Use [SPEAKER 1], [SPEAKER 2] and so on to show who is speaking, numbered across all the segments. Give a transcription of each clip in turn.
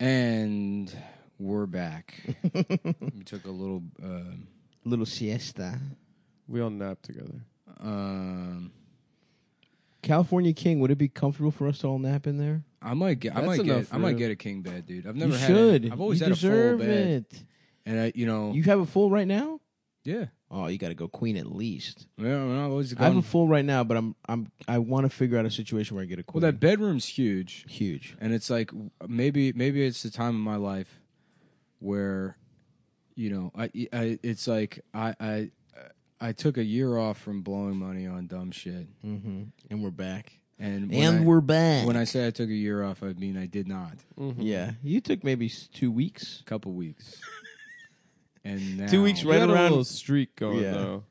[SPEAKER 1] And we're back. we took a little. um
[SPEAKER 2] Little siesta.
[SPEAKER 3] We all nap together.
[SPEAKER 1] um,
[SPEAKER 2] California King, would it be comfortable for us to all nap in there?
[SPEAKER 1] I might get. I
[SPEAKER 3] That's
[SPEAKER 1] might
[SPEAKER 3] enough,
[SPEAKER 1] get. I might
[SPEAKER 3] dude.
[SPEAKER 1] get a king bed, dude. I've never
[SPEAKER 2] you
[SPEAKER 1] had.
[SPEAKER 2] should.
[SPEAKER 1] A, I've always
[SPEAKER 2] you
[SPEAKER 1] had a full
[SPEAKER 2] deserve
[SPEAKER 1] bed,
[SPEAKER 2] it.
[SPEAKER 1] and I, you know,
[SPEAKER 2] You have a full right now?
[SPEAKER 1] yeah,
[SPEAKER 2] Oh, you got to go queen at least.
[SPEAKER 1] yeah. I mean, I've always
[SPEAKER 2] I have a
[SPEAKER 1] gone-
[SPEAKER 2] full right now, but I'm I'm I want to figure out a situation where I get a
[SPEAKER 1] well,
[SPEAKER 2] queen.
[SPEAKER 1] that bedroom's huge,
[SPEAKER 2] huge.
[SPEAKER 1] and it's like maybe maybe it's the time in my life where, you know, I, I it's like I I I took a year off from blowing money on dumb shit,
[SPEAKER 2] Mm-hmm. And we're back.
[SPEAKER 1] and when
[SPEAKER 2] And
[SPEAKER 1] I-
[SPEAKER 2] we're back.
[SPEAKER 1] when I say I took a year off, I mean I did not.
[SPEAKER 3] Mm-hmm.
[SPEAKER 2] Mm-hmm. yeah, you took maybe s- two weeks.
[SPEAKER 1] A couple weeks, and now, Mm-hmm.
[SPEAKER 2] Two weeks
[SPEAKER 3] You
[SPEAKER 2] Right
[SPEAKER 3] had a
[SPEAKER 2] around-
[SPEAKER 3] little streak going
[SPEAKER 2] Yeah.
[SPEAKER 3] though.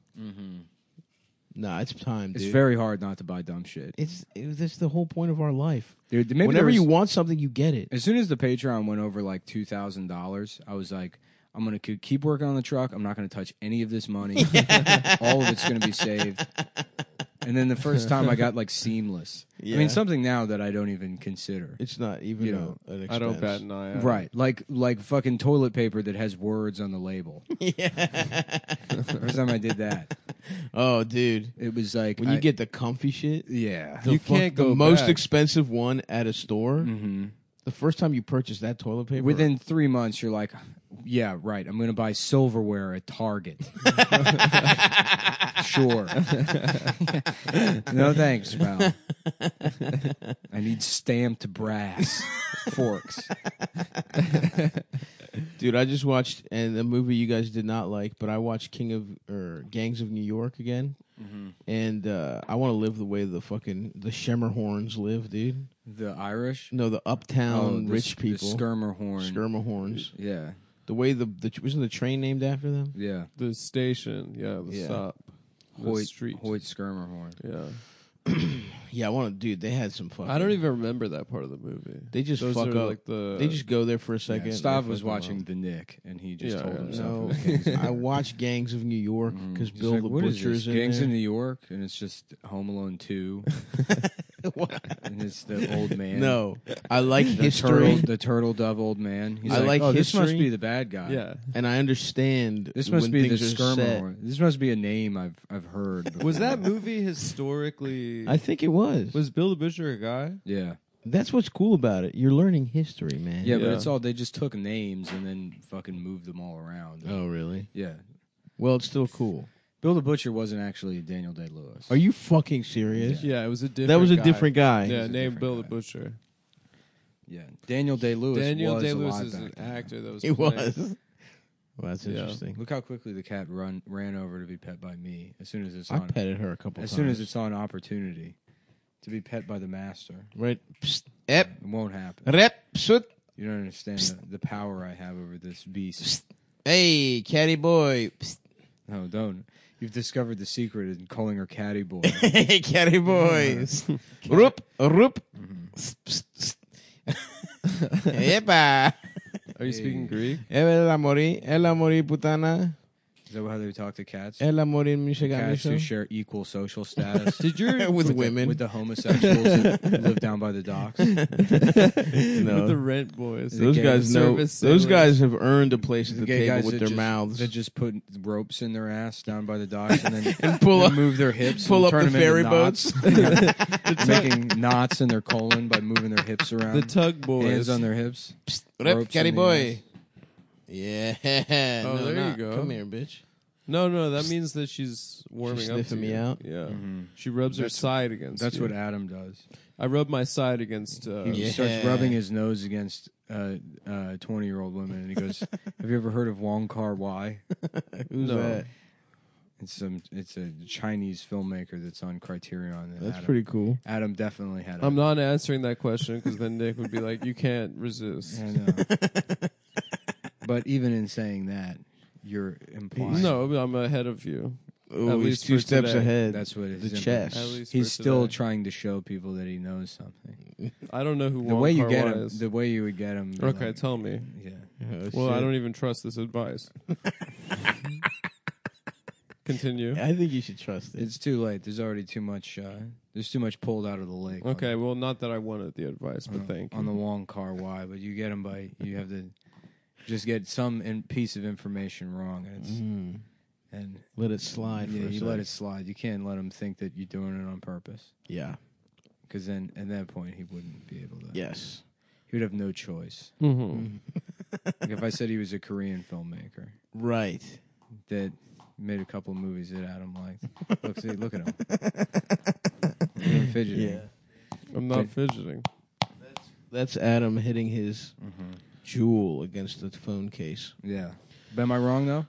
[SPEAKER 2] Nah, it's time,
[SPEAKER 1] It's
[SPEAKER 2] dude.
[SPEAKER 1] very hard not to buy dumb shit.
[SPEAKER 2] it's it, that's the whole point of our life.
[SPEAKER 1] There- maybe
[SPEAKER 2] Whenever
[SPEAKER 1] there's-
[SPEAKER 2] you want something, you get it.
[SPEAKER 1] As soon as the Patreon went over like two thousand dollars, I was like, I'm gonna ke- keep working on the truck. I'm not gonna touch any of this money. All of it's gonna be saved. And then the first time I got like seamless. I
[SPEAKER 2] Yeah.
[SPEAKER 1] mean, something now that I don't even consider.
[SPEAKER 2] It's not even
[SPEAKER 1] You
[SPEAKER 2] a-
[SPEAKER 1] know,
[SPEAKER 2] an expense.
[SPEAKER 3] I don't bat an eye. at it.
[SPEAKER 1] Right, like like fucking toilet paper that has words on the label.
[SPEAKER 2] yeah.
[SPEAKER 1] First time I did that,
[SPEAKER 2] oh, dude.
[SPEAKER 1] it was like
[SPEAKER 2] When you
[SPEAKER 1] I-
[SPEAKER 2] get the comfy shit,
[SPEAKER 1] yeah,
[SPEAKER 2] the
[SPEAKER 3] You
[SPEAKER 2] fuck-
[SPEAKER 3] can't
[SPEAKER 2] the
[SPEAKER 3] go
[SPEAKER 2] most
[SPEAKER 3] back. Mm.
[SPEAKER 2] expensive one at a store.
[SPEAKER 1] hmm
[SPEAKER 2] The first time you purchase that toilet paper,
[SPEAKER 1] within three months, you're like, yeah, right. I'm gonna buy silverware at Target. sure. no thanks, pal. I need stamped brass forks.
[SPEAKER 2] dude, I just watched and a movie you guys did not like, but I watched King of or Gangs of New York again,
[SPEAKER 3] Mm-hmm.
[SPEAKER 2] and uh, I want to live the way the fucking the Shemmerhorns live, dude.
[SPEAKER 1] The Irish, Oh,
[SPEAKER 2] No, the
[SPEAKER 3] Oh,
[SPEAKER 2] uptown
[SPEAKER 1] the-
[SPEAKER 2] rich people,
[SPEAKER 1] the skirmer horn.
[SPEAKER 2] Skirmerhorns.
[SPEAKER 1] yeah,
[SPEAKER 2] The way the, the wasn't the train named after them.
[SPEAKER 1] yeah.
[SPEAKER 3] The station, yeah, the
[SPEAKER 2] Yeah.
[SPEAKER 3] stop, the
[SPEAKER 1] Hoyt,
[SPEAKER 3] street,
[SPEAKER 1] Hoyt skirmer horn.
[SPEAKER 3] yeah.
[SPEAKER 2] Yeah, I want to, dude. They had some fucking.
[SPEAKER 3] I don't even remember that part of the movie.
[SPEAKER 2] They just
[SPEAKER 3] Those
[SPEAKER 2] fuck
[SPEAKER 3] are
[SPEAKER 2] up.
[SPEAKER 3] like uh, the
[SPEAKER 2] They just go there for a second.
[SPEAKER 1] Yeah,
[SPEAKER 2] and
[SPEAKER 1] Stav
[SPEAKER 2] they
[SPEAKER 1] was
[SPEAKER 2] fuck 'em up.
[SPEAKER 1] watching The Nick, and he just
[SPEAKER 3] Yeah,
[SPEAKER 1] told
[SPEAKER 3] yeah.
[SPEAKER 1] himself.
[SPEAKER 2] No,
[SPEAKER 1] it was Gangs of New
[SPEAKER 2] I
[SPEAKER 1] York.
[SPEAKER 2] watched Gangs of New York because
[SPEAKER 1] Mm. He's
[SPEAKER 2] Bill
[SPEAKER 1] like,
[SPEAKER 2] the
[SPEAKER 1] "What is
[SPEAKER 2] Butcher's
[SPEAKER 1] this?
[SPEAKER 2] in
[SPEAKER 1] Gangs
[SPEAKER 2] there.
[SPEAKER 1] of New York, and it's just Home Alone Two, and it's the old man.
[SPEAKER 2] no, I like
[SPEAKER 1] the turtle,
[SPEAKER 2] history,
[SPEAKER 1] the turtle dove old man. He's
[SPEAKER 2] I
[SPEAKER 1] like,
[SPEAKER 2] like
[SPEAKER 1] oh, this must
[SPEAKER 2] history."
[SPEAKER 1] be the bad guy.
[SPEAKER 3] yeah.
[SPEAKER 2] and I understand.
[SPEAKER 1] This must
[SPEAKER 2] when
[SPEAKER 1] be the
[SPEAKER 2] things are
[SPEAKER 1] skirmer.
[SPEAKER 2] set.
[SPEAKER 1] horn. This must be a name I've I've heard. Before.
[SPEAKER 3] Was that movie historically?
[SPEAKER 2] I think it was.
[SPEAKER 3] was Bill the Butcher a guy?
[SPEAKER 1] Yeah.
[SPEAKER 2] That's what's cool about it. You're learning history, man.
[SPEAKER 1] yeah, but
[SPEAKER 3] Yeah.
[SPEAKER 1] it's all they just took names and then fucking moved them all around. Uh,
[SPEAKER 2] Oh, really?
[SPEAKER 1] Yeah,
[SPEAKER 2] Well, it's still cool.
[SPEAKER 1] Bill the Butcher wasn't actually Daniel Day Lewis.
[SPEAKER 2] Are you fucking serious?
[SPEAKER 3] Yeah, it was a different.
[SPEAKER 2] That was a
[SPEAKER 3] guy.
[SPEAKER 2] different guy.
[SPEAKER 3] Yeah,
[SPEAKER 1] a
[SPEAKER 3] named
[SPEAKER 1] different
[SPEAKER 3] Bill
[SPEAKER 1] guy.
[SPEAKER 3] the Butcher.
[SPEAKER 1] Yeah, Daniel Day Lewis.
[SPEAKER 3] Daniel
[SPEAKER 1] was
[SPEAKER 3] Day
[SPEAKER 1] alive
[SPEAKER 3] Lewis is
[SPEAKER 1] back
[SPEAKER 3] an
[SPEAKER 1] then.
[SPEAKER 3] actor that was.
[SPEAKER 2] It
[SPEAKER 3] playing-
[SPEAKER 2] was. Well, that's
[SPEAKER 3] Yeah.
[SPEAKER 2] interesting.
[SPEAKER 1] Look how quickly the cat run ran over to be pet by me as soon as it's
[SPEAKER 2] I
[SPEAKER 1] on.
[SPEAKER 2] petted her a couple
[SPEAKER 1] as
[SPEAKER 2] times.
[SPEAKER 1] soon as it's on opportunity to be pet by the master.
[SPEAKER 2] right. Psst, ep,
[SPEAKER 1] It won't happen.
[SPEAKER 2] rep, soot.
[SPEAKER 1] You don't understand the, the power I have over this beast.
[SPEAKER 2] Hey, catty boy. Psst.
[SPEAKER 1] No, don't. You've discovered the secret in calling her Caddy Boy.
[SPEAKER 2] Hey, catty boys. Roop, roop. Epa.
[SPEAKER 3] Are you speaking Greek?
[SPEAKER 2] Ella morí, ella morí, putana.
[SPEAKER 1] Is that how they talk to cats?
[SPEAKER 2] Ella morí, mi
[SPEAKER 1] Cats who
[SPEAKER 2] llegamiso.
[SPEAKER 1] share equal social status. Did you
[SPEAKER 2] With women.
[SPEAKER 1] with the homosexuals who live down by the docks?
[SPEAKER 3] With the
[SPEAKER 2] No.
[SPEAKER 3] rent boys.
[SPEAKER 2] Those
[SPEAKER 1] gay
[SPEAKER 2] guys know.
[SPEAKER 3] service
[SPEAKER 2] Those
[SPEAKER 3] sailors.
[SPEAKER 2] guys have earned a place at the,
[SPEAKER 1] gay
[SPEAKER 2] table with
[SPEAKER 1] that
[SPEAKER 2] their
[SPEAKER 1] just,
[SPEAKER 2] mouths.
[SPEAKER 1] that just put ropes in their ass down by the docks and then
[SPEAKER 2] and pull up,
[SPEAKER 1] and move their hips, and
[SPEAKER 2] pull up
[SPEAKER 1] turn
[SPEAKER 2] the
[SPEAKER 1] them into
[SPEAKER 2] ferry
[SPEAKER 1] knots.
[SPEAKER 2] boats.
[SPEAKER 1] making knots in their colon by moving their hips around.
[SPEAKER 3] The tug boys.
[SPEAKER 1] hands on their hips.
[SPEAKER 2] Rep,
[SPEAKER 1] Ropes in
[SPEAKER 2] catty
[SPEAKER 1] the
[SPEAKER 2] boy. Yeah. Oh,
[SPEAKER 3] there you go.
[SPEAKER 2] Come here, bitch.
[SPEAKER 3] no, no, that means that she's warming
[SPEAKER 2] She's
[SPEAKER 3] up. to
[SPEAKER 2] sniffing me
[SPEAKER 3] you.
[SPEAKER 2] out?
[SPEAKER 3] Yeah, she rubs her side against.
[SPEAKER 1] Mm-hmm. That's
[SPEAKER 3] you.
[SPEAKER 1] what Adam does.
[SPEAKER 3] I rub my side against. Uh,
[SPEAKER 1] He
[SPEAKER 2] Yeah.
[SPEAKER 1] starts rubbing his nose against uh, uh, 20 year old women and he goes, Have you ever heard of Wong Kar Wai?
[SPEAKER 2] Who's
[SPEAKER 3] No.
[SPEAKER 2] that?
[SPEAKER 1] It's, some, it's a Chinese filmmaker that's on Criterion. and
[SPEAKER 2] That's
[SPEAKER 1] Adam,
[SPEAKER 2] pretty cool.
[SPEAKER 1] Adam definitely had a-
[SPEAKER 3] I'm not answering that question because then Nick would be like, "You can't resist."
[SPEAKER 1] I know. but even in saying that, you're implying.
[SPEAKER 3] No, but I'm ahead of you.
[SPEAKER 2] Ooh,
[SPEAKER 3] At
[SPEAKER 2] he's
[SPEAKER 3] least
[SPEAKER 2] two
[SPEAKER 3] for
[SPEAKER 2] steps
[SPEAKER 3] today.
[SPEAKER 2] ahead.
[SPEAKER 1] That's what
[SPEAKER 2] the
[SPEAKER 1] it's
[SPEAKER 2] chess.
[SPEAKER 3] At least
[SPEAKER 1] He's
[SPEAKER 3] for
[SPEAKER 1] still
[SPEAKER 3] today.
[SPEAKER 1] trying to show people that he knows something.
[SPEAKER 3] I don't know who
[SPEAKER 1] The
[SPEAKER 3] Wong
[SPEAKER 1] way you
[SPEAKER 3] Kar
[SPEAKER 1] get
[SPEAKER 3] Wai
[SPEAKER 1] him,
[SPEAKER 3] is.
[SPEAKER 1] the way you would get him.
[SPEAKER 3] okay,
[SPEAKER 1] like-
[SPEAKER 3] tell me.
[SPEAKER 1] yeah.
[SPEAKER 2] Oh,
[SPEAKER 3] Well, I
[SPEAKER 2] shit.
[SPEAKER 3] don't even trust this advice. Continue.
[SPEAKER 2] I think you should trust it.
[SPEAKER 1] It's too late. There's already too much. Uh, there's too much pulled out of the lake. on
[SPEAKER 3] Okay, well, not that I wanted the advice, but
[SPEAKER 1] on-
[SPEAKER 3] thank
[SPEAKER 1] Uh-huh. on
[SPEAKER 3] you.
[SPEAKER 1] the Wong Kar Wai, but you get them by you have to just get some in, piece of information wrong, and it's
[SPEAKER 2] Mm.
[SPEAKER 1] and
[SPEAKER 2] Let it slide.
[SPEAKER 1] yeah,
[SPEAKER 2] for a
[SPEAKER 1] you let
[SPEAKER 2] sec.
[SPEAKER 1] it slide. You can't let him think that you're doing it on purpose,
[SPEAKER 2] Yeah.
[SPEAKER 1] because then at that point he wouldn't be able to.
[SPEAKER 2] Yes.
[SPEAKER 1] he would have no choice.
[SPEAKER 3] Mm-hmm.
[SPEAKER 1] like if I said he was a Korean filmmaker
[SPEAKER 2] Right.
[SPEAKER 1] that made a couple of movies that Adam liked, look, see, look at him. Look at him fidgeting.
[SPEAKER 2] Yeah.
[SPEAKER 3] I'm not fidgeting.
[SPEAKER 2] That's Adam hitting his
[SPEAKER 1] Mm-hmm.
[SPEAKER 2] jewel against the phone case.
[SPEAKER 1] Yeah. But am I wrong though?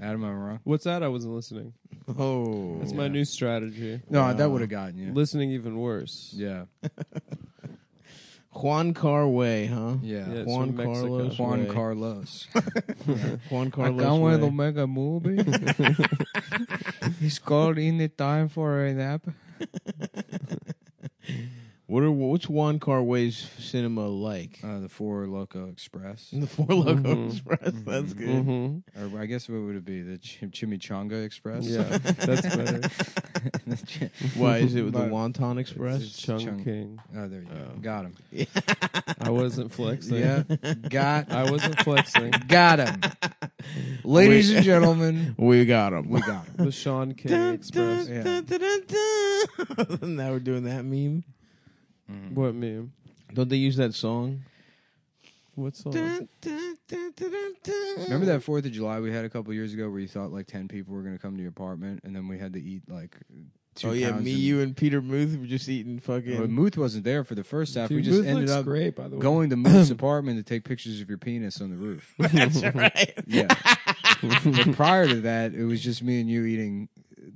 [SPEAKER 1] Adam, am I wrong?
[SPEAKER 3] What's that? I wasn't listening.
[SPEAKER 2] Oh.
[SPEAKER 3] That's my new strategy.
[SPEAKER 1] No,
[SPEAKER 2] Wow.
[SPEAKER 1] that would have gotten you.
[SPEAKER 3] Listening even worse.
[SPEAKER 1] Yeah.
[SPEAKER 2] Juan Carway, huh?
[SPEAKER 1] Yeah.
[SPEAKER 3] Yeah, it's
[SPEAKER 2] Juan
[SPEAKER 3] from Mexico.
[SPEAKER 2] Carlos.
[SPEAKER 1] Juan
[SPEAKER 2] Way.
[SPEAKER 1] Carlos.
[SPEAKER 2] Juan Carlos. Way.
[SPEAKER 1] make a movie. He's called in the time for a nap.
[SPEAKER 2] What are what's Juan Carway's cinema like?
[SPEAKER 1] Uh, mm-hmm. the Four Loco Express,
[SPEAKER 2] In the Four Loco
[SPEAKER 3] Mhm.
[SPEAKER 2] Express. That's good.
[SPEAKER 3] Mm-hmm.
[SPEAKER 1] or I guess what would it be? The Ch- Chimichanga Express.
[SPEAKER 3] Yeah, that's better.
[SPEAKER 1] The chi-
[SPEAKER 2] Why is it with the
[SPEAKER 1] But-
[SPEAKER 2] Wonton Express?
[SPEAKER 1] It's
[SPEAKER 3] Chung
[SPEAKER 1] Chung.
[SPEAKER 3] King.
[SPEAKER 1] oh, there you go.
[SPEAKER 2] Oh.
[SPEAKER 1] Got him.
[SPEAKER 3] I wasn't flexing.
[SPEAKER 1] Yeah, got.
[SPEAKER 3] I wasn't flexing.
[SPEAKER 1] got him. Ladies and gentlemen,
[SPEAKER 2] We got him.
[SPEAKER 1] we got him.
[SPEAKER 3] The Sean King Express.
[SPEAKER 1] Yeah.
[SPEAKER 2] now we're doing that meme.
[SPEAKER 3] What meme?
[SPEAKER 2] Don't they use that song?
[SPEAKER 3] What song?
[SPEAKER 1] Remember that Fourth of July we had a couple years ago, where you thought like ten people were going to come to your apartment, and then we had to eat like. two
[SPEAKER 2] Oh yeah,
[SPEAKER 1] pounds
[SPEAKER 2] me,
[SPEAKER 1] of-
[SPEAKER 2] you, and Peter Muth were just eating
[SPEAKER 1] Well,
[SPEAKER 2] fucking.
[SPEAKER 1] Muth wasn't there for the first half.
[SPEAKER 3] Dude,
[SPEAKER 1] we just
[SPEAKER 3] Booth
[SPEAKER 1] ended
[SPEAKER 3] looks
[SPEAKER 1] up
[SPEAKER 3] great, by the way.
[SPEAKER 1] going to Moose apartment to take pictures of your penis on the roof.
[SPEAKER 2] That's right.
[SPEAKER 1] Yeah. but prior to that, it was just me and you eating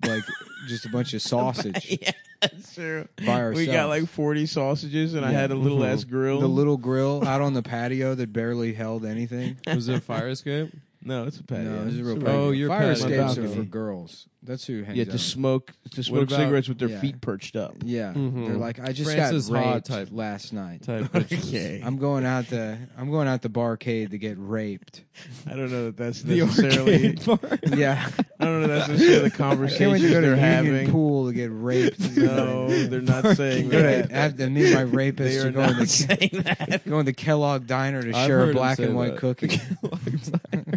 [SPEAKER 1] like just a bunch of sausage.
[SPEAKER 2] Yeah, that's true.
[SPEAKER 1] By
[SPEAKER 2] We got
[SPEAKER 1] ourselves.
[SPEAKER 2] like forty sausages, and I
[SPEAKER 1] Yeah.
[SPEAKER 2] had a little
[SPEAKER 3] Mhm.
[SPEAKER 2] ass grill.
[SPEAKER 1] The little grill out on the patio that barely held anything.
[SPEAKER 3] Was it a fire escape?
[SPEAKER 2] no, it's a patio.
[SPEAKER 1] No, this is a real
[SPEAKER 3] Oh,
[SPEAKER 1] patio.
[SPEAKER 3] your
[SPEAKER 1] fire
[SPEAKER 3] patio.
[SPEAKER 1] escapes are
[SPEAKER 2] Balcony.
[SPEAKER 1] for girls. That's who hangs
[SPEAKER 2] yeah,
[SPEAKER 1] out.
[SPEAKER 2] to smoke to smoke
[SPEAKER 3] about-
[SPEAKER 2] cigarettes with their
[SPEAKER 1] yeah.
[SPEAKER 2] feet perched up.
[SPEAKER 1] yeah,
[SPEAKER 3] Mhm.
[SPEAKER 1] they're like I just
[SPEAKER 3] Francis
[SPEAKER 1] got
[SPEAKER 3] Ha
[SPEAKER 1] raped
[SPEAKER 3] type.
[SPEAKER 1] last night.
[SPEAKER 3] Type bitches.
[SPEAKER 2] Okay,
[SPEAKER 1] I'm going out the I'm going out the barcade to get raped.
[SPEAKER 2] I don't know that that's
[SPEAKER 3] The
[SPEAKER 2] necessarily.
[SPEAKER 3] arcade bar.
[SPEAKER 1] Yeah,
[SPEAKER 2] I don't know that's necessarily the
[SPEAKER 1] I can't wait
[SPEAKER 2] conversations
[SPEAKER 1] to go to
[SPEAKER 2] they're
[SPEAKER 1] Union
[SPEAKER 2] having.
[SPEAKER 1] Pool to get raped.
[SPEAKER 2] No, they're not saying
[SPEAKER 1] Go
[SPEAKER 2] that.
[SPEAKER 1] to, I have to meet my
[SPEAKER 2] They
[SPEAKER 1] rapist
[SPEAKER 2] are
[SPEAKER 1] and go
[SPEAKER 2] not
[SPEAKER 1] to,
[SPEAKER 2] saying that.
[SPEAKER 1] go to Kellogg Diner to
[SPEAKER 3] I've
[SPEAKER 1] share
[SPEAKER 3] heard
[SPEAKER 1] a
[SPEAKER 3] him
[SPEAKER 1] black
[SPEAKER 3] say
[SPEAKER 1] and white
[SPEAKER 3] that.
[SPEAKER 1] cookie.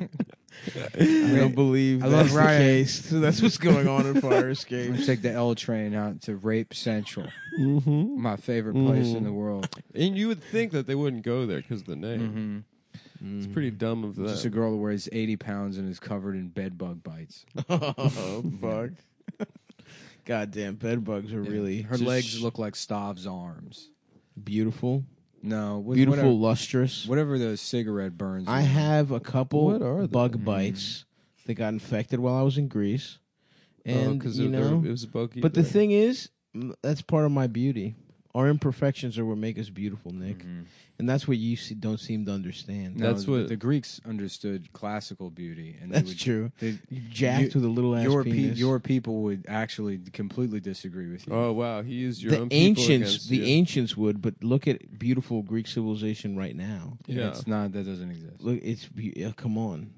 [SPEAKER 2] I don't believe
[SPEAKER 1] I
[SPEAKER 2] that's
[SPEAKER 1] love
[SPEAKER 2] the
[SPEAKER 1] Ryan.
[SPEAKER 2] case. So that's what's going on in Fire
[SPEAKER 1] I'm
[SPEAKER 2] Escape.
[SPEAKER 1] gonna take the L train out to Rape Central,
[SPEAKER 3] mm-hmm.
[SPEAKER 1] my favorite place
[SPEAKER 3] Mhm.
[SPEAKER 1] in the world.
[SPEAKER 3] And you would think that they wouldn't go there because of the name.
[SPEAKER 1] Mm-hmm.
[SPEAKER 3] It's
[SPEAKER 2] Mm.
[SPEAKER 3] pretty dumb of them.
[SPEAKER 1] Just a girl that weighs 80 pounds and is covered in bed bug bites.
[SPEAKER 2] Oh fuck! Goddamn, bed bugs are really
[SPEAKER 1] her
[SPEAKER 2] just
[SPEAKER 1] legs look like Stav's arms.
[SPEAKER 2] beautiful,
[SPEAKER 1] No, with
[SPEAKER 2] beautiful,
[SPEAKER 1] Whatever,
[SPEAKER 2] lustrous.
[SPEAKER 1] whatever those cigarette burns.
[SPEAKER 2] I
[SPEAKER 1] are.
[SPEAKER 2] have a
[SPEAKER 3] What are
[SPEAKER 2] couple
[SPEAKER 3] they?
[SPEAKER 1] Mm.
[SPEAKER 2] bug bites that got infected while I was in Greece,
[SPEAKER 1] Oh,
[SPEAKER 2] and
[SPEAKER 3] because
[SPEAKER 2] you
[SPEAKER 3] Oh, it, there-
[SPEAKER 2] know.
[SPEAKER 3] it was buggy.
[SPEAKER 2] But the
[SPEAKER 3] there.
[SPEAKER 2] thing is, m- that's part of my beauty. Our imperfections are what make us beautiful, Nick, and that's what you se- don't seem to understand.
[SPEAKER 1] Mm-hmm. No,
[SPEAKER 3] that's
[SPEAKER 1] but
[SPEAKER 3] what-
[SPEAKER 1] the Greeks understood classical beauty, and they
[SPEAKER 2] That's
[SPEAKER 1] would,
[SPEAKER 2] true.
[SPEAKER 1] They,
[SPEAKER 2] You jacked with a little ass
[SPEAKER 1] your, pe-
[SPEAKER 2] penis.
[SPEAKER 1] your people would actually completely disagree with you.
[SPEAKER 3] Oh wow, he used your
[SPEAKER 2] the
[SPEAKER 3] own people
[SPEAKER 2] ancients,
[SPEAKER 3] against
[SPEAKER 2] the
[SPEAKER 3] you.
[SPEAKER 2] ancients would, but look at beautiful Greek civilization right now.
[SPEAKER 3] Yeah.
[SPEAKER 1] It's not that doesn't exist.
[SPEAKER 2] Look, it's be- yeah, come on.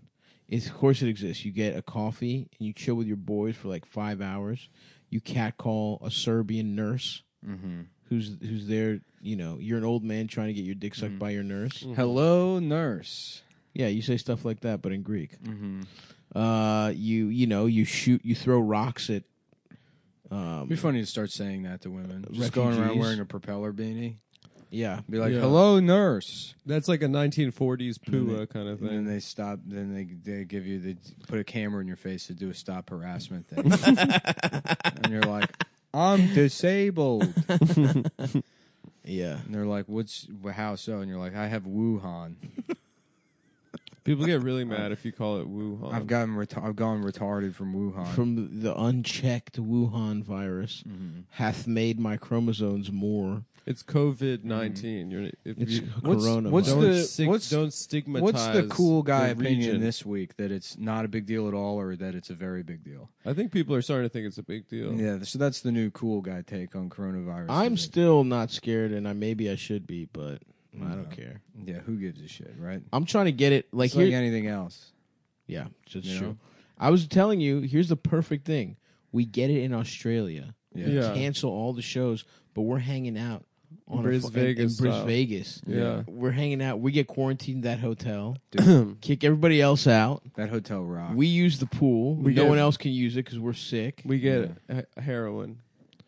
[SPEAKER 2] It's of course it exists. You get a coffee and you chill with your boys for like five hours. You catcall a Serbian nurse
[SPEAKER 1] Mm-hmm.
[SPEAKER 2] who's who's there. You know, you're an old man trying to get your dick
[SPEAKER 3] Mm-hmm.
[SPEAKER 2] sucked by your nurse.
[SPEAKER 1] Hello, nurse.
[SPEAKER 2] Yeah, you say stuff like that, but in Greek.
[SPEAKER 1] Mm-hmm.
[SPEAKER 2] Uh, you you know you shoot you throw rocks at. Um,
[SPEAKER 1] It'd be funny to start saying that to women. Just going around
[SPEAKER 2] Refugees.
[SPEAKER 1] wearing a propeller beanie.
[SPEAKER 2] yeah,
[SPEAKER 1] Be like,
[SPEAKER 3] Yeah.
[SPEAKER 1] "Hello, nurse,"
[SPEAKER 3] That's like a 1940s pua kind of
[SPEAKER 1] and then
[SPEAKER 3] thing.
[SPEAKER 1] they stop. Then they they give you the put a camera in your face to do a stop harassment thing, and you're like, "I'm disabled," and
[SPEAKER 2] yeah.
[SPEAKER 1] they're like, "What's how so?" And you're like, "I have Wuhan.
[SPEAKER 3] People get really mad if you call it Wuhan.
[SPEAKER 1] I've gotten reta- I've gone retarded from Wuhan."
[SPEAKER 2] From the- the unchecked Wuhan virus, hath made my chromosomes more.
[SPEAKER 3] it's COVID 19. You're if
[SPEAKER 2] It's
[SPEAKER 3] you,
[SPEAKER 1] What's-
[SPEAKER 2] corona.
[SPEAKER 1] what's
[SPEAKER 3] don't,
[SPEAKER 1] the-
[SPEAKER 3] sig-
[SPEAKER 1] what's-
[SPEAKER 3] don't stigmatize.
[SPEAKER 1] What's the cool guy
[SPEAKER 3] the
[SPEAKER 1] opinion
[SPEAKER 3] region.
[SPEAKER 1] this week that it's not a big deal at all, or that it's a very big deal?
[SPEAKER 3] I think people are starting to think it's a big deal.
[SPEAKER 1] Yeah, so that's the new cool guy take on coronavirus.
[SPEAKER 2] I'm
[SPEAKER 1] is it?
[SPEAKER 2] still not scared, and I maybe I should be, but
[SPEAKER 3] Mm-hmm.
[SPEAKER 2] I don't care.
[SPEAKER 1] yeah. Who gives a shit, right?
[SPEAKER 2] I'm trying to get it like
[SPEAKER 1] It's like
[SPEAKER 2] here.
[SPEAKER 1] anything else.
[SPEAKER 2] yeah, it's
[SPEAKER 1] you
[SPEAKER 2] true.
[SPEAKER 1] know?
[SPEAKER 2] I was telling you, here's the perfect thing. We get it in Australia.
[SPEAKER 1] Yeah.
[SPEAKER 2] We
[SPEAKER 3] Yeah.
[SPEAKER 2] cancel all the shows, but we're hanging out on a
[SPEAKER 3] Bris
[SPEAKER 2] fu- in-
[SPEAKER 3] Vegas
[SPEAKER 2] in Bris
[SPEAKER 3] style.
[SPEAKER 2] Vegas.
[SPEAKER 3] Yeah.
[SPEAKER 2] We're hanging out. We get quarantined at that hotel. kick everybody else out.
[SPEAKER 1] That hotel rock.
[SPEAKER 2] We use the pool.
[SPEAKER 3] We
[SPEAKER 2] no
[SPEAKER 3] get-
[SPEAKER 2] one else can use it because we're sick.
[SPEAKER 3] We get he- heroin.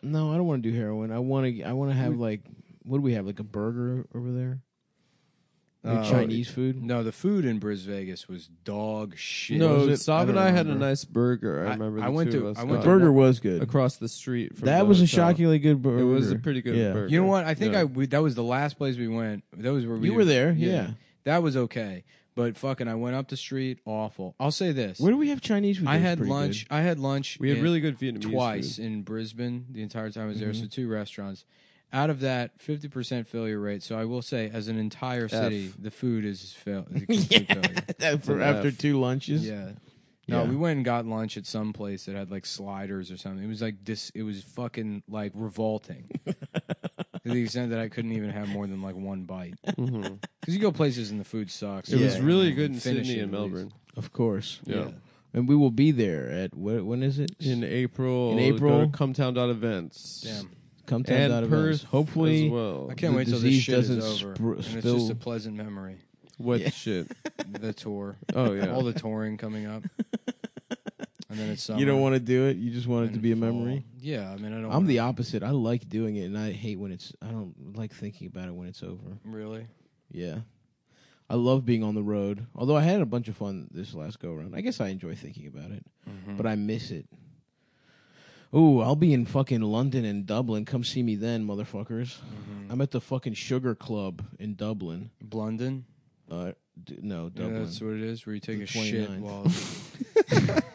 [SPEAKER 2] No, I don't want to do heroin. I want to. I want to have like, what do we have? Like a burger over there. Like
[SPEAKER 3] oh,
[SPEAKER 1] Uh,
[SPEAKER 2] Chinese food.
[SPEAKER 1] no, the food in Bris Vegas was dog shit.
[SPEAKER 2] was
[SPEAKER 3] no,
[SPEAKER 2] it?
[SPEAKER 3] Sav
[SPEAKER 2] I don't
[SPEAKER 3] and I had a
[SPEAKER 2] remember.
[SPEAKER 3] nice burger. I
[SPEAKER 1] I-
[SPEAKER 3] remember. The
[SPEAKER 1] I went
[SPEAKER 3] two
[SPEAKER 1] to-
[SPEAKER 3] Of us
[SPEAKER 1] I went
[SPEAKER 3] got
[SPEAKER 1] to burger
[SPEAKER 2] was good.
[SPEAKER 3] across the street. From
[SPEAKER 2] That
[SPEAKER 3] the
[SPEAKER 2] was a
[SPEAKER 3] hotel.
[SPEAKER 2] shockingly good burger.
[SPEAKER 3] It was a pretty good
[SPEAKER 2] Yeah.
[SPEAKER 3] burger.
[SPEAKER 1] You know what? I think
[SPEAKER 3] Yeah.
[SPEAKER 1] I we, that was the last place we went. That was where we
[SPEAKER 2] You were there, yeah.
[SPEAKER 1] That was okay, but fucking, I went up the street. Awful. I'll say this.
[SPEAKER 2] Where do we have Chinese food?
[SPEAKER 1] I
[SPEAKER 2] that was
[SPEAKER 1] had
[SPEAKER 2] pretty
[SPEAKER 1] lunch. I had lunch.
[SPEAKER 3] We had
[SPEAKER 1] in-
[SPEAKER 3] really good Vietnamese
[SPEAKER 1] twice
[SPEAKER 3] Food.
[SPEAKER 1] in Brisbane the entire time I was there.
[SPEAKER 3] Mm-hmm.
[SPEAKER 1] So two restaurants. Out of that, fifty percent failure rate. So I will say, as an entire city, the food is fail. Is a complete
[SPEAKER 2] good.
[SPEAKER 1] failure.
[SPEAKER 2] yeah. For
[SPEAKER 3] Enough.
[SPEAKER 2] after two lunches.
[SPEAKER 1] Yeah. No,
[SPEAKER 2] Yeah.
[SPEAKER 1] we went and got lunch at some place that had like sliders or something. It was like dis it was fucking like revolting. to the extent that I couldn't even have more than like one bite. Because you go places and the food sucks.
[SPEAKER 3] Mm-hmm. It was
[SPEAKER 2] Yeah.
[SPEAKER 3] really good in
[SPEAKER 1] Finish
[SPEAKER 3] Sydney
[SPEAKER 1] it
[SPEAKER 3] and
[SPEAKER 1] at least.
[SPEAKER 3] Melbourne.
[SPEAKER 2] Of course.
[SPEAKER 3] Yeah.
[SPEAKER 2] And we will be there at what? When is it?
[SPEAKER 3] In April,
[SPEAKER 2] In April?
[SPEAKER 3] come town dot events.
[SPEAKER 1] Damn.
[SPEAKER 2] Come
[SPEAKER 3] and
[SPEAKER 2] out of
[SPEAKER 3] Perth
[SPEAKER 2] Hopefully.
[SPEAKER 3] as well.
[SPEAKER 1] I can't
[SPEAKER 2] The
[SPEAKER 1] wait till this
[SPEAKER 2] disease
[SPEAKER 1] shit is
[SPEAKER 2] doesn't
[SPEAKER 1] over.
[SPEAKER 2] spr-
[SPEAKER 1] and it's
[SPEAKER 2] spill-
[SPEAKER 1] just a pleasant memory.
[SPEAKER 3] What
[SPEAKER 2] Yeah.
[SPEAKER 3] shit?
[SPEAKER 1] The tour.
[SPEAKER 3] Oh, yeah.
[SPEAKER 1] All the touring coming up. and then it's summer.
[SPEAKER 2] You don't want to do it. You just want it to
[SPEAKER 1] and
[SPEAKER 2] be a
[SPEAKER 1] fall.
[SPEAKER 2] memory.
[SPEAKER 1] Yeah, I mean I don't
[SPEAKER 2] I'm the
[SPEAKER 1] wanna-
[SPEAKER 2] opposite. I like doing it, and I hate when it's. I don't like thinking about it when it's over.
[SPEAKER 1] really.
[SPEAKER 2] Yeah, I love being on the road. Although I had a bunch of fun this last go around. I guess I enjoy thinking about it, but I miss it. Ooh, I'll be in fucking London and Dublin. Come see me then, motherfuckers.
[SPEAKER 1] Mm. Mm-hmm.
[SPEAKER 2] I'm at the fucking Sugar Club in Dublin.
[SPEAKER 1] Blunden?
[SPEAKER 2] Uh, d- no,
[SPEAKER 1] Yeah,
[SPEAKER 2] Dublin.
[SPEAKER 1] that's what it is, where you take
[SPEAKER 2] The
[SPEAKER 1] a shit
[SPEAKER 2] 29th.
[SPEAKER 1] while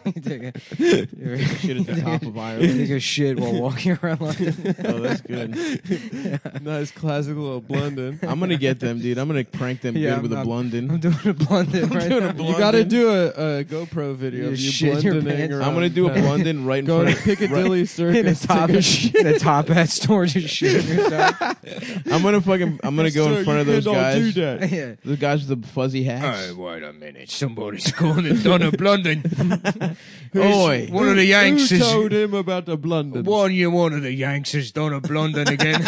[SPEAKER 1] you take a, you
[SPEAKER 2] Shit at the top of
[SPEAKER 1] take
[SPEAKER 2] Ireland.
[SPEAKER 1] a shit while walking around London.
[SPEAKER 2] oh, that's good.
[SPEAKER 3] nice classic little Blunden.
[SPEAKER 2] I'm gonna get them, dude. I'm gonna crank them
[SPEAKER 1] Yeah,
[SPEAKER 2] good with
[SPEAKER 1] I'm-
[SPEAKER 2] a Blunden.
[SPEAKER 1] I'm doing a Blunden right
[SPEAKER 2] doing a
[SPEAKER 1] now.
[SPEAKER 2] Blunden.
[SPEAKER 3] You got to do a, a GoPro video
[SPEAKER 1] You
[SPEAKER 3] of you
[SPEAKER 1] shit your
[SPEAKER 3] blundening
[SPEAKER 1] pants.
[SPEAKER 3] around.
[SPEAKER 2] I'm gonna do a
[SPEAKER 3] town.
[SPEAKER 2] Blunden right in
[SPEAKER 3] Go
[SPEAKER 2] front
[SPEAKER 3] to
[SPEAKER 2] of
[SPEAKER 3] Piccadilly
[SPEAKER 1] In a
[SPEAKER 3] Circus.
[SPEAKER 1] top,
[SPEAKER 3] take a shit.
[SPEAKER 1] in a top hat store just shitting yourself.
[SPEAKER 2] I'm gonna fucking. I'm gonna go
[SPEAKER 3] Sir,
[SPEAKER 2] in front of
[SPEAKER 3] you
[SPEAKER 2] those
[SPEAKER 3] cannot
[SPEAKER 2] guys.
[SPEAKER 3] do that.
[SPEAKER 1] yeah.
[SPEAKER 2] The guys with the fuzzy hats.
[SPEAKER 1] wait a minute. Somebody's going to done a Blunden.
[SPEAKER 2] Oi!
[SPEAKER 1] One of the Yanks
[SPEAKER 3] Who
[SPEAKER 1] is-
[SPEAKER 3] told him about the Blunden?
[SPEAKER 1] year, one of the Yanks has done a Blunden again.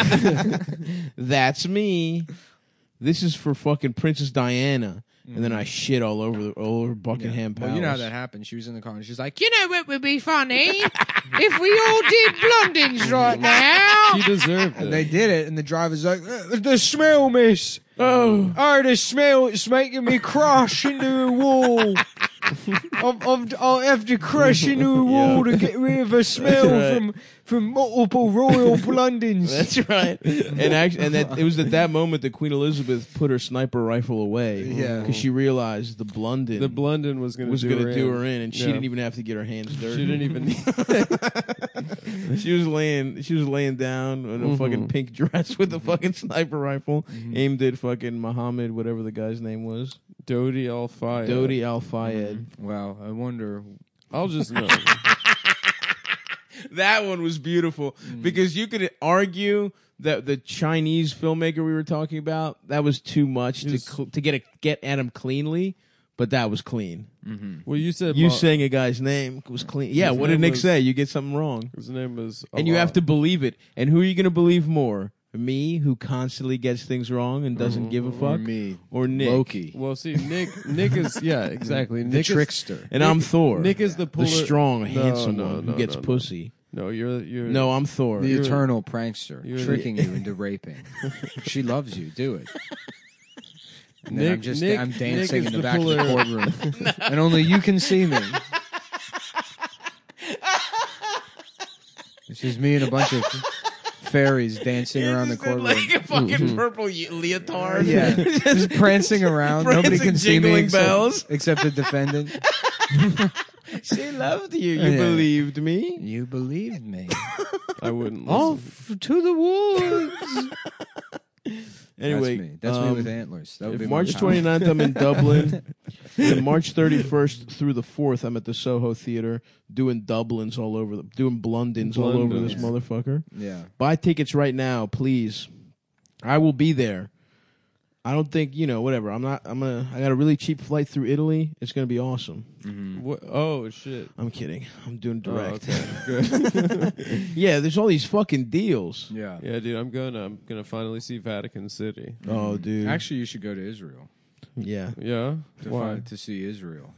[SPEAKER 2] That's me. This is for fucking Princess Diana. And then I shit all over the all over Buckingham Palace.
[SPEAKER 1] Well, you know how that happened. She was in the car and she's like, You know what would be funny? if we all did Blondins right now.
[SPEAKER 3] He deserved it.
[SPEAKER 1] And they did it, and the driver's like, "Uh, "The smell, miss. Oh, oh, the smell! It's making me crash into a wall. I'm, I'm, I'll have to crash into a wall to get rid of a smell
[SPEAKER 2] right.
[SPEAKER 1] from from multiple royal blundins.
[SPEAKER 2] That's right. and actually, and that it was at that moment that Queen Elizabeth put her sniper rifle away.
[SPEAKER 1] Yeah.
[SPEAKER 2] because she realized the Blunden
[SPEAKER 3] the Blunden was gonna
[SPEAKER 2] was
[SPEAKER 3] do
[SPEAKER 2] going
[SPEAKER 3] her
[SPEAKER 2] to do
[SPEAKER 3] in.
[SPEAKER 2] her in, and she
[SPEAKER 3] Yeah.
[SPEAKER 2] didn't even have to get her hands dirty.
[SPEAKER 3] She didn't even.
[SPEAKER 2] She was laying. She was laying down in a fucking pink dress with a fucking sniper rifle aimed at fucking Muhammad, whatever the guy's name was,
[SPEAKER 3] Dodi Al Fayed.
[SPEAKER 2] Dodi Al Fayed.
[SPEAKER 1] Wow, I wonder.
[SPEAKER 3] I'll just know.
[SPEAKER 2] That one was beautiful
[SPEAKER 3] Mm.
[SPEAKER 2] because you could argue that the Chinese filmmaker we were talking about that was too much to
[SPEAKER 3] Yes.
[SPEAKER 2] cl- to get a, get at him cleanly, but that was clean.
[SPEAKER 3] Well, you said
[SPEAKER 2] You
[SPEAKER 3] Ma-
[SPEAKER 2] saying a guy's name was clean. Yeah,
[SPEAKER 3] His
[SPEAKER 2] what did
[SPEAKER 3] name
[SPEAKER 2] Nick
[SPEAKER 3] was-
[SPEAKER 2] say? You get something wrong.
[SPEAKER 3] his name was.
[SPEAKER 2] and you
[SPEAKER 3] Allah.
[SPEAKER 2] have to believe it. And who are you going to believe more? Me, who constantly gets things wrong and doesn't
[SPEAKER 3] Mm,
[SPEAKER 2] give a fuck,
[SPEAKER 1] me.
[SPEAKER 2] or Nick?
[SPEAKER 3] Well, see, Nick. Nick is yeah, exactly.
[SPEAKER 1] the
[SPEAKER 3] Nick Is,
[SPEAKER 1] trickster.
[SPEAKER 2] And I'm Thor.
[SPEAKER 3] Nick is the
[SPEAKER 2] the
[SPEAKER 3] polar.
[SPEAKER 2] strong,
[SPEAKER 3] No,
[SPEAKER 2] handsome
[SPEAKER 3] no,
[SPEAKER 2] one
[SPEAKER 3] no,
[SPEAKER 2] who gets
[SPEAKER 3] no, no.
[SPEAKER 2] pussy.
[SPEAKER 3] No, you're you're.
[SPEAKER 2] No, I'm Thor.
[SPEAKER 1] the eternal prankster,
[SPEAKER 3] you're-
[SPEAKER 1] tricking you into raping. she loves you. Do it. And then
[SPEAKER 3] Nick-
[SPEAKER 1] I'm just
[SPEAKER 3] Nick-
[SPEAKER 1] I'm
[SPEAKER 3] Nick
[SPEAKER 1] dancing in
[SPEAKER 3] is
[SPEAKER 1] the,
[SPEAKER 3] the
[SPEAKER 1] back of the
[SPEAKER 3] puller.
[SPEAKER 1] courtroom, and only you can see me. It's just me and a bunch of fairies dancing around the courtroom.
[SPEAKER 2] a fucking purple leotard.
[SPEAKER 1] yeah, just prancing around. Nobody
[SPEAKER 2] Prancing,
[SPEAKER 1] can see me
[SPEAKER 2] jingling
[SPEAKER 1] except,
[SPEAKER 2] bells.
[SPEAKER 1] except the defendant.
[SPEAKER 2] she loved you. You
[SPEAKER 1] Yeah.
[SPEAKER 2] believed me.
[SPEAKER 1] You believed me.
[SPEAKER 3] I wouldn't. listen.
[SPEAKER 1] Off to the woods.
[SPEAKER 2] Anyway,
[SPEAKER 1] that's me. That's me
[SPEAKER 2] um,
[SPEAKER 1] with antlers. That would be
[SPEAKER 2] If
[SPEAKER 1] my
[SPEAKER 2] March
[SPEAKER 1] time.
[SPEAKER 2] 29th, I'm in Dublin. and March 31st through the 4th, I'm at the Soho Theater doing Dublins all over, the, doing Blundins all over this
[SPEAKER 3] Blundins.
[SPEAKER 2] motherfucker.
[SPEAKER 1] Yeah.
[SPEAKER 2] Buy tickets right now, please. I will be there. I I don't think you know. Whatever. I'm not. I'm gonna. I got a really cheap flight through Italy. It's gonna be awesome.
[SPEAKER 1] Mm-hmm.
[SPEAKER 3] What? Oh shit.
[SPEAKER 2] I'm kidding. I'm doing
[SPEAKER 3] Oh,
[SPEAKER 2] direct.
[SPEAKER 3] okay. Good.
[SPEAKER 2] yeah, there's all these fucking deals.
[SPEAKER 1] Yeah.
[SPEAKER 3] yeah, dude. I'm gonna. I'm gonna finally see Vatican City.
[SPEAKER 2] Oh, dude.
[SPEAKER 1] Actually, you should go to Israel
[SPEAKER 2] yeah.
[SPEAKER 3] Yeah.
[SPEAKER 1] to,
[SPEAKER 3] Why?
[SPEAKER 1] find, to see Israel.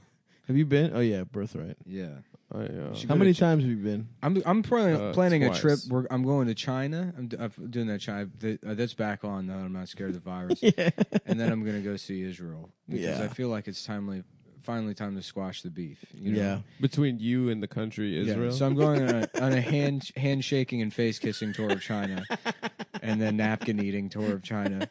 [SPEAKER 2] Have you been? Oh yeah, birthright.
[SPEAKER 1] Yeah.
[SPEAKER 3] I, uh,
[SPEAKER 1] She-
[SPEAKER 2] How many times have you been?
[SPEAKER 1] I'm I'm planning,
[SPEAKER 3] Uh,
[SPEAKER 1] planning a
[SPEAKER 3] twice.
[SPEAKER 1] trip. Where I'm going to China. I'm, d am doing that China. th uh, that's back on now. that I'm not scared of the virus.
[SPEAKER 2] Yeah.
[SPEAKER 1] And then I'm gonna go see Israel because
[SPEAKER 2] Yeah.
[SPEAKER 1] I feel like it's timely. Finally, time to squash the beef. You know?
[SPEAKER 2] Yeah.
[SPEAKER 3] between you and the country
[SPEAKER 1] Yeah,
[SPEAKER 3] Israel.
[SPEAKER 1] So I'm going on a, on a hand handshaking and face kissing tour of China, and then napkin eating tour of China,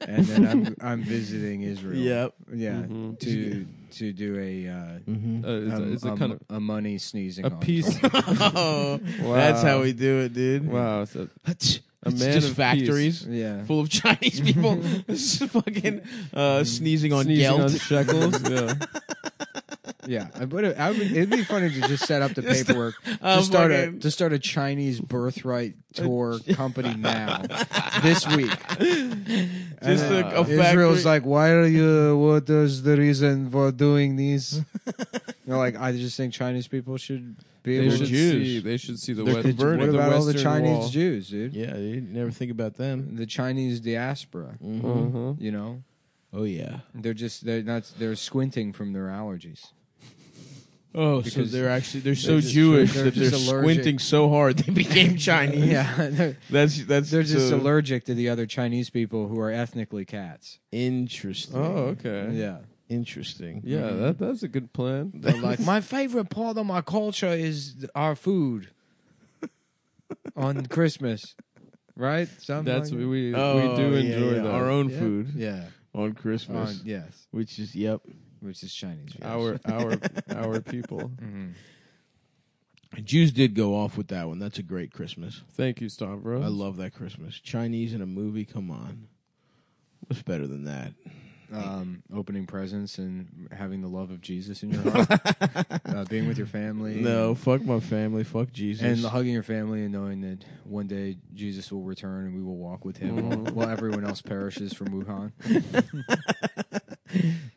[SPEAKER 1] and then I'm I'm visiting Israel.
[SPEAKER 2] Yep.
[SPEAKER 1] Yeah.
[SPEAKER 3] Mhm.
[SPEAKER 1] To to do a. Uh,
[SPEAKER 2] Mm-hmm.
[SPEAKER 3] Uh, it's,
[SPEAKER 1] um,
[SPEAKER 3] a, it's a
[SPEAKER 1] um,
[SPEAKER 3] kind of
[SPEAKER 1] a money sneezing
[SPEAKER 3] a
[SPEAKER 1] on
[SPEAKER 3] piece.
[SPEAKER 1] tour.
[SPEAKER 2] oh, that's how we do it, dude.
[SPEAKER 3] wow. It's a,
[SPEAKER 2] It's
[SPEAKER 3] A man
[SPEAKER 2] just
[SPEAKER 3] of
[SPEAKER 2] factories
[SPEAKER 1] yeah
[SPEAKER 2] full of Chinese people This is fucking uh, sneezing on
[SPEAKER 3] sneezing
[SPEAKER 2] Gelt.
[SPEAKER 3] on shekels. yeah.
[SPEAKER 1] Yeah, I would. I would. It'd be funny to just set up the
[SPEAKER 2] Just,
[SPEAKER 1] paperwork
[SPEAKER 2] uh,
[SPEAKER 1] to start
[SPEAKER 2] fucking-
[SPEAKER 1] a to start a Chinese birthright tour company now this week.
[SPEAKER 2] Just
[SPEAKER 1] And,
[SPEAKER 2] a- a
[SPEAKER 1] Israel's
[SPEAKER 2] factory-
[SPEAKER 1] like, why are you? What is the reason for doing this? They're like, I just think Chinese people should be able
[SPEAKER 3] They
[SPEAKER 2] were
[SPEAKER 1] to.
[SPEAKER 3] should
[SPEAKER 2] Jews.
[SPEAKER 3] see. They should see the
[SPEAKER 2] They're
[SPEAKER 3] West.
[SPEAKER 1] What
[SPEAKER 2] converted.
[SPEAKER 3] the
[SPEAKER 1] about all the
[SPEAKER 3] Western
[SPEAKER 1] Chinese
[SPEAKER 3] Wall.
[SPEAKER 1] Jews, dude?
[SPEAKER 2] Yeah, you never think about them.
[SPEAKER 1] The Chinese diaspora.
[SPEAKER 3] Uh-huh.
[SPEAKER 1] You know,
[SPEAKER 2] Oh yeah.
[SPEAKER 1] they're just they're not they're squinting from their allergies.
[SPEAKER 2] Oh, so
[SPEAKER 1] Because
[SPEAKER 2] they're actually they're so
[SPEAKER 1] just-
[SPEAKER 2] Jewish
[SPEAKER 1] they're
[SPEAKER 2] that they're
[SPEAKER 1] just allergic.
[SPEAKER 2] squinting so hard they became Chinese.
[SPEAKER 1] Yeah, they're,
[SPEAKER 2] that's that's
[SPEAKER 1] they're just
[SPEAKER 2] so
[SPEAKER 1] allergic to the other Chinese people who are ethnically cats.
[SPEAKER 2] interesting.
[SPEAKER 3] Oh, okay.
[SPEAKER 1] Yeah.
[SPEAKER 2] interesting. Mm-hmm.
[SPEAKER 3] Yeah, that that's a good plan.
[SPEAKER 1] They're like, my favorite part of my culture is th- our food on Christmas, right? Something
[SPEAKER 3] That's
[SPEAKER 1] like
[SPEAKER 3] we we,
[SPEAKER 2] Oh,
[SPEAKER 3] we do
[SPEAKER 2] yeah,
[SPEAKER 3] enjoy
[SPEAKER 2] yeah.
[SPEAKER 3] that.
[SPEAKER 2] our own
[SPEAKER 1] Yeah. that.
[SPEAKER 2] food
[SPEAKER 1] yeah,
[SPEAKER 2] on Christmas,
[SPEAKER 1] on- yes,
[SPEAKER 2] which is yep.
[SPEAKER 1] which is Chinese. Food.
[SPEAKER 3] our our our people.
[SPEAKER 1] Mhm.
[SPEAKER 2] Jews did go off with that one. That's a great Christmas.
[SPEAKER 3] Thank you, Stavros.
[SPEAKER 2] I love that Christmas. Chinese in a movie. Come on, what's better than that?
[SPEAKER 1] Um, opening presents and having the love of Jesus in your heart, uh, being with your family,
[SPEAKER 2] No, fuck my family. Fuck Jesus.
[SPEAKER 1] and hugging your family and knowing that one day Jesus will return and we will walk with him
[SPEAKER 3] Mhm.
[SPEAKER 1] while everyone else perishes from Wuhan.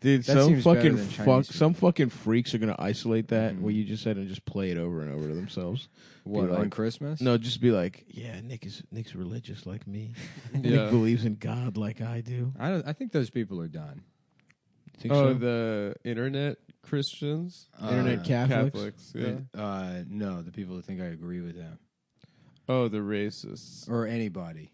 [SPEAKER 2] Dude,
[SPEAKER 1] That
[SPEAKER 2] some
[SPEAKER 1] seems better
[SPEAKER 2] fucking
[SPEAKER 1] than Chinese
[SPEAKER 2] fuck,
[SPEAKER 1] food.
[SPEAKER 2] some fucking freaks are gonna isolate that
[SPEAKER 1] Mhm.
[SPEAKER 2] what you just said and just play it over and over to themselves.
[SPEAKER 1] What on
[SPEAKER 2] like-
[SPEAKER 1] Christmas?
[SPEAKER 2] No, just be like, yeah, Nick is Nick's religious like me. Nick
[SPEAKER 3] yeah.
[SPEAKER 2] believes in God like I do.
[SPEAKER 1] I don't. I think those people are done.
[SPEAKER 2] Think so?
[SPEAKER 3] Oh, the internet Christians,
[SPEAKER 2] Internet
[SPEAKER 1] Uh,
[SPEAKER 2] Catholics.
[SPEAKER 3] Catholics. Yeah.
[SPEAKER 1] Uh, no, the people that think I agree with them
[SPEAKER 3] Oh, the racists.
[SPEAKER 1] or anybody.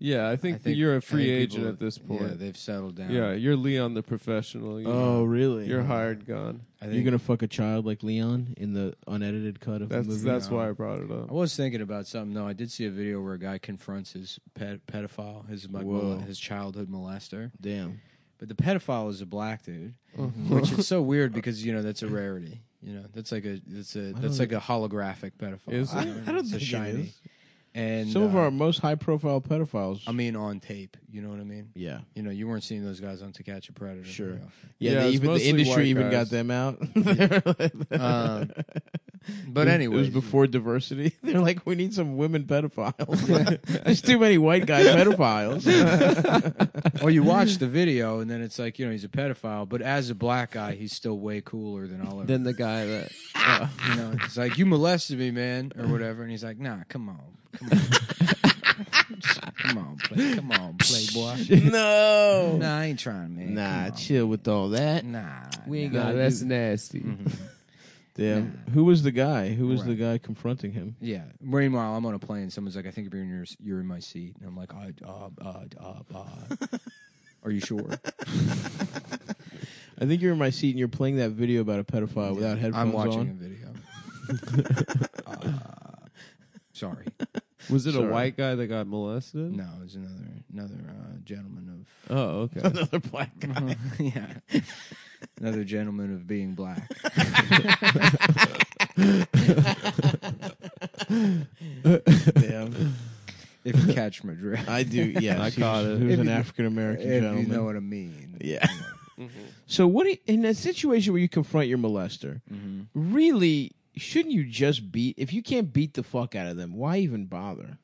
[SPEAKER 3] Yeah, I think,
[SPEAKER 1] I think-
[SPEAKER 3] you're a
[SPEAKER 1] I
[SPEAKER 3] free
[SPEAKER 1] think
[SPEAKER 3] agent
[SPEAKER 1] people-
[SPEAKER 3] at this
[SPEAKER 1] Yeah,
[SPEAKER 3] point.
[SPEAKER 1] they've settled down.
[SPEAKER 3] Yeah, you're Leon the professional. You
[SPEAKER 2] Oh, really?
[SPEAKER 3] you're hired gun.
[SPEAKER 1] I
[SPEAKER 2] You're
[SPEAKER 1] think-
[SPEAKER 2] gonna fuck a child like Leon in the unedited cut of
[SPEAKER 3] That's
[SPEAKER 2] the movie.
[SPEAKER 3] that's
[SPEAKER 1] no.
[SPEAKER 3] why I brought it
[SPEAKER 1] I
[SPEAKER 3] up.
[SPEAKER 1] was thinking about something though. I did see a video where a guy confronts his ped- pedophile, his like,
[SPEAKER 2] Whoa.
[SPEAKER 1] mole- his childhood molester.
[SPEAKER 2] Damn.
[SPEAKER 1] But the pedophile is a black dude,
[SPEAKER 2] Mm-hmm.
[SPEAKER 1] which is so weird because you know that's a rarity. You know that's like a that's a that's like a holographic pedophile.
[SPEAKER 3] Is
[SPEAKER 1] you
[SPEAKER 3] it?
[SPEAKER 1] know,
[SPEAKER 2] I- I don't
[SPEAKER 1] it's a
[SPEAKER 2] think it
[SPEAKER 1] shiny.
[SPEAKER 2] is.
[SPEAKER 1] And
[SPEAKER 2] some of
[SPEAKER 1] uh,
[SPEAKER 2] our most high profile pedophiles.
[SPEAKER 1] I mean, on tape. You know what I mean?
[SPEAKER 2] yeah.
[SPEAKER 1] You know, you weren't seeing those guys on To Catch a Predator. very
[SPEAKER 2] Sure.
[SPEAKER 1] often.
[SPEAKER 2] Yeah,
[SPEAKER 3] Yeah,
[SPEAKER 2] they
[SPEAKER 3] it's
[SPEAKER 2] even the
[SPEAKER 3] mostly
[SPEAKER 2] industry
[SPEAKER 3] white
[SPEAKER 2] even got
[SPEAKER 3] guys.
[SPEAKER 2] them out.
[SPEAKER 1] Um,
[SPEAKER 2] It
[SPEAKER 1] but
[SPEAKER 2] was-
[SPEAKER 1] anyway,
[SPEAKER 2] it was before diversity. They're like, we need some women pedophiles. There's too many white guy pedophiles.
[SPEAKER 1] or you watch the video and then it's like you know he's a pedophile, but as a black guy, he's still way cooler than Oliver.
[SPEAKER 3] Then the guy that
[SPEAKER 1] you know, it's like you molested me, man, or whatever, and he's like, Nah, come on, come on, come on, play, come on, playboy.
[SPEAKER 2] no, Mm. nah,
[SPEAKER 1] Nah, I ain't trying, man. Come on.
[SPEAKER 2] chill with all that.
[SPEAKER 1] nah,
[SPEAKER 2] We ain't
[SPEAKER 1] nah.
[SPEAKER 2] got that's
[SPEAKER 3] nasty.
[SPEAKER 2] Damn, who was the guy? Who was the
[SPEAKER 1] Right.
[SPEAKER 2] guy confronting him?
[SPEAKER 1] Yeah. Meanwhile, I'm on a plane. Someone's like, "I think you're in your you're in my seat," and I'm like, "Uh, uh, uh, uh, uh. Are you sure?"
[SPEAKER 2] I think you're in my seat and you're playing that video about a pedophile Uh, without headphones
[SPEAKER 1] I'm watching a
[SPEAKER 2] on.
[SPEAKER 1] video. uh, sorry.
[SPEAKER 3] Was it
[SPEAKER 2] Sorry.
[SPEAKER 3] a white guy that got molested?
[SPEAKER 1] No, it was another another uh, gentleman of
[SPEAKER 3] Oh, okay.
[SPEAKER 2] Another black
[SPEAKER 1] Uh-huh.
[SPEAKER 2] guy.
[SPEAKER 1] yeah, another gentleman of being black.
[SPEAKER 2] Damn,
[SPEAKER 1] If you catch my drift,
[SPEAKER 2] I do. Yeah,
[SPEAKER 3] I
[SPEAKER 2] he
[SPEAKER 3] caught
[SPEAKER 2] was,
[SPEAKER 3] it.
[SPEAKER 2] He was
[SPEAKER 1] If
[SPEAKER 2] an
[SPEAKER 1] you-
[SPEAKER 2] African American
[SPEAKER 1] if
[SPEAKER 2] gentleman.
[SPEAKER 1] you know what I mean.
[SPEAKER 2] yeah. So what do you- in a situation where you confront your molester?
[SPEAKER 1] Mm-hmm.
[SPEAKER 2] really shouldn't you just beat if you can't beat the fuck out of them why even bother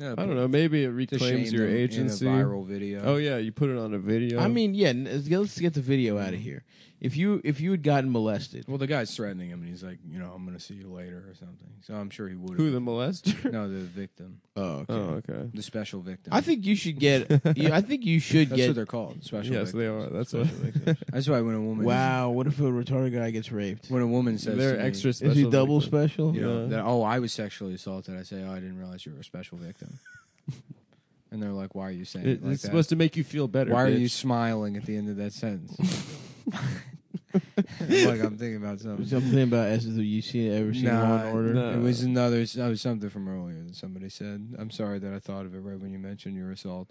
[SPEAKER 1] Yeah,
[SPEAKER 3] I don't know. Maybe it
[SPEAKER 1] to
[SPEAKER 3] reclaims
[SPEAKER 1] shame
[SPEAKER 3] your
[SPEAKER 1] them
[SPEAKER 3] agency.
[SPEAKER 1] In a viral video.
[SPEAKER 3] Oh yeah, you put it on a video.
[SPEAKER 2] I mean, yeah. n- Let's get the video
[SPEAKER 1] Mm-hmm.
[SPEAKER 2] out of here. If you if you had gotten molested,
[SPEAKER 1] Well, the guy's threatening him, and he's like, you know, I'm going to see you later or something. So I'm sure he would.
[SPEAKER 3] who the molester?
[SPEAKER 1] No, the victim,
[SPEAKER 2] oh, okay.
[SPEAKER 3] Oh, okay.
[SPEAKER 1] the special victim.
[SPEAKER 2] I think you should get. yeah, I think you should
[SPEAKER 1] that's what
[SPEAKER 2] get.
[SPEAKER 1] they're called. Special.
[SPEAKER 3] Yes,
[SPEAKER 1] victims.
[SPEAKER 3] they are. That's what
[SPEAKER 1] That's why when a woman,
[SPEAKER 2] Wow, what if a retarded guy gets raped?
[SPEAKER 1] when a woman says
[SPEAKER 3] they're
[SPEAKER 1] to me,
[SPEAKER 3] extra special.
[SPEAKER 2] Is he double
[SPEAKER 3] victim.
[SPEAKER 2] special?
[SPEAKER 1] you know,
[SPEAKER 3] Yeah.
[SPEAKER 1] that, oh, I was sexually assaulted. I say, oh, I didn't realize you were a special victim. and they're like, why are you saying it,
[SPEAKER 3] It-
[SPEAKER 1] like
[SPEAKER 3] it's
[SPEAKER 1] that?
[SPEAKER 3] supposed to make you feel better.
[SPEAKER 1] why are
[SPEAKER 3] bitch.
[SPEAKER 1] you smiling at the end of that sentence? like I'm thinking about something.
[SPEAKER 2] Something about as if you seen ever seen
[SPEAKER 1] Nah,
[SPEAKER 2] Law and Order?
[SPEAKER 3] no.
[SPEAKER 1] It was another. It was something from earlier that somebody said. I'm sorry that I thought of it right when you mentioned your assault,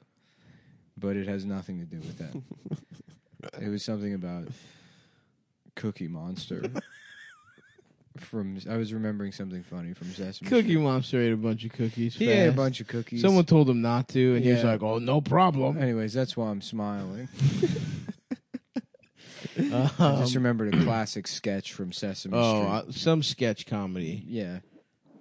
[SPEAKER 1] but it has nothing to do with that. it was something about Cookie Monster. from I was remembering something funny from Sesame.
[SPEAKER 2] Cookie
[SPEAKER 1] Street.
[SPEAKER 2] Monster ate a bunch of cookies.
[SPEAKER 1] He ate a
[SPEAKER 2] fast.
[SPEAKER 1] bunch of cookies.
[SPEAKER 2] Someone told him not to, and he was
[SPEAKER 1] Yeah.
[SPEAKER 2] like, "Oh, no problem."
[SPEAKER 1] Anyways, that's why I'm smiling. I
[SPEAKER 2] Um,
[SPEAKER 1] just remembered a classic sketch from Sesame
[SPEAKER 2] oh,
[SPEAKER 1] Street.
[SPEAKER 2] uh, some sketch comedy.
[SPEAKER 1] yeah,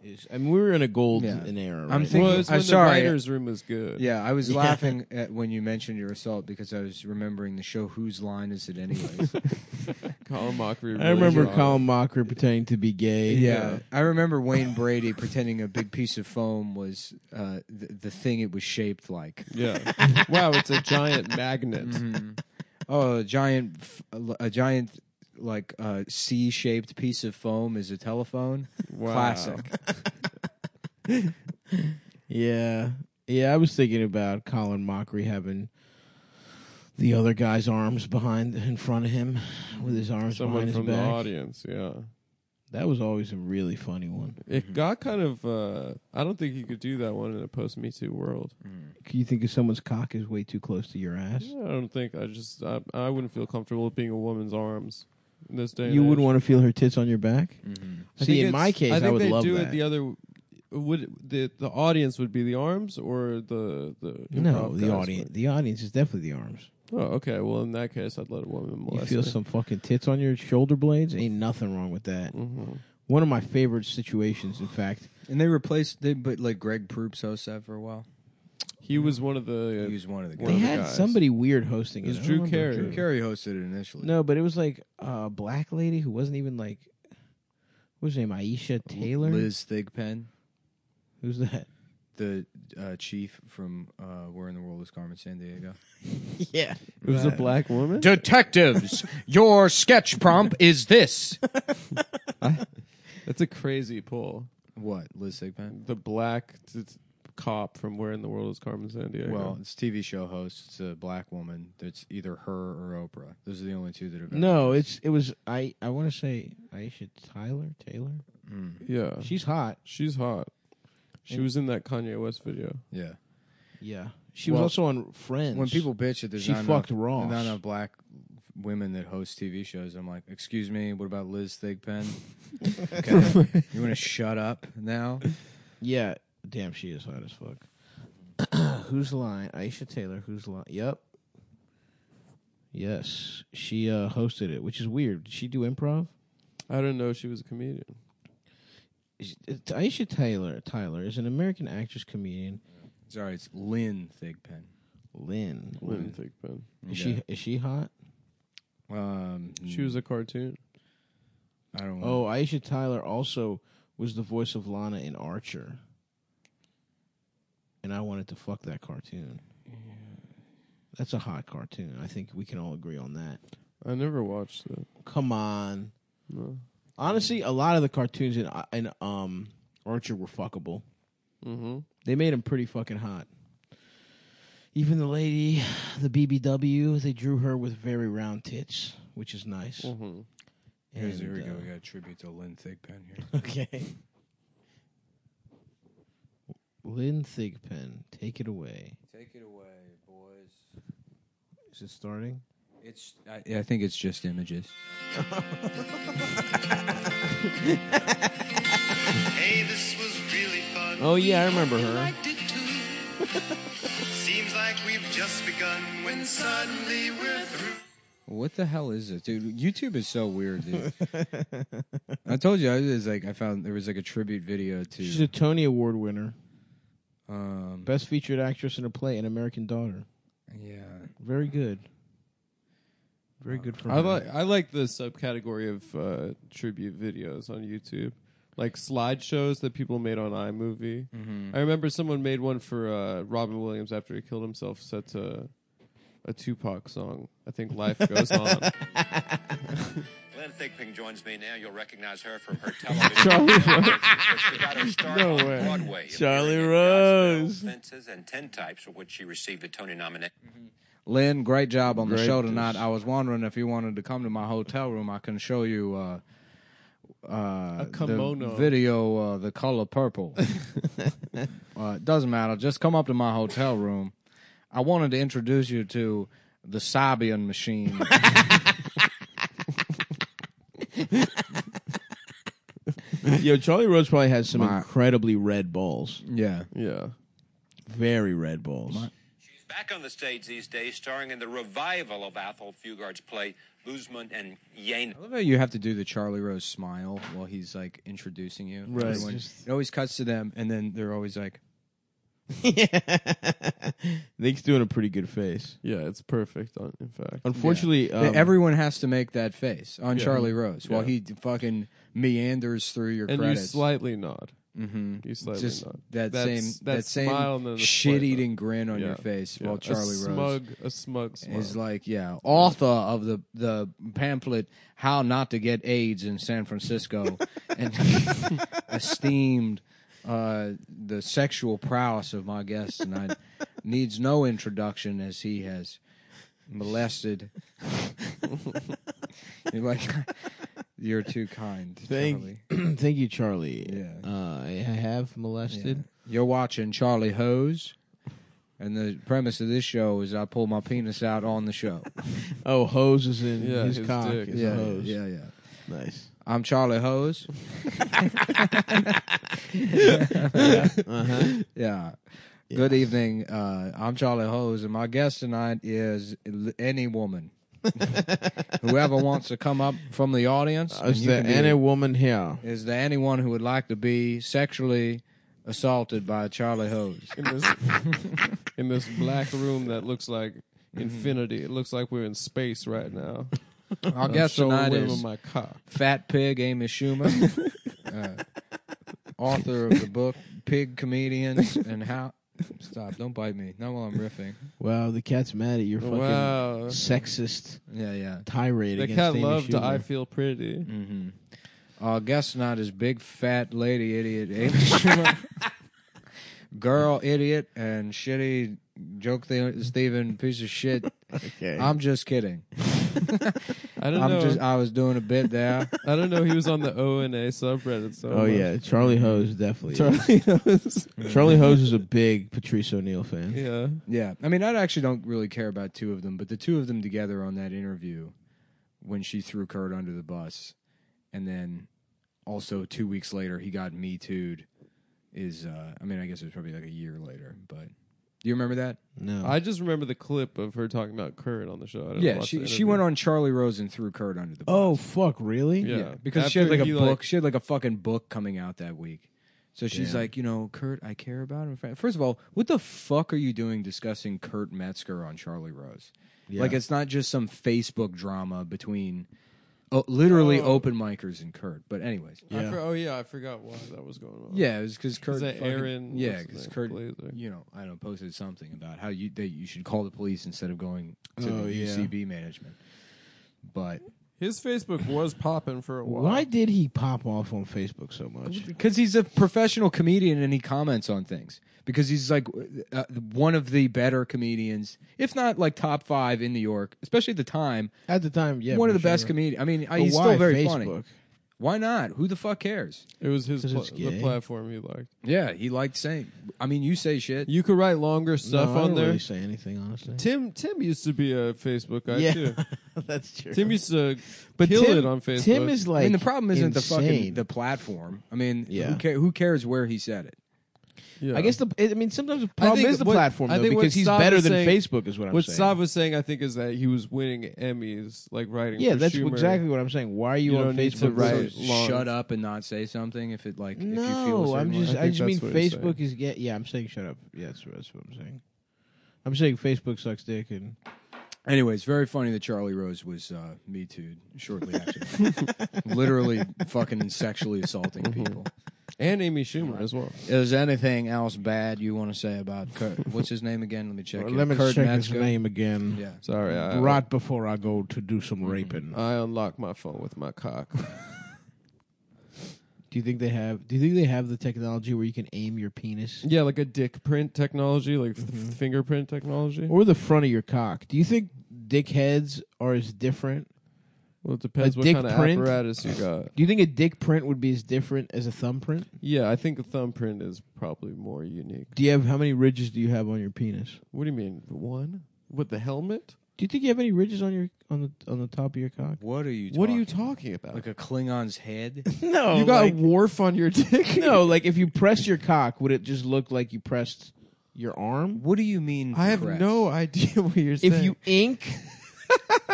[SPEAKER 2] Is, I mean, we were in a golden
[SPEAKER 1] Yeah.
[SPEAKER 2] era.
[SPEAKER 1] I'm
[SPEAKER 2] right?
[SPEAKER 1] thinking-
[SPEAKER 3] Well, it's
[SPEAKER 1] I'm
[SPEAKER 3] when
[SPEAKER 1] sorry.
[SPEAKER 3] the writers' room was good.
[SPEAKER 1] yeah. I was
[SPEAKER 2] Yeah.
[SPEAKER 1] laughing at when you mentioned your assault because I was remembering the show Whose Line Is It Anyways.
[SPEAKER 3] Colin Mockery.
[SPEAKER 2] I
[SPEAKER 3] really
[SPEAKER 2] remember
[SPEAKER 3] drawn.
[SPEAKER 2] Colin Mocker pretending to be gay.
[SPEAKER 1] Yeah. I remember Wayne Brady pretending a big piece of foam was uh, the, the thing it was shaped like.
[SPEAKER 3] Yeah. wow, it's a giant magnet.
[SPEAKER 1] Oh, a giant, f- a giant like uh, C-shaped piece of foam is a telephone.
[SPEAKER 2] Mm-hmm.
[SPEAKER 3] Wow.
[SPEAKER 1] Classic.
[SPEAKER 2] yeah, yeah. I was thinking about Colin Mockery having the other guy's arms behind in front of him, with his arms
[SPEAKER 3] Someone
[SPEAKER 2] behind
[SPEAKER 3] from
[SPEAKER 2] his
[SPEAKER 3] the
[SPEAKER 2] back.
[SPEAKER 3] audience. Yeah.
[SPEAKER 2] That was always a really funny one.
[SPEAKER 3] It got kind of. uh I don't think you could do that one in a post Me Too world.
[SPEAKER 2] Can you think if someone's cock is way too close to your ass?
[SPEAKER 3] I don't think I just. I, I wouldn't feel comfortable with being a woman's arms in this day.
[SPEAKER 2] You wouldn't want to feel her tits on your back. See, in my case,
[SPEAKER 3] I
[SPEAKER 2] I,
[SPEAKER 3] think
[SPEAKER 2] would
[SPEAKER 3] they
[SPEAKER 2] love
[SPEAKER 3] do
[SPEAKER 2] that.
[SPEAKER 3] it the other. Would the the audience would be the arms or the the
[SPEAKER 2] no,
[SPEAKER 3] improv
[SPEAKER 2] the
[SPEAKER 3] guys
[SPEAKER 2] audience. The audience is definitely the arms.
[SPEAKER 3] would- Oh, okay. Well, in that case, I'd let a woman
[SPEAKER 2] You
[SPEAKER 3] molest
[SPEAKER 2] feel
[SPEAKER 3] me.
[SPEAKER 2] some fucking tits on your shoulder blades? Ain't nothing wrong with that.
[SPEAKER 3] Mhm.
[SPEAKER 2] One of my favorite situations, in fact.
[SPEAKER 1] And they replaced they but like Greg Proops hosted that for a while.
[SPEAKER 3] He was one of
[SPEAKER 1] He
[SPEAKER 3] the.
[SPEAKER 1] was one of the
[SPEAKER 3] One
[SPEAKER 2] They
[SPEAKER 1] guys.
[SPEAKER 3] of the
[SPEAKER 2] had
[SPEAKER 3] guys.
[SPEAKER 2] somebody weird hosting
[SPEAKER 3] It was
[SPEAKER 2] I don't
[SPEAKER 3] Drew
[SPEAKER 2] remember.
[SPEAKER 3] Carey.
[SPEAKER 1] Drew Carey hosted it initially.
[SPEAKER 2] No, but it was like a black lady who wasn't even like. What was her name? Aisha Taylor?
[SPEAKER 1] Liz Thigpen,
[SPEAKER 2] Who's that?
[SPEAKER 1] the uh, chief from uh, Where in the World is Carmen San Diego.
[SPEAKER 2] yeah.
[SPEAKER 3] It was a black woman.
[SPEAKER 1] Detectives, your sketch prompt is this.
[SPEAKER 3] That's a crazy pull.
[SPEAKER 1] What, Liz Thigpen?
[SPEAKER 3] The black t- t- cop from Where in the World is Carmen Sandiego?
[SPEAKER 1] Well, it's TV show host. It's a black woman. That's either her or Oprah. Those are the only two that have.
[SPEAKER 2] No, it's it was I I want to say Aisha Tyler Taylor.
[SPEAKER 3] yeah,
[SPEAKER 2] She's hot.
[SPEAKER 3] she's hot. She was in that Kanye West video.
[SPEAKER 1] Yeah.
[SPEAKER 2] Yeah. She
[SPEAKER 1] Well,
[SPEAKER 2] was also on Friends.
[SPEAKER 1] When people bitch that there's
[SPEAKER 2] She
[SPEAKER 1] not
[SPEAKER 2] fucked
[SPEAKER 1] enough,
[SPEAKER 2] Ross.
[SPEAKER 1] not enough black women that host TV shows, I'm like, excuse me, what about Liz Thigpen? okay. You want to shut up now?
[SPEAKER 2] Yeah. Damn, she is hot as fuck. Who's line? Aisha Taylor. Who's line? Yep. Yes, she uh, hosted it, which is weird. Did she do improv?
[SPEAKER 3] I don't know. She was a comedian.
[SPEAKER 2] Is- it's Aisha Taylor Tyler is an American actress, comedian.
[SPEAKER 1] Sorry, it's Lynn Thigpen.
[SPEAKER 2] Lynn.
[SPEAKER 3] Lynn Thigpen.
[SPEAKER 2] Is she is she hot?
[SPEAKER 1] Um,
[SPEAKER 2] Mm.
[SPEAKER 3] She was a cartoon.
[SPEAKER 1] I don't. know.
[SPEAKER 2] Oh, Aisha Tyler also was the voice of Lana in Archer. And I wanted to fuck that cartoon. That's a hot cartoon. I think we can all agree on that.
[SPEAKER 3] I never watched that.
[SPEAKER 2] Come on.
[SPEAKER 3] No.
[SPEAKER 2] Honestly, a lot of the cartoons in, in um Archer were fuckable.
[SPEAKER 3] Mm-hmm.
[SPEAKER 2] They made them pretty fucking hot. Even the lady, the BBW, they drew her with very round tits, which is nice.
[SPEAKER 3] Mm-hmm.
[SPEAKER 1] Here's, here
[SPEAKER 2] And,
[SPEAKER 1] we go.
[SPEAKER 2] uh,
[SPEAKER 1] We got a tribute to Lynn Thigpen here.
[SPEAKER 2] Okay. Lynn Thigpen, take it away.
[SPEAKER 1] Take it away, boys.
[SPEAKER 2] Is it starting?
[SPEAKER 1] It's. I, I think it's just images.
[SPEAKER 4] Hey, this was really fun.
[SPEAKER 2] Oh yeah, I remember
[SPEAKER 4] You
[SPEAKER 2] her.
[SPEAKER 4] liked it too. Seems like we've just begun when suddenly we're through.
[SPEAKER 1] What the hell is it, dude? YouTube is so weird, dude. I told you I was like I found there was like a tribute video to.
[SPEAKER 2] She's a Tony Award winner.
[SPEAKER 1] Um,
[SPEAKER 2] Best featured actress in a play, An American Daughter.
[SPEAKER 1] yeah,
[SPEAKER 2] Very good. Very good for
[SPEAKER 3] I
[SPEAKER 2] her.
[SPEAKER 3] like I like the subcategory of uh, tribute videos on YouTube, like slideshows that people made on iMovie.
[SPEAKER 1] Mm-hmm.
[SPEAKER 3] I remember someone made one for uh, Robin Williams after he killed himself, set to a Tupac song. I think "Life Goes On."
[SPEAKER 4] Lynn Thigpen joins me now. You'll recognize her from her television. She got her start
[SPEAKER 3] No
[SPEAKER 4] on
[SPEAKER 3] way.
[SPEAKER 4] Broadway,
[SPEAKER 2] Charlie
[SPEAKER 4] appearing in
[SPEAKER 2] Rose.
[SPEAKER 4] Godspell, Fences and Ten Types, for which she received a Tony nomination.
[SPEAKER 1] Lynn, great job on the
[SPEAKER 3] Great
[SPEAKER 1] show
[SPEAKER 3] dis-
[SPEAKER 1] tonight. I was wondering if you wanted to come to my hotel room. I can show you uh, uh,
[SPEAKER 3] A kimono.
[SPEAKER 1] the video, uh, the color purple. uh, it doesn't matter. Just come up to my hotel room. I wanted to introduce you to the Sabian machine.
[SPEAKER 2] Yo, Charlie Rose probably has some
[SPEAKER 1] My-
[SPEAKER 2] incredibly red balls.
[SPEAKER 1] yeah,
[SPEAKER 3] yeah,
[SPEAKER 2] Very red balls.
[SPEAKER 4] She's back on the stage these days, starring in the revival of Athol Fugard's play Boozman and Yane.
[SPEAKER 1] I love how you have to do the Charlie Rose smile while he's like introducing you.
[SPEAKER 2] Right.
[SPEAKER 1] Everyone-
[SPEAKER 2] Just-
[SPEAKER 1] It always cuts to them, and then they're always like,
[SPEAKER 2] Nick's doing a pretty good face.
[SPEAKER 3] yeah, it's perfect. On in fact,
[SPEAKER 2] Unfortunately, um,
[SPEAKER 1] everyone has to make that face on Charlie Rose while
[SPEAKER 3] Yeah.
[SPEAKER 1] he d- fucking meanders through your
[SPEAKER 3] and
[SPEAKER 1] credits.
[SPEAKER 3] you slightly nod.
[SPEAKER 1] Mhm.
[SPEAKER 3] You slightly
[SPEAKER 1] Just
[SPEAKER 3] nod.
[SPEAKER 1] that
[SPEAKER 3] That's-
[SPEAKER 1] same
[SPEAKER 3] that,
[SPEAKER 1] that,
[SPEAKER 3] smile and then
[SPEAKER 1] same
[SPEAKER 3] the
[SPEAKER 1] shit
[SPEAKER 3] slight nod.
[SPEAKER 1] eating grin on
[SPEAKER 3] Yeah.
[SPEAKER 1] your face
[SPEAKER 3] Yeah.
[SPEAKER 1] while Charlie
[SPEAKER 3] a
[SPEAKER 1] Rose
[SPEAKER 3] smug, a smug smile.
[SPEAKER 1] is like, yeah, author of the the pamphlet "How Not to Get AIDS in San Francisco," and esteemed uh, the sexual prowess of my guest tonight needs no introduction as he has molested. you're like, you're too kind.
[SPEAKER 2] thank,
[SPEAKER 1] Charlie.
[SPEAKER 2] thank you, Charlie.
[SPEAKER 1] Yeah.
[SPEAKER 2] Uh, I have molested.
[SPEAKER 1] You're watching Charlie Hose. And the premise of this show is I pull my penis out on the show.
[SPEAKER 2] Oh, hose is in
[SPEAKER 3] Yeah,
[SPEAKER 2] his,
[SPEAKER 3] his
[SPEAKER 2] cock.
[SPEAKER 3] dick.
[SPEAKER 2] Is
[SPEAKER 1] yeah,
[SPEAKER 2] a hose.
[SPEAKER 1] yeah, yeah.
[SPEAKER 2] Nice.
[SPEAKER 1] I'm Charlie Hose.
[SPEAKER 2] Uh-huh.
[SPEAKER 1] Yeah. Good evening. Uh, I'm Charlie Hose, and my guest tonight is l- any woman. Whoever wants to come up from the audience and
[SPEAKER 2] Is
[SPEAKER 1] you
[SPEAKER 2] there
[SPEAKER 1] can be-
[SPEAKER 2] any woman here?
[SPEAKER 1] is there anyone who would like to be sexually assaulted by Charlie Hose?
[SPEAKER 3] in this in this black room that looks like
[SPEAKER 2] Mm-hmm.
[SPEAKER 3] infinity. It looks like we're in space right now.
[SPEAKER 1] Our guest tonight
[SPEAKER 3] women
[SPEAKER 1] is
[SPEAKER 3] my cock.
[SPEAKER 1] Fat Pig Amy Schumer, uh, author of the book Pig Comedians and How. Stop! Don't bite me. Not while I'm riffing.
[SPEAKER 2] Wow, the cat's mad at your fucking
[SPEAKER 3] Wow.
[SPEAKER 2] sexist
[SPEAKER 1] Yeah, yeah.
[SPEAKER 2] tirade
[SPEAKER 3] The
[SPEAKER 2] against
[SPEAKER 3] cat
[SPEAKER 2] Amy
[SPEAKER 3] loved
[SPEAKER 2] Schumer.
[SPEAKER 3] I Feel Pretty.
[SPEAKER 2] Mm.
[SPEAKER 1] Our guest tonight is big fat lady idiot Amy Schumer, girl idiot, and shitty joke the- Steven piece of shit.
[SPEAKER 2] Okay.
[SPEAKER 1] I'm just kidding.
[SPEAKER 3] I don't
[SPEAKER 1] I'm
[SPEAKER 3] know.
[SPEAKER 1] just. I was doing a bit there.
[SPEAKER 3] I don't know. He was on the O and A subreddit. So
[SPEAKER 2] oh,
[SPEAKER 3] much.
[SPEAKER 2] yeah. Charlie Hose, definitely. is.
[SPEAKER 3] Charlie knows.
[SPEAKER 2] Charlie Hose is a big Patrice O'Neill fan.
[SPEAKER 3] yeah.
[SPEAKER 1] Yeah, I mean, I actually don't really care about two of them, but the two of them together on that interview when she threw Kurt under the bus, and then also two weeks later he got me too'd. Is uh, I mean, I guess it was probably like a year later, but do you remember that?
[SPEAKER 2] No.
[SPEAKER 3] I just remember the clip of her talking about Kurt on the show. I didn't
[SPEAKER 1] Yeah,
[SPEAKER 3] watch
[SPEAKER 1] she
[SPEAKER 3] the
[SPEAKER 1] she went on Charlie Rose and threw Kurt under the bus.
[SPEAKER 2] oh, fuck, really?
[SPEAKER 3] Yeah.
[SPEAKER 1] because she had
[SPEAKER 3] After
[SPEAKER 1] like a
[SPEAKER 3] he,
[SPEAKER 1] book.
[SPEAKER 3] like-
[SPEAKER 1] she had like a fucking book coming out that week. So she's
[SPEAKER 2] Yeah.
[SPEAKER 1] like, you know, Kurt, I care about him. First of all, what the fuck are you doing discussing Kurt Metzger on Charlie Rose?
[SPEAKER 2] Yeah.
[SPEAKER 1] Like, it's not just some Facebook drama between oh, literally open micers and Kurt. But anyways,
[SPEAKER 3] interview. I
[SPEAKER 2] Yeah.
[SPEAKER 3] for- oh yeah, I forgot why that was going on.
[SPEAKER 1] yeah, it was because Kurt,
[SPEAKER 3] that
[SPEAKER 1] fucking-
[SPEAKER 3] Aaron-
[SPEAKER 1] yeah,
[SPEAKER 3] what's his
[SPEAKER 1] because
[SPEAKER 3] name?
[SPEAKER 1] Kurt,
[SPEAKER 3] Blazer.
[SPEAKER 1] you know, I don't know, posted something about how you that you should call the police instead of going to
[SPEAKER 2] Oh,
[SPEAKER 1] the
[SPEAKER 2] yeah.
[SPEAKER 1] UCB management. But
[SPEAKER 3] his Facebook was popping for a while.
[SPEAKER 2] Why did he pop off on Facebook so much?
[SPEAKER 1] Because he's a professional comedian and he comments on things. Because he's like uh, one of the better comedians, if not like top five in New York, especially at the time.
[SPEAKER 2] At the time, yeah.
[SPEAKER 1] one of the
[SPEAKER 2] for
[SPEAKER 1] best
[SPEAKER 2] sure.
[SPEAKER 1] comedians. I mean,
[SPEAKER 2] But
[SPEAKER 1] he's
[SPEAKER 2] why
[SPEAKER 1] still very
[SPEAKER 2] Facebook?
[SPEAKER 1] funny. Why not? Who the fuck cares?
[SPEAKER 3] It was his
[SPEAKER 2] 'Cause
[SPEAKER 3] pla-
[SPEAKER 2] it's
[SPEAKER 3] the
[SPEAKER 2] gay.
[SPEAKER 3] platform he liked.
[SPEAKER 1] Yeah, he liked saying. I mean, you say shit.
[SPEAKER 3] You could write longer stuff
[SPEAKER 2] no, I
[SPEAKER 3] on
[SPEAKER 2] don't
[SPEAKER 3] there.
[SPEAKER 2] really say anything, honestly.
[SPEAKER 3] Tim Tim used to be a Facebook guy too.
[SPEAKER 2] that's true.
[SPEAKER 3] Tim used to kill
[SPEAKER 2] Tim-
[SPEAKER 3] it on Facebook.
[SPEAKER 2] Tim is like
[SPEAKER 1] I mean, the problem isn't the
[SPEAKER 2] insane.
[SPEAKER 1] fucking the platform. I mean,
[SPEAKER 2] Yeah.
[SPEAKER 1] who, ca- who cares where he said it?
[SPEAKER 3] Yeah.
[SPEAKER 2] I guess the I mean sometimes the problem
[SPEAKER 3] think
[SPEAKER 2] is the
[SPEAKER 3] what-
[SPEAKER 2] platform
[SPEAKER 3] I
[SPEAKER 2] though,
[SPEAKER 3] think what
[SPEAKER 2] because he's
[SPEAKER 3] Sav
[SPEAKER 2] better
[SPEAKER 3] is
[SPEAKER 2] than
[SPEAKER 3] saying-
[SPEAKER 2] Facebook is what I'm
[SPEAKER 3] what
[SPEAKER 2] saying.
[SPEAKER 3] Sav was saying, I think, is that he was winning Emmys, like writing.
[SPEAKER 2] yeah,
[SPEAKER 3] for
[SPEAKER 2] that's
[SPEAKER 3] Schumer.
[SPEAKER 2] exactly what I'm saying. Why are you,
[SPEAKER 3] You
[SPEAKER 2] on
[SPEAKER 3] don't need to
[SPEAKER 2] Facebook?
[SPEAKER 3] write
[SPEAKER 2] So-
[SPEAKER 3] it
[SPEAKER 1] So
[SPEAKER 3] long.
[SPEAKER 1] shut up and not say something if it like if you feel a
[SPEAKER 2] No,
[SPEAKER 1] certain
[SPEAKER 2] I'm
[SPEAKER 1] way.
[SPEAKER 2] just
[SPEAKER 3] I
[SPEAKER 2] I,
[SPEAKER 3] think
[SPEAKER 2] just
[SPEAKER 3] that's
[SPEAKER 2] mean
[SPEAKER 3] what he's
[SPEAKER 2] Facebook is yeah yeah I'm saying shut up yeah that's, that's what I'm saying. I'm saying Facebook sucks dick and
[SPEAKER 1] Anyways, very funny that Charlie Rose was uh, me too shortly after, that. literally fucking sexually assaulting
[SPEAKER 2] Mm-hmm.
[SPEAKER 1] people.
[SPEAKER 3] and Amy Schumer as well.
[SPEAKER 1] Is anything else bad you want to say about Kurt? What's his name again? Let me check.
[SPEAKER 2] Well,
[SPEAKER 1] here.
[SPEAKER 2] let me
[SPEAKER 1] Kurt
[SPEAKER 2] check his
[SPEAKER 1] Metzger?
[SPEAKER 2] name again.
[SPEAKER 1] Yeah.
[SPEAKER 3] Sorry, I,
[SPEAKER 2] Right before I go to do
[SPEAKER 3] Mm-hmm.
[SPEAKER 2] some raping.
[SPEAKER 3] I unlock my phone with my cock.
[SPEAKER 2] do you think they have? Do you think they have the technology where you can aim your penis
[SPEAKER 3] yeah, like a dick print technology, like f- fingerprint technology.
[SPEAKER 2] Mm-hmm. or the front of your cock? Do you think dickheads are as different?
[SPEAKER 3] Well, it depends
[SPEAKER 2] A
[SPEAKER 3] what
[SPEAKER 2] dick
[SPEAKER 3] kind of
[SPEAKER 2] print?
[SPEAKER 3] apparatus you got.
[SPEAKER 2] Do you think a dick print would be as different as a thumbprint?
[SPEAKER 3] Yeah, I think a thumbprint is probably more unique.
[SPEAKER 2] Do you have how many ridges do you have on your penis?
[SPEAKER 3] What do you mean one with the helmet?
[SPEAKER 2] Do you think you have any ridges on your on the on the top of your cock?
[SPEAKER 1] What are you?
[SPEAKER 3] What are you talking about?
[SPEAKER 1] Like a Klingon's head?
[SPEAKER 2] No,
[SPEAKER 3] you got a wharf on your dick?
[SPEAKER 2] no. Like if you pressed your cock, would it just look like you pressed your arm?
[SPEAKER 1] What do you mean?
[SPEAKER 3] I have
[SPEAKER 1] press?
[SPEAKER 3] no idea what you're saying.
[SPEAKER 2] If you ink,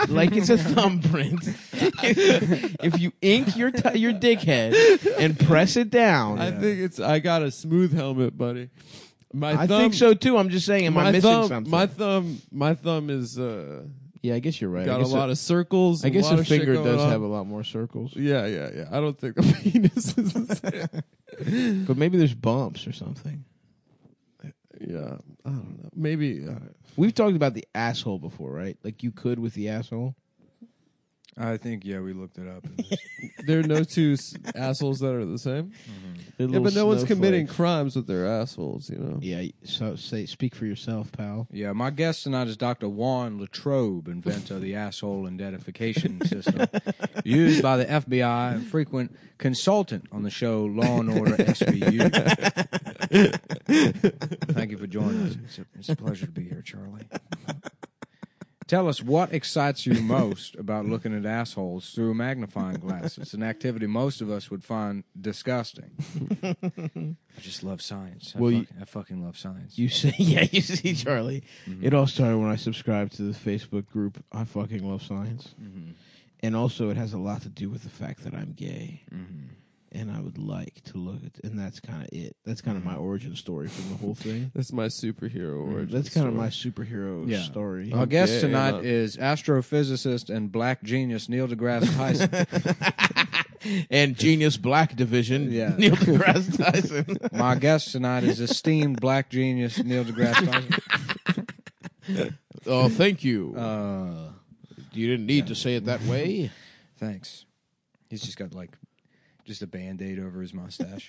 [SPEAKER 2] like it's a thumbprint. if you ink your t- your dickhead and press it down,
[SPEAKER 3] I think it's I got a smooth helmet, buddy. My
[SPEAKER 2] I
[SPEAKER 3] thumb,
[SPEAKER 2] think so too. I'm just saying, am
[SPEAKER 3] My
[SPEAKER 2] I missing
[SPEAKER 3] thumb,
[SPEAKER 2] something?
[SPEAKER 3] my thumb, my thumb is uh,
[SPEAKER 2] yeah, I guess you're right.
[SPEAKER 3] got
[SPEAKER 2] I
[SPEAKER 3] a
[SPEAKER 2] guess
[SPEAKER 3] lot of circles.
[SPEAKER 2] I guess
[SPEAKER 3] a lot
[SPEAKER 2] a
[SPEAKER 3] of shit
[SPEAKER 2] finger
[SPEAKER 3] going
[SPEAKER 2] does
[SPEAKER 3] on.
[SPEAKER 2] have a lot more circles,
[SPEAKER 3] Yeah, yeah, yeah. I don't think the penis is the same.
[SPEAKER 2] but maybe there's bumps or something.
[SPEAKER 3] Yeah, I don't know. Maybe uh,
[SPEAKER 2] We've talked about the asshole before, right? Like you could with the asshole.
[SPEAKER 1] I think yeah, we looked it up.
[SPEAKER 3] there are no two s- assholes that are the same.
[SPEAKER 2] They're
[SPEAKER 3] Yeah,
[SPEAKER 2] little
[SPEAKER 3] but no one's committing
[SPEAKER 2] snowflakes.
[SPEAKER 3] crimes with their assholes, you know.
[SPEAKER 2] Yeah, so say speak for yourself, pal.
[SPEAKER 1] yeah, my guest tonight is Dr. Juan Latrobe, inventor of the asshole identification system used by the FBI and frequent consultant on the show Law and Order SVU. Thank you for joining us. It's a, it's a pleasure to be here, Charlie. Tell us what excites you most about looking at assholes through a magnifying glass. It's an activity most of us would find disgusting. I just love science. I,
[SPEAKER 2] Well,
[SPEAKER 1] fuck- I fucking love science.
[SPEAKER 2] You say, yeah, you see, Charlie.
[SPEAKER 3] Mm-hmm.
[SPEAKER 2] It all started when I subscribed to the Facebook group. I fucking love science, and also it has a lot to do with the fact that I'm gay,
[SPEAKER 1] Mm-hmm.
[SPEAKER 2] and I would like to look at, and that's kind of it. That's kind of my origin story from the whole thing.
[SPEAKER 3] That's my superhero Mm-hmm. origin.
[SPEAKER 2] Mm, That's kind of
[SPEAKER 3] story.
[SPEAKER 2] my superhero
[SPEAKER 1] Yeah.
[SPEAKER 2] story.
[SPEAKER 1] Our guest
[SPEAKER 3] yeah,
[SPEAKER 1] tonight
[SPEAKER 3] yeah.
[SPEAKER 1] is astrophysicist and black genius Neil deGrasse Tyson.
[SPEAKER 2] and genius black division.
[SPEAKER 1] Yeah.
[SPEAKER 2] Neil deGrasse Tyson.
[SPEAKER 1] My guest tonight is esteemed black genius Neil deGrasse Tyson.
[SPEAKER 2] oh, thank you.
[SPEAKER 1] Uh,
[SPEAKER 2] you didn't need to say it that way.
[SPEAKER 1] thanks. He's just got like just a band aid over his mustache.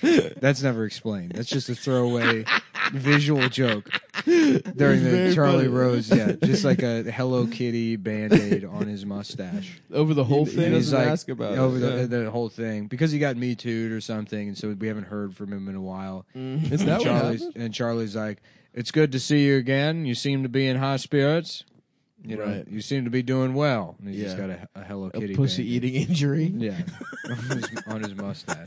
[SPEAKER 1] That's never explained. That's just a throwaway visual joke during the
[SPEAKER 3] Very
[SPEAKER 1] Charlie
[SPEAKER 3] funny.
[SPEAKER 1] Rose. Yeah, just like a Hello Kitty band aid on his mustache.
[SPEAKER 2] Over the whole
[SPEAKER 3] He- he
[SPEAKER 2] thing.
[SPEAKER 1] And he's
[SPEAKER 3] doesn't
[SPEAKER 1] like,
[SPEAKER 3] ask about it,
[SPEAKER 1] over the,
[SPEAKER 3] yeah.
[SPEAKER 1] the whole thing because he got me too or something, and so we haven't heard from him in a while.
[SPEAKER 3] Is that
[SPEAKER 1] and,
[SPEAKER 3] what
[SPEAKER 1] Charlie's,
[SPEAKER 3] happened?
[SPEAKER 1] and Charlie's like, "It's good to see you again. You seem to be in high spirits. You know,
[SPEAKER 2] Right.
[SPEAKER 1] you seem to be doing well." And he's just
[SPEAKER 2] Yeah.
[SPEAKER 1] got a, a Hello
[SPEAKER 2] a
[SPEAKER 1] Kitty
[SPEAKER 2] pussy
[SPEAKER 1] bandage.
[SPEAKER 2] eating injury.
[SPEAKER 1] yeah, on, his, on his mustache.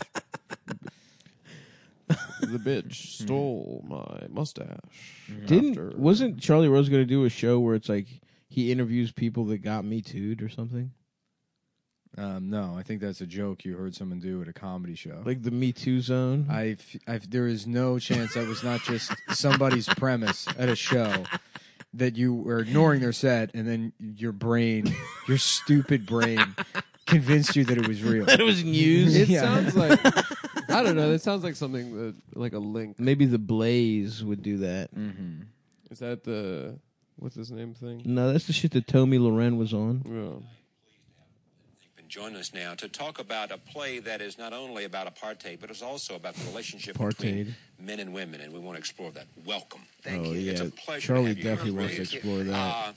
[SPEAKER 3] The bitch stole my mustache.
[SPEAKER 2] Didn't
[SPEAKER 3] after-
[SPEAKER 2] wasn't Charlie Rose going to do a show where it's like he interviews people that got me too or something?
[SPEAKER 1] Um, no, I think that's a joke you heard someone do at a comedy show.
[SPEAKER 2] Like the Me Too zone.
[SPEAKER 1] I, f- I f- there is no chance that was not just somebody's premise at a show that you were ignoring their set and then your brain, your stupid brain, convinced you that it was real.
[SPEAKER 2] it was news.
[SPEAKER 3] It
[SPEAKER 1] Yeah.
[SPEAKER 3] sounds like I don't know. That sounds like something that like a link.
[SPEAKER 2] Maybe the Blaze would do that.
[SPEAKER 3] Is that the what's his name thing?
[SPEAKER 2] No, that's the shit that Tommy Loren was on.
[SPEAKER 3] Yeah.
[SPEAKER 4] Been joining us now to talk about a play that is not only about apartheid, but it's also about the relationship
[SPEAKER 2] Apartheid.
[SPEAKER 4] between men and women, and we want to explore that. Welcome. Thank
[SPEAKER 2] Oh,
[SPEAKER 4] you. It's
[SPEAKER 2] yeah.
[SPEAKER 4] a pleasure.
[SPEAKER 2] Charlie
[SPEAKER 4] to have
[SPEAKER 2] definitely
[SPEAKER 4] you. It
[SPEAKER 2] wants to
[SPEAKER 4] is.
[SPEAKER 2] explore that.
[SPEAKER 4] Uh,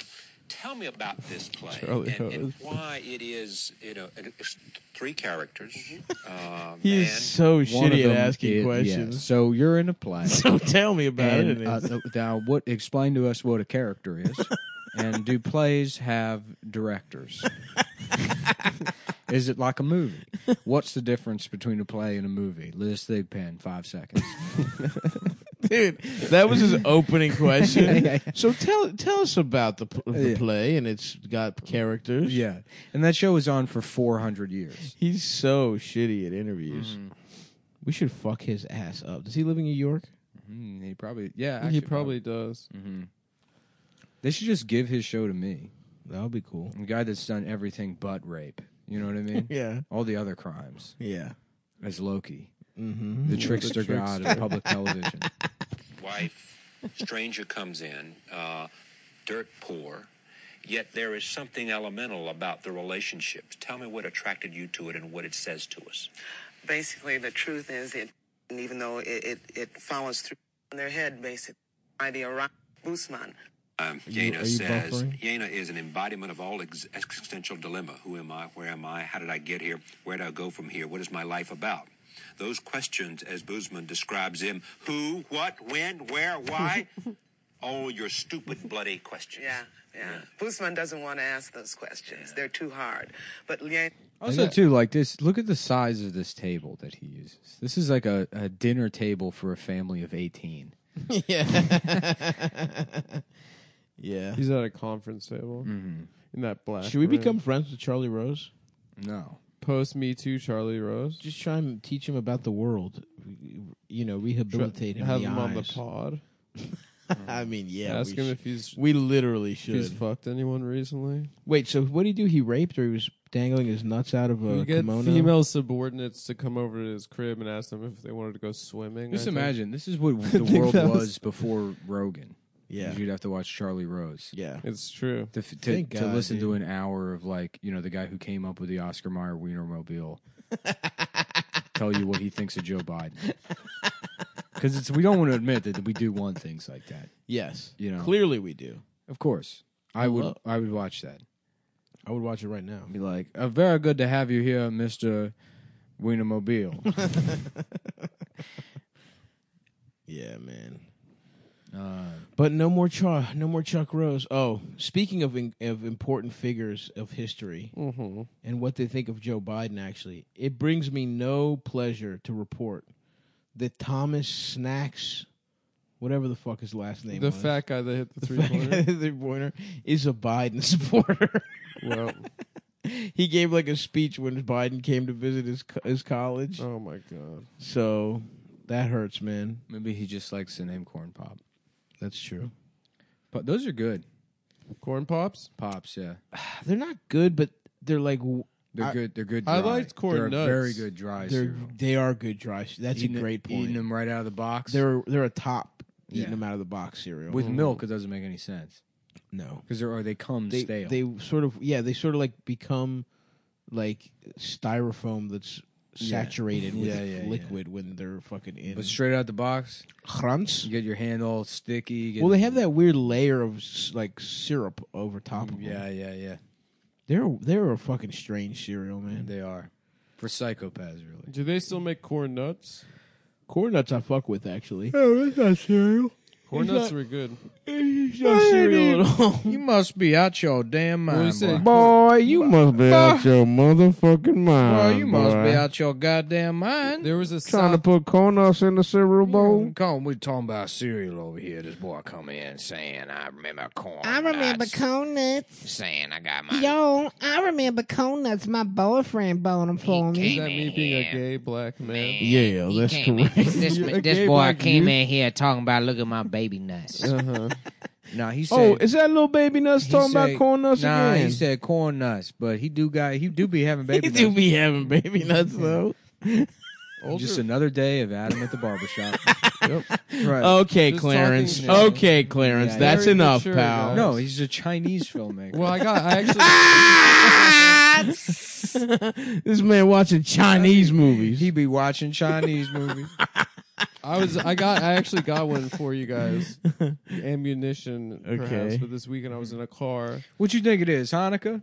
[SPEAKER 4] tell me about this play
[SPEAKER 3] Charlie
[SPEAKER 4] and, and
[SPEAKER 3] knows.
[SPEAKER 4] why it is, you know, it- it's three characters. Uh,
[SPEAKER 2] He is
[SPEAKER 4] man,
[SPEAKER 2] so
[SPEAKER 1] One of
[SPEAKER 2] shitty at
[SPEAKER 1] them
[SPEAKER 2] asking
[SPEAKER 1] is- yeah,
[SPEAKER 2] questions.
[SPEAKER 1] So you're in a play.
[SPEAKER 2] So tell me about it.
[SPEAKER 1] and, uh, now, what? Explain to us what a character is, and do plays have directors? Is it like a movie? What's the difference between a play and a movie? Liz Thigpen, five seconds.
[SPEAKER 2] Dude, that was his opening question. So tell tell us about the, p- the
[SPEAKER 1] Yeah.
[SPEAKER 2] play, and it's got characters.
[SPEAKER 1] yeah, and that show was on for four hundred years.
[SPEAKER 2] He's so shitty at interviews.
[SPEAKER 3] Mm-hmm.
[SPEAKER 2] We should fuck his ass up. Does he live in New York?
[SPEAKER 1] Mm, he probably, yeah,
[SPEAKER 3] he
[SPEAKER 1] actually
[SPEAKER 3] probably does.
[SPEAKER 2] Mm-hmm.
[SPEAKER 1] They should just give his show to me,
[SPEAKER 2] That would be cool.
[SPEAKER 1] a guy that's done everything but rape. You know what I mean?
[SPEAKER 2] Yeah.
[SPEAKER 1] All the other crimes
[SPEAKER 2] Yeah.
[SPEAKER 1] as Loki,
[SPEAKER 2] Mm-hmm.
[SPEAKER 1] the trickster god of public television.
[SPEAKER 4] wife, stranger comes in, uh, dirt poor, yet there is something elemental about the relationship. Tell me what attracted you to it and what it says to us.
[SPEAKER 5] basically the truth is it and even though it, it, it follows through on their head basically by the Iraq Busman.
[SPEAKER 4] Um,
[SPEAKER 2] you-
[SPEAKER 4] Jana
[SPEAKER 2] are you
[SPEAKER 4] says,
[SPEAKER 2] buffering?
[SPEAKER 4] Jana is an embodiment of all ex- existential dilemma. Who am I? Where am I? How did I get here? Where do I go from here? What is my life about? Those questions, as Boozman describes them, who, what, when, where, why, all your stupid, bloody questions.
[SPEAKER 5] Yeah, yeah. Busman doesn't want to ask those questions. They're too hard. But Lien
[SPEAKER 1] Also, too, like this. Look at the size of this table that he uses. This is like a, a dinner table for a family of eighteen.
[SPEAKER 2] yeah. yeah.
[SPEAKER 3] He's at a conference table in that black.
[SPEAKER 2] Mm-hmm. Should we
[SPEAKER 3] room.
[SPEAKER 2] become friends with Charlie Rose?
[SPEAKER 1] No,
[SPEAKER 3] post Me Too Charlie Rose?
[SPEAKER 2] Just try and teach him about the world. You know, rehabilitate him.
[SPEAKER 3] have
[SPEAKER 2] in
[SPEAKER 3] him
[SPEAKER 2] the
[SPEAKER 3] on the
[SPEAKER 2] eyes.
[SPEAKER 3] pod.
[SPEAKER 2] I mean, yeah.
[SPEAKER 3] Ask
[SPEAKER 2] we
[SPEAKER 3] him
[SPEAKER 2] should.
[SPEAKER 3] if he's
[SPEAKER 2] we literally should.
[SPEAKER 3] he's fucked anyone recently.
[SPEAKER 2] Wait, so what did he do? He raped or he was dangling his nuts out of a
[SPEAKER 3] we get
[SPEAKER 2] Uh, kimono?
[SPEAKER 3] female subordinates to come over to his crib and ask him if they wanted to go swimming.
[SPEAKER 1] just
[SPEAKER 3] I think.
[SPEAKER 1] imagine this is what the world
[SPEAKER 3] that
[SPEAKER 1] was,
[SPEAKER 3] was-
[SPEAKER 1] before Rogan.
[SPEAKER 2] Yeah.
[SPEAKER 1] you'd have to watch Charlie Rose.
[SPEAKER 2] Yeah.
[SPEAKER 3] it's true.
[SPEAKER 1] To, f- to,
[SPEAKER 2] Thank
[SPEAKER 1] to
[SPEAKER 2] God,
[SPEAKER 1] listen to an hour of like you know the guy who came up with the Oscar Mayer Wienermobile tell you what he thinks of Joe Biden because it's we don't want to admit that we do want things like that
[SPEAKER 2] Yes.
[SPEAKER 1] You know.
[SPEAKER 2] Clearly we do.
[SPEAKER 1] of course I would
[SPEAKER 2] Hello.
[SPEAKER 1] I would watch that
[SPEAKER 2] I would watch it right now.
[SPEAKER 1] be like, uh, very good to have you here, Mr. Wienermobile.
[SPEAKER 2] Yeah, man.
[SPEAKER 1] uh,
[SPEAKER 2] But no more Chuck. No more Chuck Rose. Oh, speaking of in, of important figures of history and what they think of Joe Biden, actually, it brings me no pleasure to report that Thomas Snacks, whatever the fuck his last name
[SPEAKER 3] The
[SPEAKER 2] was,
[SPEAKER 3] fat guy that hit the three pointer.
[SPEAKER 2] the pointer is a Biden supporter.
[SPEAKER 3] well,
[SPEAKER 2] he gave like a speech when Biden came to visit his co- his college.
[SPEAKER 3] oh my god.
[SPEAKER 2] So that hurts, man.
[SPEAKER 1] maybe he just likes the name corn pop.
[SPEAKER 2] That's true.
[SPEAKER 1] But those are good
[SPEAKER 3] Corn pops?
[SPEAKER 1] pops. Yeah,
[SPEAKER 2] Ah, They're not good, but they're like w-
[SPEAKER 1] they're
[SPEAKER 2] I-
[SPEAKER 1] good. They're good. Dry.
[SPEAKER 3] I liked corn
[SPEAKER 1] They're a
[SPEAKER 3] nuts.
[SPEAKER 1] very good dry
[SPEAKER 2] they're
[SPEAKER 1] cereal.
[SPEAKER 2] they are good dry. ce- That's
[SPEAKER 1] Eating
[SPEAKER 2] a
[SPEAKER 1] it-
[SPEAKER 2] great
[SPEAKER 1] Eating
[SPEAKER 2] point.
[SPEAKER 1] them right out of the box
[SPEAKER 2] They're they're a top eating
[SPEAKER 1] Yeah.
[SPEAKER 2] them out of the box cereal.
[SPEAKER 1] with milk. It doesn't make any sense
[SPEAKER 2] no,
[SPEAKER 1] because or they come
[SPEAKER 2] they
[SPEAKER 1] stale.
[SPEAKER 2] they sort of yeah they sort of like become like styrofoam that's
[SPEAKER 1] Yeah.
[SPEAKER 2] saturated with
[SPEAKER 1] Yeah, yeah, yeah.
[SPEAKER 2] liquid when they're fucking in.
[SPEAKER 1] but straight out the box,
[SPEAKER 2] Crumbs?
[SPEAKER 1] you get your hand all sticky. You get,
[SPEAKER 2] Well, they have that weird layer of s- like syrup over top of them.
[SPEAKER 1] Mm, yeah, yeah, yeah.
[SPEAKER 2] They're they're a fucking strange cereal, man.
[SPEAKER 1] They are for psychopaths, really.
[SPEAKER 3] Do they still make corn nuts?
[SPEAKER 2] Corn nuts I fuck with actually.
[SPEAKER 1] Oh, that's not cereal.
[SPEAKER 3] Corn
[SPEAKER 2] He's
[SPEAKER 3] nuts
[SPEAKER 2] not-
[SPEAKER 3] were good.
[SPEAKER 2] It's not cereal at all.
[SPEAKER 1] You must be out your damn
[SPEAKER 3] Well, he
[SPEAKER 1] mind,
[SPEAKER 3] said-
[SPEAKER 1] boy.
[SPEAKER 2] Boy, Oh, you must be out your motherfucking mind.
[SPEAKER 1] Boy, you must
[SPEAKER 2] Ah. boy.
[SPEAKER 1] be out your goddamn mind.
[SPEAKER 3] There was a
[SPEAKER 2] trying to
[SPEAKER 3] South,
[SPEAKER 2] put corn nuts in the cereal bowl.
[SPEAKER 1] Come, we're talking about cereal over here. This boy come in saying, "I remember corn." nuts,"
[SPEAKER 6] corn nuts.
[SPEAKER 1] saying, "I got my."
[SPEAKER 6] Yo, I remember corn nuts. My boyfriend bought them for
[SPEAKER 3] is
[SPEAKER 6] me.
[SPEAKER 3] that me being a gay black man?
[SPEAKER 2] Yeah, that's correct.
[SPEAKER 6] This,
[SPEAKER 3] You're a
[SPEAKER 6] this
[SPEAKER 3] gay
[SPEAKER 6] boy
[SPEAKER 3] black
[SPEAKER 6] came
[SPEAKER 3] youth.
[SPEAKER 6] in here talking about look at my baby nuts.
[SPEAKER 3] Uh-huh.
[SPEAKER 1] Nah, he said.
[SPEAKER 2] Oh, is that little baby nuts
[SPEAKER 1] he
[SPEAKER 2] talking about
[SPEAKER 1] said-
[SPEAKER 2] corn nuts
[SPEAKER 1] nah,
[SPEAKER 2] again?
[SPEAKER 1] he said corn nuts, but he do got he do be having baby
[SPEAKER 2] He do
[SPEAKER 1] nuts.
[SPEAKER 2] be having baby nuts though.
[SPEAKER 1] Just another day of Adam at the barbershop. Right.
[SPEAKER 2] Okay,
[SPEAKER 3] Just
[SPEAKER 2] Clarence.
[SPEAKER 3] talking shit.
[SPEAKER 2] Okay, Clarence.
[SPEAKER 1] Yeah,
[SPEAKER 2] that's
[SPEAKER 3] very
[SPEAKER 2] enough,
[SPEAKER 3] mature,
[SPEAKER 2] pal.
[SPEAKER 3] guys.
[SPEAKER 1] no, he's a Chinese filmmaker.
[SPEAKER 3] Well, I got I actually
[SPEAKER 2] this man watching Chinese movies.
[SPEAKER 1] he be watching Chinese movies.
[SPEAKER 3] I was I got I actually got one for you guys. Ammunition perhaps,
[SPEAKER 2] Okay.
[SPEAKER 3] but this weekend I was in a car
[SPEAKER 1] What you think it is, Hanukkah?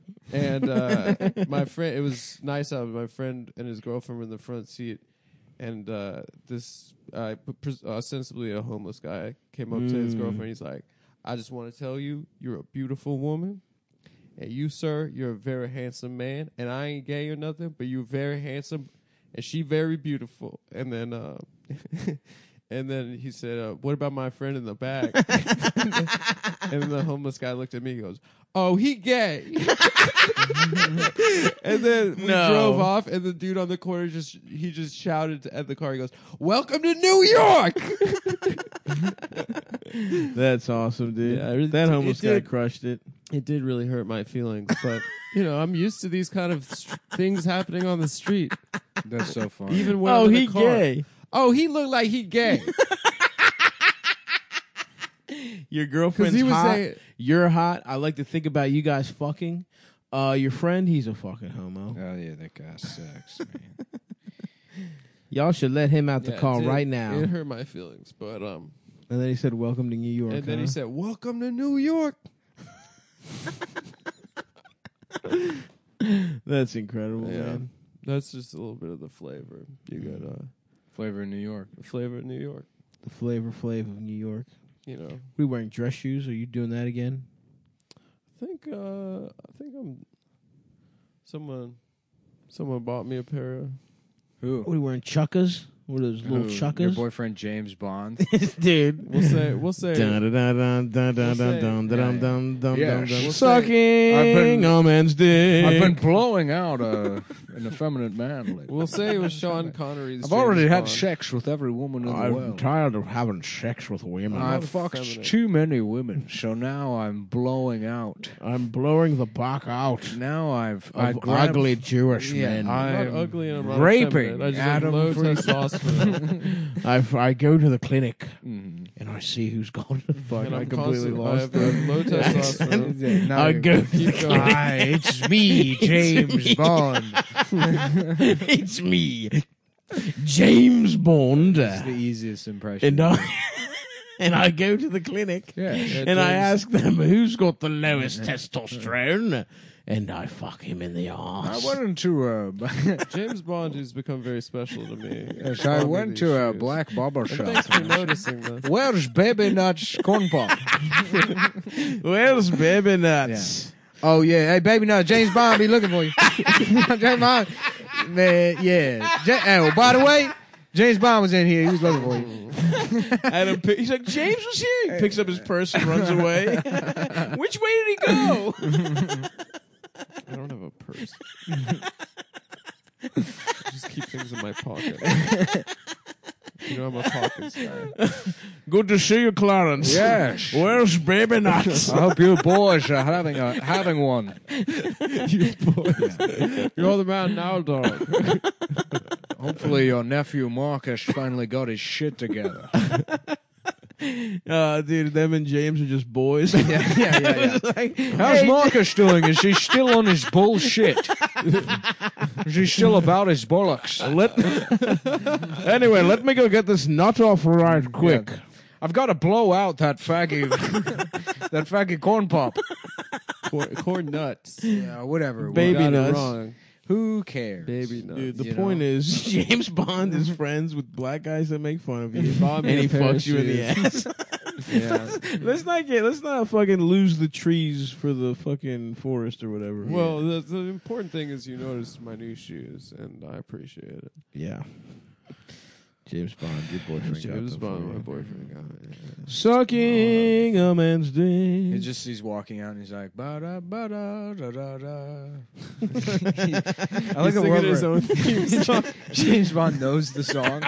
[SPEAKER 3] and uh, my friend it was nice out my friend and his girlfriend were in the front seat and uh, this uh, pres- ostensibly a homeless
[SPEAKER 2] Mm.
[SPEAKER 3] guy came up to his girlfriend he's like i just want to tell you you're a beautiful woman Hey, you, sir, you're a very handsome man, and I ain't gay or nothing, but you very handsome, and she very beautiful. And then, uh, and then he said, uh, "What about my friend in the back?" and the homeless guy looked at me, and goes, "Oh, he gay." and then we
[SPEAKER 2] No.
[SPEAKER 3] drove off, and the dude on the corner just he just shouted at the car. He goes, "Welcome to New York!"
[SPEAKER 2] That's awesome, dude.
[SPEAKER 3] Yeah, it-
[SPEAKER 2] that homeless
[SPEAKER 3] it
[SPEAKER 2] guy
[SPEAKER 3] did.
[SPEAKER 2] crushed it.
[SPEAKER 3] it did really hurt my feelings, but you know I'm used to these kind of str- things happening on the street.
[SPEAKER 1] That's so funny.
[SPEAKER 3] Even when
[SPEAKER 2] Oh,
[SPEAKER 3] I'm in a
[SPEAKER 2] he
[SPEAKER 3] car.
[SPEAKER 2] gay.
[SPEAKER 3] Oh, he looked like he gay.
[SPEAKER 2] Your girlfriend's
[SPEAKER 3] he was
[SPEAKER 2] hot.
[SPEAKER 3] saying-
[SPEAKER 2] you're hot. I like to think about you guys fucking. Uh, your friend, he's a fucking homo.
[SPEAKER 1] oh yeah, that guy sucks, man.
[SPEAKER 2] Y'all should let him out the
[SPEAKER 3] Yeah,
[SPEAKER 2] car
[SPEAKER 3] it did-
[SPEAKER 2] right now.
[SPEAKER 3] It hurt my feelings, but um,
[SPEAKER 2] And then he said, "Welcome to New York."
[SPEAKER 3] and then he
[SPEAKER 2] huh?
[SPEAKER 3] said, "Welcome to New York."
[SPEAKER 2] "That's incredible,
[SPEAKER 3] Yeah.
[SPEAKER 2] man."
[SPEAKER 3] That's just a little bit of the flavor. You got uh,
[SPEAKER 1] Flavor in New York.
[SPEAKER 3] the flavor of New York.
[SPEAKER 2] The flavor, flavor of New York.
[SPEAKER 3] You know,
[SPEAKER 2] We wearing dress shoes. Are you doing that again?
[SPEAKER 3] I think uh, I think I'm someone. Someone bought me a pair of.
[SPEAKER 1] Who?
[SPEAKER 2] What are you wearing? Chuckas? What are Oh, those little
[SPEAKER 1] Who? Your
[SPEAKER 2] chuckas?
[SPEAKER 1] boyfriend James Bond.
[SPEAKER 2] dude.
[SPEAKER 3] We'll say. We'll say.
[SPEAKER 1] Yeah,
[SPEAKER 2] Sucking
[SPEAKER 1] we'll say- I've been-
[SPEAKER 2] a man's dick.
[SPEAKER 1] I've been blowing out uh, an effeminate man. lately.
[SPEAKER 3] We'll say it was Sean Connery's.
[SPEAKER 1] I've already
[SPEAKER 3] James
[SPEAKER 1] had
[SPEAKER 3] Bond.
[SPEAKER 1] sex with every woman in the
[SPEAKER 2] I'm
[SPEAKER 1] world.
[SPEAKER 2] tired of having sex with women.
[SPEAKER 1] I've
[SPEAKER 3] not
[SPEAKER 1] fucked
[SPEAKER 3] effeminate.
[SPEAKER 1] too many women, so now I'm blowing out.
[SPEAKER 2] I'm blowing the back out of
[SPEAKER 1] Now I've I grab-
[SPEAKER 2] ugly Jewish
[SPEAKER 1] Yeah,
[SPEAKER 2] men.
[SPEAKER 1] I-
[SPEAKER 3] I'm
[SPEAKER 1] I'm
[SPEAKER 3] not ugly and I'm not
[SPEAKER 1] raping
[SPEAKER 3] effeminate. I just
[SPEAKER 1] Adam
[SPEAKER 3] have low
[SPEAKER 1] Friedman.
[SPEAKER 3] testosterone.
[SPEAKER 2] I, I go to the clinic
[SPEAKER 1] Mhm.
[SPEAKER 2] and I see who's gone to the fuck.
[SPEAKER 3] and
[SPEAKER 1] I
[SPEAKER 3] I'm
[SPEAKER 1] completely
[SPEAKER 3] constant- I
[SPEAKER 1] lost
[SPEAKER 3] have uh, low testosterone.
[SPEAKER 1] Yeah, now
[SPEAKER 2] I
[SPEAKER 1] you-
[SPEAKER 2] go to the
[SPEAKER 3] Keep going.
[SPEAKER 1] Hi, it's me, James Bond.
[SPEAKER 2] it's me, James Bond,
[SPEAKER 1] It's the easiest impression.
[SPEAKER 2] and I and I go to the clinic
[SPEAKER 1] yeah, yeah,
[SPEAKER 2] and I ask them who's got the lowest testosterone, and I fuck him in the
[SPEAKER 1] I
[SPEAKER 2] arse.
[SPEAKER 1] went to a
[SPEAKER 3] James Bond has become very special to me.
[SPEAKER 1] yes, I
[SPEAKER 3] Bought me
[SPEAKER 1] went
[SPEAKER 3] these
[SPEAKER 1] to a
[SPEAKER 3] shoes.
[SPEAKER 1] black barber shop.
[SPEAKER 3] Thanks for noticing that.
[SPEAKER 1] Where's baby nuts corn pop?
[SPEAKER 2] Where's baby nuts?
[SPEAKER 1] Oh yeah, hey baby nuts, James Bond be looking for you. James Bond, man, yeah. Ja- oh, by the way, James Bond was in here. He was looking for you.
[SPEAKER 2] Adam, pick- he's like James was here. He picks up his purse and runs away. Which way did he go?
[SPEAKER 3] I don't have a purse. I just keep things in my pocket. you know I'm a pockets guy.
[SPEAKER 2] Good to see you, Clarence.
[SPEAKER 1] Yes.
[SPEAKER 2] Where's baby nuts?
[SPEAKER 1] I hope you boys are having a having one.
[SPEAKER 3] you boys. You're the man now, dog.
[SPEAKER 1] Hopefully, your nephew Marcus finally got his shit together.
[SPEAKER 2] Uh, dude, them and James are just boys.
[SPEAKER 1] Yeah, yeah, yeah.
[SPEAKER 2] It's like,
[SPEAKER 1] How's
[SPEAKER 2] hey,
[SPEAKER 1] Marcus doing? Is he still on his bullshit? Is he still about his bollocks?
[SPEAKER 2] Let, anyway, let me go get this nut off right quick.
[SPEAKER 1] I've got to blow out that faggy, that faggy corn pop.
[SPEAKER 3] Corn, corn nuts.
[SPEAKER 1] Yeah, whatever. it
[SPEAKER 2] Baby
[SPEAKER 1] was.
[SPEAKER 3] Got it
[SPEAKER 2] nuts.
[SPEAKER 3] wrong.
[SPEAKER 1] Who cares?
[SPEAKER 3] Baby nuts.
[SPEAKER 2] Dude, the
[SPEAKER 1] You
[SPEAKER 2] point
[SPEAKER 1] know.
[SPEAKER 2] is, James Bond is friends with black guys that make fun of you,
[SPEAKER 3] Bought me
[SPEAKER 2] and
[SPEAKER 3] a
[SPEAKER 2] he
[SPEAKER 3] pair of
[SPEAKER 2] fucks you in the
[SPEAKER 3] shoes.
[SPEAKER 2] ass.
[SPEAKER 1] Yeah.
[SPEAKER 2] let's not get, let's not fucking lose the trees for the fucking forest or whatever.
[SPEAKER 3] Well, the, the important thing is you noticed my new shoes, and I appreciate it.
[SPEAKER 2] yeah. James Bond, your boyfriend.
[SPEAKER 3] James
[SPEAKER 2] got them for
[SPEAKER 3] Bond,
[SPEAKER 2] you.
[SPEAKER 3] my boyfriend, got it.
[SPEAKER 2] Sucking a man's
[SPEAKER 1] He
[SPEAKER 2] dick.
[SPEAKER 1] just he's walking out and he's like ba da ba da da da da. I like
[SPEAKER 3] He's
[SPEAKER 1] a
[SPEAKER 3] singing
[SPEAKER 1] world
[SPEAKER 3] his
[SPEAKER 1] where
[SPEAKER 3] own theme song.
[SPEAKER 1] James Bond knows the song.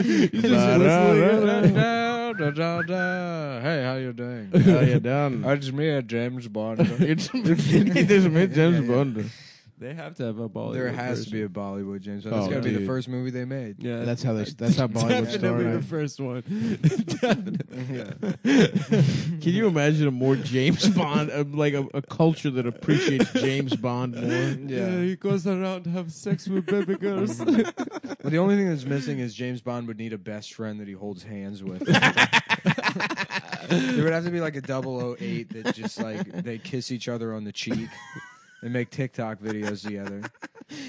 [SPEAKER 3] He's just
[SPEAKER 2] Ba-da-da-da.
[SPEAKER 3] whistling it.
[SPEAKER 1] da, da, da, da, da. Hey, how you doing?
[SPEAKER 2] How you done?
[SPEAKER 1] It's me, James Bond.
[SPEAKER 2] it's, it's James Bond.
[SPEAKER 3] They have to have a Bollywood.
[SPEAKER 1] there has to be
[SPEAKER 3] version.
[SPEAKER 1] a Bollywood James Bond.
[SPEAKER 2] Oh,
[SPEAKER 1] That's got to be
[SPEAKER 2] dude.
[SPEAKER 1] the first movie they made.
[SPEAKER 3] Yeah,
[SPEAKER 2] That's how they. That's how Bollywood
[SPEAKER 3] definitely the
[SPEAKER 2] started.
[SPEAKER 3] first one. Definitely.
[SPEAKER 2] Can you imagine a more James Bond, a, like a, a culture that appreciates James Bond more?
[SPEAKER 1] Yeah.
[SPEAKER 3] he goes around to have sex with baby girls.
[SPEAKER 1] But the only thing that's missing is James Bond would need a best friend that he holds hands with. there would have to be like a 008 that just like they kiss each other on the cheek and make TikTok videos together.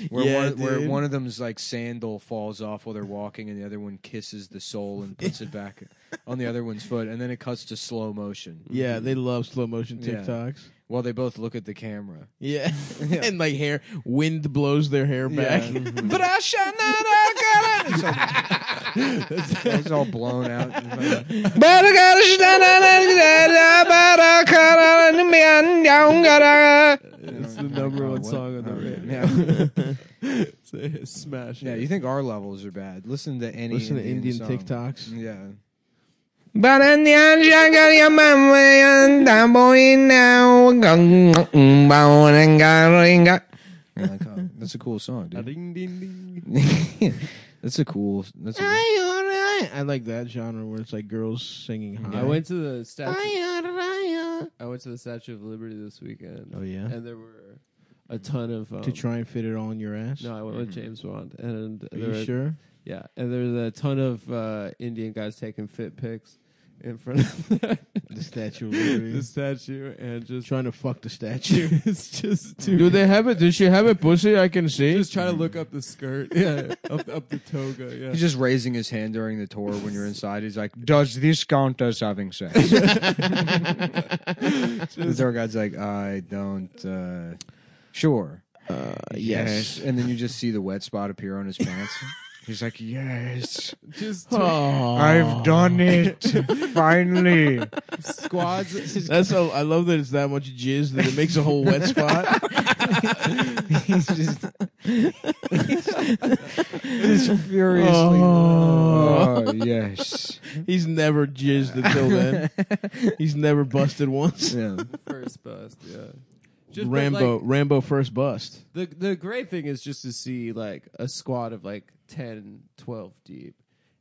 [SPEAKER 1] Where,
[SPEAKER 2] Yeah,
[SPEAKER 1] one, where
[SPEAKER 2] dude.
[SPEAKER 1] one of them's like sandal falls off while they're walking and the other one kisses the sole and puts it back on the other one's foot and then it cuts to slow motion.
[SPEAKER 2] Yeah, they love slow motion
[SPEAKER 1] Yeah.
[SPEAKER 2] TikToks.
[SPEAKER 1] Well, they both look at the camera.
[SPEAKER 2] Yeah. and like hair, wind blows their hair back.
[SPEAKER 1] but I shall not have got it. It's all, it's all blown out.
[SPEAKER 6] But I gotta stand on it, but I gotta stand on it, and don't gotta-
[SPEAKER 3] It's the number one song on the radio.
[SPEAKER 1] Oh, Yeah.
[SPEAKER 3] It's a smash.
[SPEAKER 1] yeah, you think our levels are bad? Listen to any
[SPEAKER 2] Listen to Indian
[SPEAKER 1] song.
[SPEAKER 2] TikToks.
[SPEAKER 1] Yeah.
[SPEAKER 6] But in the end, you got your mama, and I'm going now. Gung, gung, bong, and got- and got-
[SPEAKER 1] You're like, oh, that's a cool song, dude.
[SPEAKER 3] Ding, ding, ding.
[SPEAKER 1] that's a cool. That's a,
[SPEAKER 2] I I like that genre where it's like girls singing high.
[SPEAKER 3] I went to the statue.
[SPEAKER 2] to
[SPEAKER 3] I went to the Statue of Liberty this weekend.
[SPEAKER 2] Oh, yeah?
[SPEAKER 3] and there were a ton of um,
[SPEAKER 2] try and fit it all in your ass.
[SPEAKER 3] No, I went with James Bond, and
[SPEAKER 2] Are
[SPEAKER 3] there
[SPEAKER 2] you
[SPEAKER 3] were-
[SPEAKER 2] sure?
[SPEAKER 3] Yeah, and there was a ton of uh, Indian guys taking fit pics in front of the,
[SPEAKER 2] The Statue of Liberty.
[SPEAKER 3] the statue, and just
[SPEAKER 2] Trying to fuck the statue.
[SPEAKER 3] it's just dude,
[SPEAKER 2] Do they have it? Does she have a pussy I can see?
[SPEAKER 3] just trying to look up the skirt, yeah, up up the toga, yeah.
[SPEAKER 1] He's just raising his hand during the tour when you're inside. He's like, "Does this count as having sex?" the tour guide's like, "I don't." Uh, sure.
[SPEAKER 2] Uh,
[SPEAKER 1] And then you just see the wet spot appear on his pants. He's like, "Yes,
[SPEAKER 3] just
[SPEAKER 2] Oh,
[SPEAKER 1] I've done it. Finally."
[SPEAKER 3] squads.
[SPEAKER 2] That's a, I love that it's that much jizz that it makes a whole wet spot.
[SPEAKER 1] He's just, just furiously.
[SPEAKER 2] Oh.
[SPEAKER 1] "Oh, yes.
[SPEAKER 2] He's never jizzed until then. He's never busted once.
[SPEAKER 1] Yeah.
[SPEAKER 3] first bust, yeah. Just but,
[SPEAKER 2] Rambo,
[SPEAKER 3] like,
[SPEAKER 2] Rambo first bust.
[SPEAKER 3] the the great thing is just to see like a squad of like 10, 12 deep,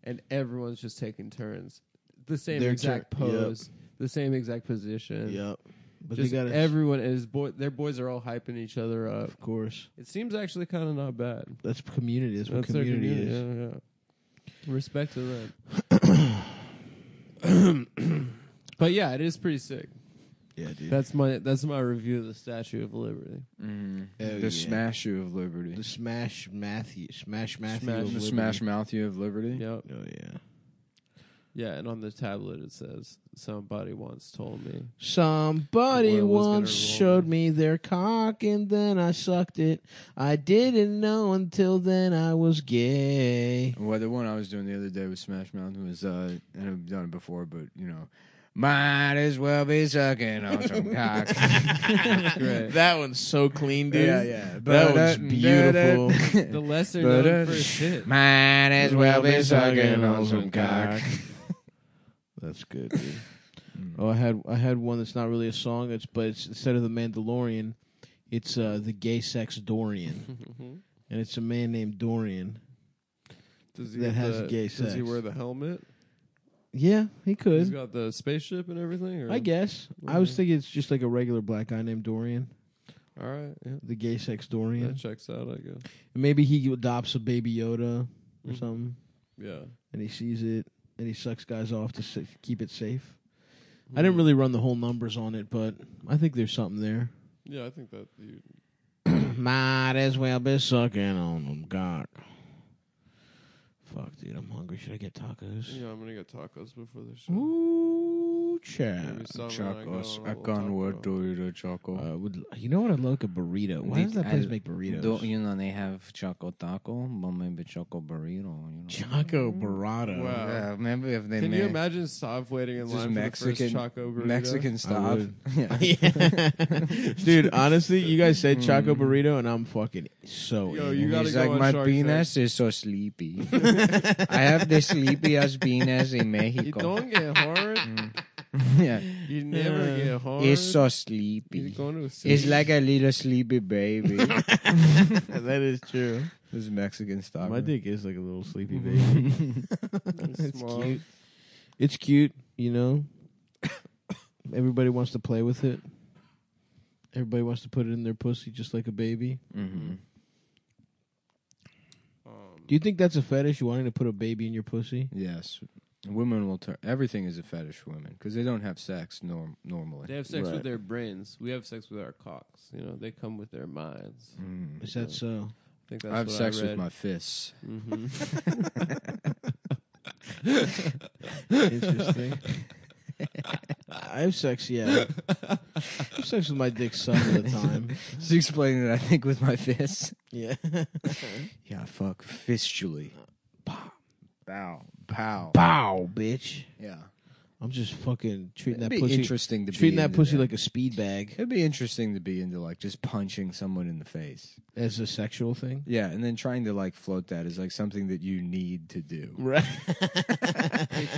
[SPEAKER 3] and everyone's just taking turns, the same
[SPEAKER 2] Their
[SPEAKER 3] exact
[SPEAKER 2] turn- yep.
[SPEAKER 3] pose, the same exact position.
[SPEAKER 2] But
[SPEAKER 3] just
[SPEAKER 2] they got
[SPEAKER 3] everyone is boy. Their boys are all hyping each other up.
[SPEAKER 2] of course.
[SPEAKER 3] It seems actually kind of not bad.
[SPEAKER 2] That's community. That's what
[SPEAKER 3] That's their
[SPEAKER 2] community, is.
[SPEAKER 3] Yeah, yeah. Respect to them. but yeah, it is pretty sick.
[SPEAKER 2] Yeah, dude.
[SPEAKER 3] That's my that's my review of the Statue of Liberty.
[SPEAKER 1] Mm. the
[SPEAKER 2] yeah.
[SPEAKER 1] smash you of liberty.
[SPEAKER 2] the Smash Matthew, Smash Matthew,
[SPEAKER 3] Smash-
[SPEAKER 2] of
[SPEAKER 1] The
[SPEAKER 2] Liberty.
[SPEAKER 1] smash mouth you of liberty.
[SPEAKER 3] Yep.
[SPEAKER 2] Oh yeah.
[SPEAKER 3] Yeah, and on the tablet it says, "Somebody once told me."
[SPEAKER 2] Somebody
[SPEAKER 3] Boy, was gonna
[SPEAKER 2] once
[SPEAKER 3] roll.
[SPEAKER 2] showed me their cock and then I sucked it. I didn't know until then I was gay.
[SPEAKER 1] Well, the one I was doing the other day with Smash Mouth was, uh, and I've done it before, but you know, might as well be sucking on some cock. Great.
[SPEAKER 2] That one's so clean, dude.
[SPEAKER 1] Yeah, yeah.
[SPEAKER 2] That one's beautiful.
[SPEAKER 3] The lesser
[SPEAKER 1] But,
[SPEAKER 3] known
[SPEAKER 1] uh,
[SPEAKER 3] first hit.
[SPEAKER 1] might as well be sucking on some cock. Mm.
[SPEAKER 2] That's good, dude. Oh, I had I had one that's not really a song. It's but it's instead of the Mandalorian, it's uh, the gay sex Dorian,
[SPEAKER 1] Mm-hmm.
[SPEAKER 2] and it's a man named Dorian.
[SPEAKER 3] Does
[SPEAKER 2] that
[SPEAKER 3] get
[SPEAKER 2] has
[SPEAKER 3] the-
[SPEAKER 2] gay
[SPEAKER 3] Does he
[SPEAKER 2] sex.
[SPEAKER 3] wear the helmet?
[SPEAKER 2] Yeah, he
[SPEAKER 3] He's
[SPEAKER 2] could.
[SPEAKER 3] got the spaceship and everything. Or?
[SPEAKER 2] I guess. I was thinking it's just like a regular black guy named Dorian,
[SPEAKER 3] All right. Yeah.
[SPEAKER 2] the gay sex Dorian.
[SPEAKER 3] That checks out, I guess.
[SPEAKER 2] And maybe he adopts a baby Yoda
[SPEAKER 1] Mm.
[SPEAKER 2] or something,
[SPEAKER 3] Yeah.
[SPEAKER 2] and he sees it and he sucks guys off to sa- keep it safe. I didn't really run the whole numbers on it, but I think there's something there.
[SPEAKER 3] Yeah, I think that you
[SPEAKER 2] Might as well be sucking on them cock. Fuck, dude, I'm hungry. Should I get tacos?
[SPEAKER 3] Yeah, I'm gonna get tacos before the show.
[SPEAKER 2] Ooh,
[SPEAKER 3] Maybe
[SPEAKER 2] chat.
[SPEAKER 3] some when go
[SPEAKER 1] Chacos,
[SPEAKER 3] on a
[SPEAKER 1] I
[SPEAKER 3] little
[SPEAKER 1] can't
[SPEAKER 3] taco.
[SPEAKER 1] wait to eat a choco.
[SPEAKER 2] Uh, would you know what I like a burrito? Why does that place make burritos?
[SPEAKER 1] Don't you know they have choco taco, but maybe choco burrito? You know?
[SPEAKER 2] Choco burrata.
[SPEAKER 3] Wow.
[SPEAKER 1] Yeah, maybe if they
[SPEAKER 3] Can
[SPEAKER 1] made
[SPEAKER 3] you imagine Sav waiting in
[SPEAKER 1] just
[SPEAKER 3] line
[SPEAKER 1] Mexican
[SPEAKER 3] for the first Choco burrito?
[SPEAKER 1] Mexican
[SPEAKER 2] I
[SPEAKER 1] stop?
[SPEAKER 2] would.
[SPEAKER 1] Yeah.
[SPEAKER 2] Dude, honestly, you guys said choco burrito, and I'm fucking so.
[SPEAKER 3] Yo,
[SPEAKER 2] in.
[SPEAKER 3] Oh, you gotta
[SPEAKER 1] He's
[SPEAKER 3] go
[SPEAKER 1] like,
[SPEAKER 3] on
[SPEAKER 1] my
[SPEAKER 3] Shark
[SPEAKER 1] penis is so sleepy. I have the sleepiest penis in
[SPEAKER 3] Tank. You
[SPEAKER 1] Mexico.
[SPEAKER 3] don't get hard.
[SPEAKER 1] yeah.
[SPEAKER 3] you never get hard.
[SPEAKER 1] It's so
[SPEAKER 3] You're
[SPEAKER 1] sleepy.
[SPEAKER 3] going to
[SPEAKER 1] It's
[SPEAKER 3] sleep.
[SPEAKER 1] like a little sleepy baby.
[SPEAKER 2] that is true.
[SPEAKER 1] this Mexican style.
[SPEAKER 2] My dick is like a little sleepy baby. it's
[SPEAKER 3] Small.
[SPEAKER 2] cute. It's cute, you know. Everybody wants to play with it. Everybody wants to put it in their pussy just like a baby.
[SPEAKER 1] Mm-hmm.
[SPEAKER 2] Do you think that's a fetish? You wanting to put a baby in your pussy?
[SPEAKER 1] Yes. Women will turn. Everything is a fetish for women because they don't have sex norm- normally.
[SPEAKER 3] They have sex
[SPEAKER 2] Right.
[SPEAKER 3] with their brains. We have sex with our cocks. You know, they come with their minds.
[SPEAKER 2] Is that so?
[SPEAKER 3] I think that's
[SPEAKER 1] Mm. I have
[SPEAKER 3] what
[SPEAKER 1] sex
[SPEAKER 3] I
[SPEAKER 1] with
[SPEAKER 3] read.
[SPEAKER 1] my fists.
[SPEAKER 2] Interesting. I have sex, yeah. I have sex with my dick some of the time.
[SPEAKER 1] Just explaining that I think with my fists.
[SPEAKER 2] yeah.
[SPEAKER 1] Yeah, fuck fistually. Pow, pow,
[SPEAKER 2] Bow, bitch.
[SPEAKER 1] Yeah,
[SPEAKER 2] I'm just fucking treating
[SPEAKER 1] it'd
[SPEAKER 2] that
[SPEAKER 1] be
[SPEAKER 2] pussy.
[SPEAKER 1] interesting to
[SPEAKER 2] treating
[SPEAKER 1] be
[SPEAKER 2] that
[SPEAKER 1] into
[SPEAKER 2] pussy like a speed bag.
[SPEAKER 1] It'd be interesting to be into like just punching someone in the face.
[SPEAKER 2] As a sexual thing.
[SPEAKER 1] Yeah, and then trying to like float that is like something that you need to do.
[SPEAKER 2] Right.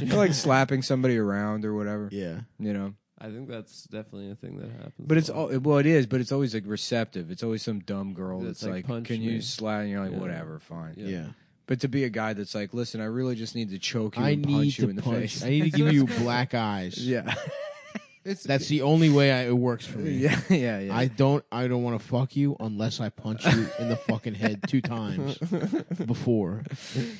[SPEAKER 1] You know, like slapping somebody around or whatever.
[SPEAKER 2] yeah.
[SPEAKER 1] You know,
[SPEAKER 3] I think that's definitely a thing that happens.
[SPEAKER 1] but
[SPEAKER 3] a
[SPEAKER 1] it's
[SPEAKER 3] lot.
[SPEAKER 1] all well, it is, but it's always like receptive. It's always some dumb girl
[SPEAKER 3] That's
[SPEAKER 1] that's,
[SPEAKER 3] like,
[SPEAKER 1] like,
[SPEAKER 3] "Punch
[SPEAKER 1] "Can
[SPEAKER 3] me."
[SPEAKER 1] you slap?" And you're like,
[SPEAKER 3] Yeah.
[SPEAKER 1] "Whatever, fine."
[SPEAKER 3] Yeah.
[SPEAKER 2] Yeah.
[SPEAKER 1] But to be a guy that's like, "Listen, I really just need to choke you
[SPEAKER 2] I
[SPEAKER 1] and
[SPEAKER 2] need
[SPEAKER 1] punch you
[SPEAKER 2] to
[SPEAKER 1] in the
[SPEAKER 2] punch.
[SPEAKER 1] face."
[SPEAKER 2] I need to give you black eyes.
[SPEAKER 1] yeah,
[SPEAKER 3] It's
[SPEAKER 2] That's the only way I, it works for me.
[SPEAKER 1] yeah, yeah, yeah.
[SPEAKER 2] I don't. I don't want to fuck you unless I punch you in the fucking head two times before.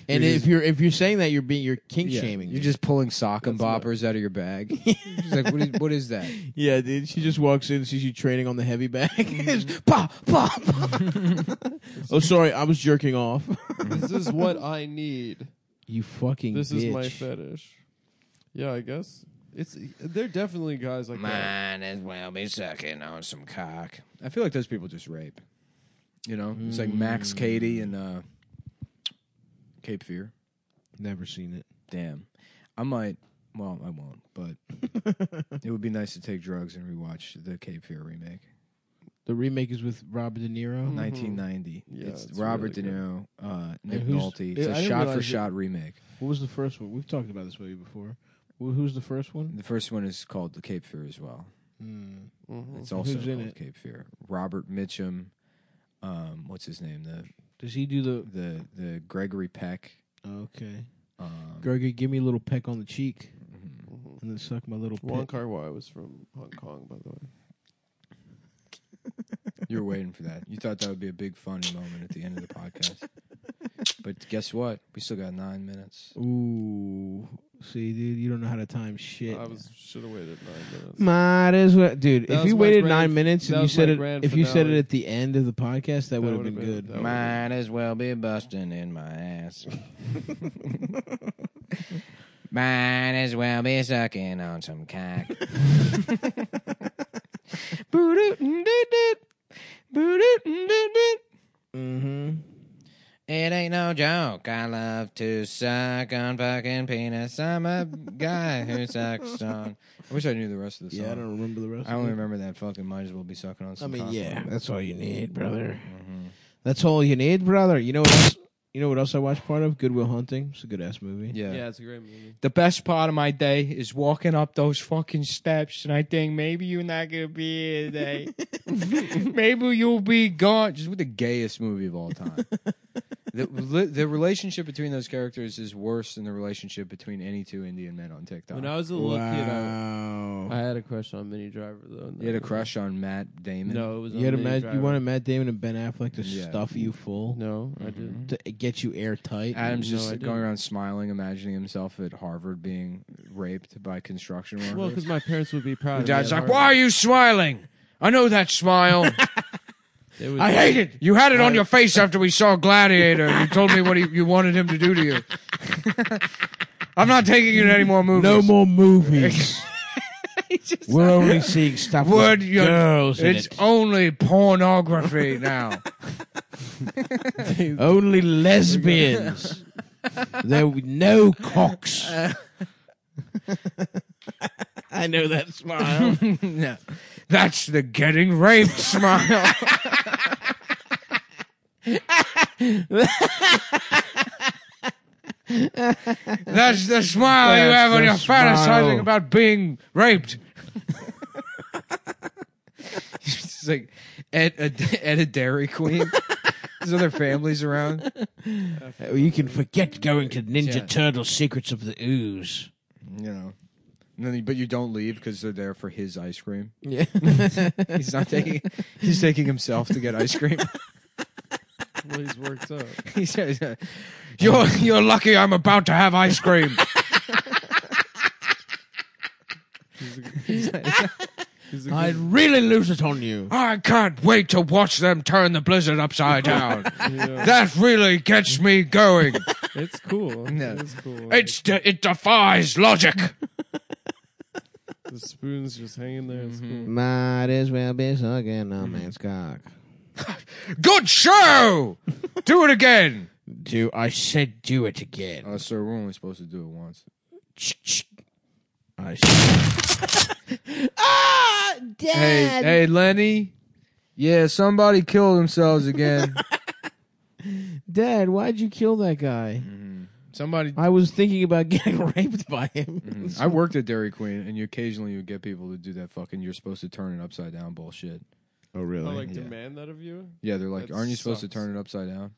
[SPEAKER 2] And if you're if you're saying that you're being you're kink
[SPEAKER 1] Yeah.
[SPEAKER 2] shaming.
[SPEAKER 1] You're
[SPEAKER 2] me.
[SPEAKER 1] just pulling sock and
[SPEAKER 3] That's
[SPEAKER 1] boppers out of your bag. She's like, what is, what is that?
[SPEAKER 2] yeah, dude. She just walks in, sees you training on the heavy bag.
[SPEAKER 1] Mm-hmm.
[SPEAKER 2] Just pop, pop, pop. oh, sorry, I was jerking off.
[SPEAKER 3] this is what I need.
[SPEAKER 2] you fucking.
[SPEAKER 3] This is my
[SPEAKER 2] bitch.
[SPEAKER 3] fetish. Yeah, I guess it's. They're definitely guys like that.
[SPEAKER 6] Might as well be sucking on some cock.
[SPEAKER 1] I feel like those people just rape. You know, it's like
[SPEAKER 2] Mm.
[SPEAKER 1] Max Cady and uh, Cape Fear.
[SPEAKER 2] Never seen it.
[SPEAKER 1] Damn, I might. Well, I won't. But it would be nice to take drugs and rewatch the Cape Fear remake,
[SPEAKER 2] The remake is with Robert De Niro.
[SPEAKER 1] Mm-hmm. 1990.
[SPEAKER 3] Yeah,
[SPEAKER 1] it's,
[SPEAKER 3] it's
[SPEAKER 1] Robert De
[SPEAKER 3] really good.
[SPEAKER 1] Niro, uh, Nick
[SPEAKER 2] who's-
[SPEAKER 1] Nolte. It's
[SPEAKER 2] I
[SPEAKER 1] a
[SPEAKER 2] didn't
[SPEAKER 1] shot for
[SPEAKER 2] realize it-
[SPEAKER 1] shot remake.
[SPEAKER 2] What was the first one? We've talked about this movie before. Wh- Who's the first one?
[SPEAKER 1] The first one is called The Cape Fear as well.
[SPEAKER 3] Hmm. Mm-hmm.
[SPEAKER 1] It's
[SPEAKER 2] Who's
[SPEAKER 1] also
[SPEAKER 2] in
[SPEAKER 1] called
[SPEAKER 2] it?
[SPEAKER 1] Cape Fear. Robert Mitchum. Um, what's his name? The
[SPEAKER 2] Does he do the?
[SPEAKER 1] the the Gregory Peck.
[SPEAKER 2] Okay.
[SPEAKER 1] Um,
[SPEAKER 2] Gregory, give me a little peck on the cheek,
[SPEAKER 1] Mm-hmm.
[SPEAKER 2] and then suck my little.
[SPEAKER 3] Wong
[SPEAKER 2] Pit.
[SPEAKER 3] Kar Wai was from Hong Kong, by the way.
[SPEAKER 1] you were waiting for that. You thought that would be a big funny moment at the end of the podcast. But guess what? We still got nine minutes.
[SPEAKER 2] Ooh, see, dude, you don't know how to time shit.
[SPEAKER 3] I was should have waited nine minutes.
[SPEAKER 2] Might as well, dude.
[SPEAKER 3] That
[SPEAKER 2] if
[SPEAKER 3] was
[SPEAKER 2] you
[SPEAKER 3] my
[SPEAKER 2] waited
[SPEAKER 3] grand-
[SPEAKER 2] nine minutes
[SPEAKER 3] that
[SPEAKER 2] and you
[SPEAKER 3] was
[SPEAKER 2] said
[SPEAKER 3] my
[SPEAKER 2] it,
[SPEAKER 3] grand
[SPEAKER 2] if you said it
[SPEAKER 3] finale.
[SPEAKER 2] at the end of the podcast, that, would have
[SPEAKER 3] would've
[SPEAKER 2] been,
[SPEAKER 3] been-
[SPEAKER 2] good.
[SPEAKER 3] that
[SPEAKER 6] Might as well be busting in my ass. Might as well be sucking on some cock. Boo-doot-doot-doot. Boo-doot-doot-doot.
[SPEAKER 2] mm-hmm.
[SPEAKER 6] It ain't no joke. I love to suck on fucking penis. I'm a guy who sucks on.
[SPEAKER 1] I wish I knew the rest of the song.
[SPEAKER 2] Yeah, I don't remember the rest.
[SPEAKER 1] I only remember that fucking might as well be sucking on
[SPEAKER 2] I
[SPEAKER 1] some
[SPEAKER 2] mean,
[SPEAKER 1] cock.
[SPEAKER 2] yeah, that's all you need, brother.
[SPEAKER 1] Mm-hmm.
[SPEAKER 2] That's all you need, brother. You know what else? You know what else I watched part of? Goodwill Hunting. It's a good ass movie.
[SPEAKER 1] Yeah.
[SPEAKER 3] Yeah, it's a great movie.
[SPEAKER 6] The best part of my day is walking up those fucking steps, and I think maybe you're not gonna be here today. maybe you'll be gone.
[SPEAKER 1] Just with the gayest movie of all time. the, li- the relationship between those characters is worse than the relationship between any two Indian men on TikTok.
[SPEAKER 3] When I was a little kid, I,
[SPEAKER 2] Wow.
[SPEAKER 3] I had a crush on Mini Driver though. and
[SPEAKER 1] you had a
[SPEAKER 3] that-
[SPEAKER 1] crush on Matt Damon.
[SPEAKER 3] No, it was
[SPEAKER 2] You
[SPEAKER 3] on
[SPEAKER 2] had a
[SPEAKER 3] Minnie
[SPEAKER 2] Matt, you
[SPEAKER 3] Driver.
[SPEAKER 2] wanted Matt Damon and Ben Affleck to
[SPEAKER 1] Yeah.
[SPEAKER 2] stuff you full
[SPEAKER 3] No,
[SPEAKER 2] Mm-hmm.
[SPEAKER 3] I didn't.
[SPEAKER 2] to get you airtight.
[SPEAKER 1] Adam's
[SPEAKER 3] No,
[SPEAKER 1] just
[SPEAKER 3] I
[SPEAKER 1] going
[SPEAKER 3] didn't.
[SPEAKER 1] around smiling, imagining himself at Harvard being raped by construction workers.
[SPEAKER 3] Well, because my parents would be proud.
[SPEAKER 1] Your
[SPEAKER 3] of
[SPEAKER 1] dad's
[SPEAKER 3] me.
[SPEAKER 1] like, "Why are you smiling? I know that smile.
[SPEAKER 3] They would-
[SPEAKER 1] I hate it. You had it on your face after we saw Gladiator. You told me what he, you wanted him to do to you. I'm not taking you to any more movies.
[SPEAKER 2] no more movies. We're only seeing stuff
[SPEAKER 1] Would
[SPEAKER 2] with
[SPEAKER 1] you-
[SPEAKER 2] girls in
[SPEAKER 1] It's
[SPEAKER 2] it.
[SPEAKER 1] only pornography now.
[SPEAKER 2] Only lesbians. there were no cocks. I know that smile.
[SPEAKER 1] no. That's the getting raped smile. That's the smile you
[SPEAKER 2] That's
[SPEAKER 1] have when
[SPEAKER 2] the
[SPEAKER 1] you're
[SPEAKER 2] smile.
[SPEAKER 1] fantasizing about being raped. it's like at a, at a Dairy Queen. There's other families around.
[SPEAKER 2] Oh, you can forget going to Ninja
[SPEAKER 1] Yeah.
[SPEAKER 2] Turtle Secrets of the Ooze.
[SPEAKER 1] You know. And then, but you don't leave because they're there for his ice cream.
[SPEAKER 2] Yeah.
[SPEAKER 1] He's not taking. He's taking himself to get ice cream.
[SPEAKER 3] Well, he's worked up.
[SPEAKER 1] He says, uh, "You're you're lucky I'm about to have ice cream."
[SPEAKER 3] He's a
[SPEAKER 2] I'd
[SPEAKER 3] good,
[SPEAKER 2] really lose it on you.
[SPEAKER 1] I can't wait to watch them turn the blizzard upside down.
[SPEAKER 3] yeah,
[SPEAKER 1] that really gets me going.
[SPEAKER 3] it's cool.
[SPEAKER 1] No.
[SPEAKER 3] It's cool.
[SPEAKER 1] It's de- it defies logic.
[SPEAKER 3] the spoon's just hanging there. It's
[SPEAKER 1] Mm-hmm.
[SPEAKER 3] cool.
[SPEAKER 2] Might as well be sucking a man's cock.
[SPEAKER 1] Good show. do it again.
[SPEAKER 2] Do I said do it again?
[SPEAKER 1] Uh, sir, we're only supposed to do it once.
[SPEAKER 2] I s- ah, Dad.
[SPEAKER 1] Hey, hey, Lenny. Yeah, somebody killed themselves again.
[SPEAKER 2] Dad, why'd you kill that guy?
[SPEAKER 1] somebody. Mm-hmm.
[SPEAKER 2] I was thinking about getting raped by him.
[SPEAKER 1] I worked at Dairy Queen, and you occasionally would get people to do that fucking. You're supposed to turn it upside down bullshit.
[SPEAKER 2] Oh,
[SPEAKER 3] I
[SPEAKER 2] really?
[SPEAKER 3] like
[SPEAKER 1] yeah.
[SPEAKER 3] demand that of you.
[SPEAKER 1] Yeah, they're like,
[SPEAKER 3] That
[SPEAKER 1] aren't you supposed to
[SPEAKER 3] sucks.
[SPEAKER 1] turn it upside down?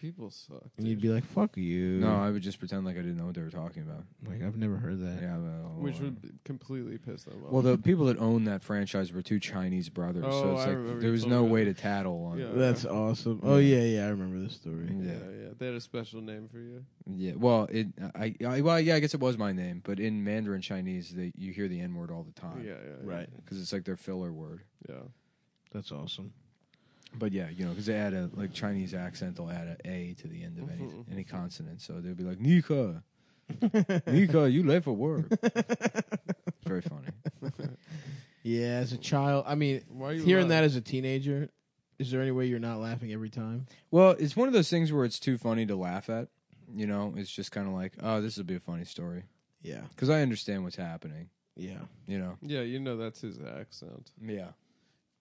[SPEAKER 3] People suck.
[SPEAKER 2] and you'd
[SPEAKER 3] dude.
[SPEAKER 2] be like, "Fuck you."
[SPEAKER 1] No, I would just pretend like I didn't know what they were talking about.
[SPEAKER 2] like I've never heard that.
[SPEAKER 1] Yeah, well,
[SPEAKER 3] which would b- completely piss them off.
[SPEAKER 1] Well, the people that owned that franchise were two Chinese brothers, so
[SPEAKER 3] Oh,
[SPEAKER 1] it's
[SPEAKER 3] I
[SPEAKER 1] like
[SPEAKER 3] remember
[SPEAKER 1] there
[SPEAKER 3] you
[SPEAKER 1] was
[SPEAKER 3] told
[SPEAKER 1] no
[SPEAKER 3] me that.
[SPEAKER 1] way to tattle on.
[SPEAKER 3] Yeah.
[SPEAKER 1] it.
[SPEAKER 2] That's awesome. Oh yeah, yeah, I remember this story.
[SPEAKER 1] Yeah.
[SPEAKER 3] yeah, yeah, they had a special name for you.
[SPEAKER 1] yeah. Well, it. I, I. Well, yeah. I guess it was my name, but in Mandarin Chinese, they, you hear the N word all the time.
[SPEAKER 3] Yeah, yeah, yeah.
[SPEAKER 1] Because it's like their filler word.
[SPEAKER 3] Yeah,
[SPEAKER 2] That's awesome.
[SPEAKER 1] But yeah, you know, because they add a like Chinese accent, they'll add a A to the end of
[SPEAKER 3] Mm-hmm,
[SPEAKER 1] any any consonant. So they'll be like Nika, Nika, you late for work. it's very funny.
[SPEAKER 2] Yeah, as a child, I mean,
[SPEAKER 3] Why are you
[SPEAKER 2] hearing
[SPEAKER 3] laughing?
[SPEAKER 2] that as a teenager, is there any way you're not laughing every time?
[SPEAKER 1] Well, it's one of those things where it's too funny to laugh at. You know, it's just kind of like, oh, this will be a funny story
[SPEAKER 2] Yeah,
[SPEAKER 1] because I understand what's happening.
[SPEAKER 2] yeah.
[SPEAKER 1] You know.
[SPEAKER 3] yeah. You know that's his accent.
[SPEAKER 1] Yeah.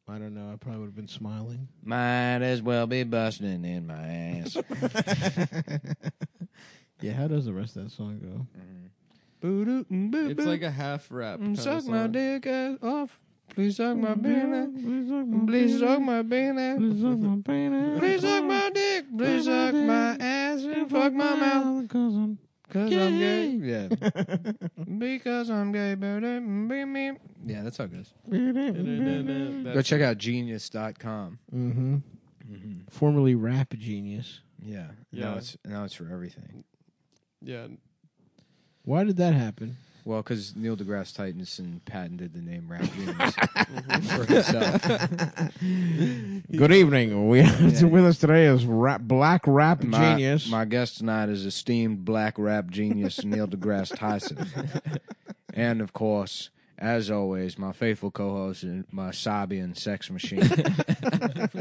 [SPEAKER 2] I don't know. I probably would have been smiling.
[SPEAKER 1] Might as well be busting in my ass.
[SPEAKER 2] Yeah, how does the rest of that song go?
[SPEAKER 3] It's like a half rap. kind
[SPEAKER 1] Mm,
[SPEAKER 3] of
[SPEAKER 1] suck my
[SPEAKER 3] song.
[SPEAKER 1] dick ass off. Please suck my penis. Please suck my penis. Please suck my dick. Please suck my ass and fuck my mouth. Cause I'm gay. Yeah. because I'm gay. Yeah, that's how it goes. Go
[SPEAKER 3] That's-
[SPEAKER 1] check out genius.com.
[SPEAKER 2] Mm-hmm. Formerly rap genius.
[SPEAKER 1] Yeah.
[SPEAKER 3] Yeah.
[SPEAKER 1] Now it's now it's for everything.
[SPEAKER 3] yeah,
[SPEAKER 2] Why did that happen?
[SPEAKER 1] Well, because Neil deGrasse Tyson patented the name rap genius for himself.
[SPEAKER 2] Good evening. We with us today is rap, black rap
[SPEAKER 1] My- My guest tonight is esteemed black rap genius Neil deGrasse Tyson. and of course, as always, my faithful co host and my Sabian sex machine.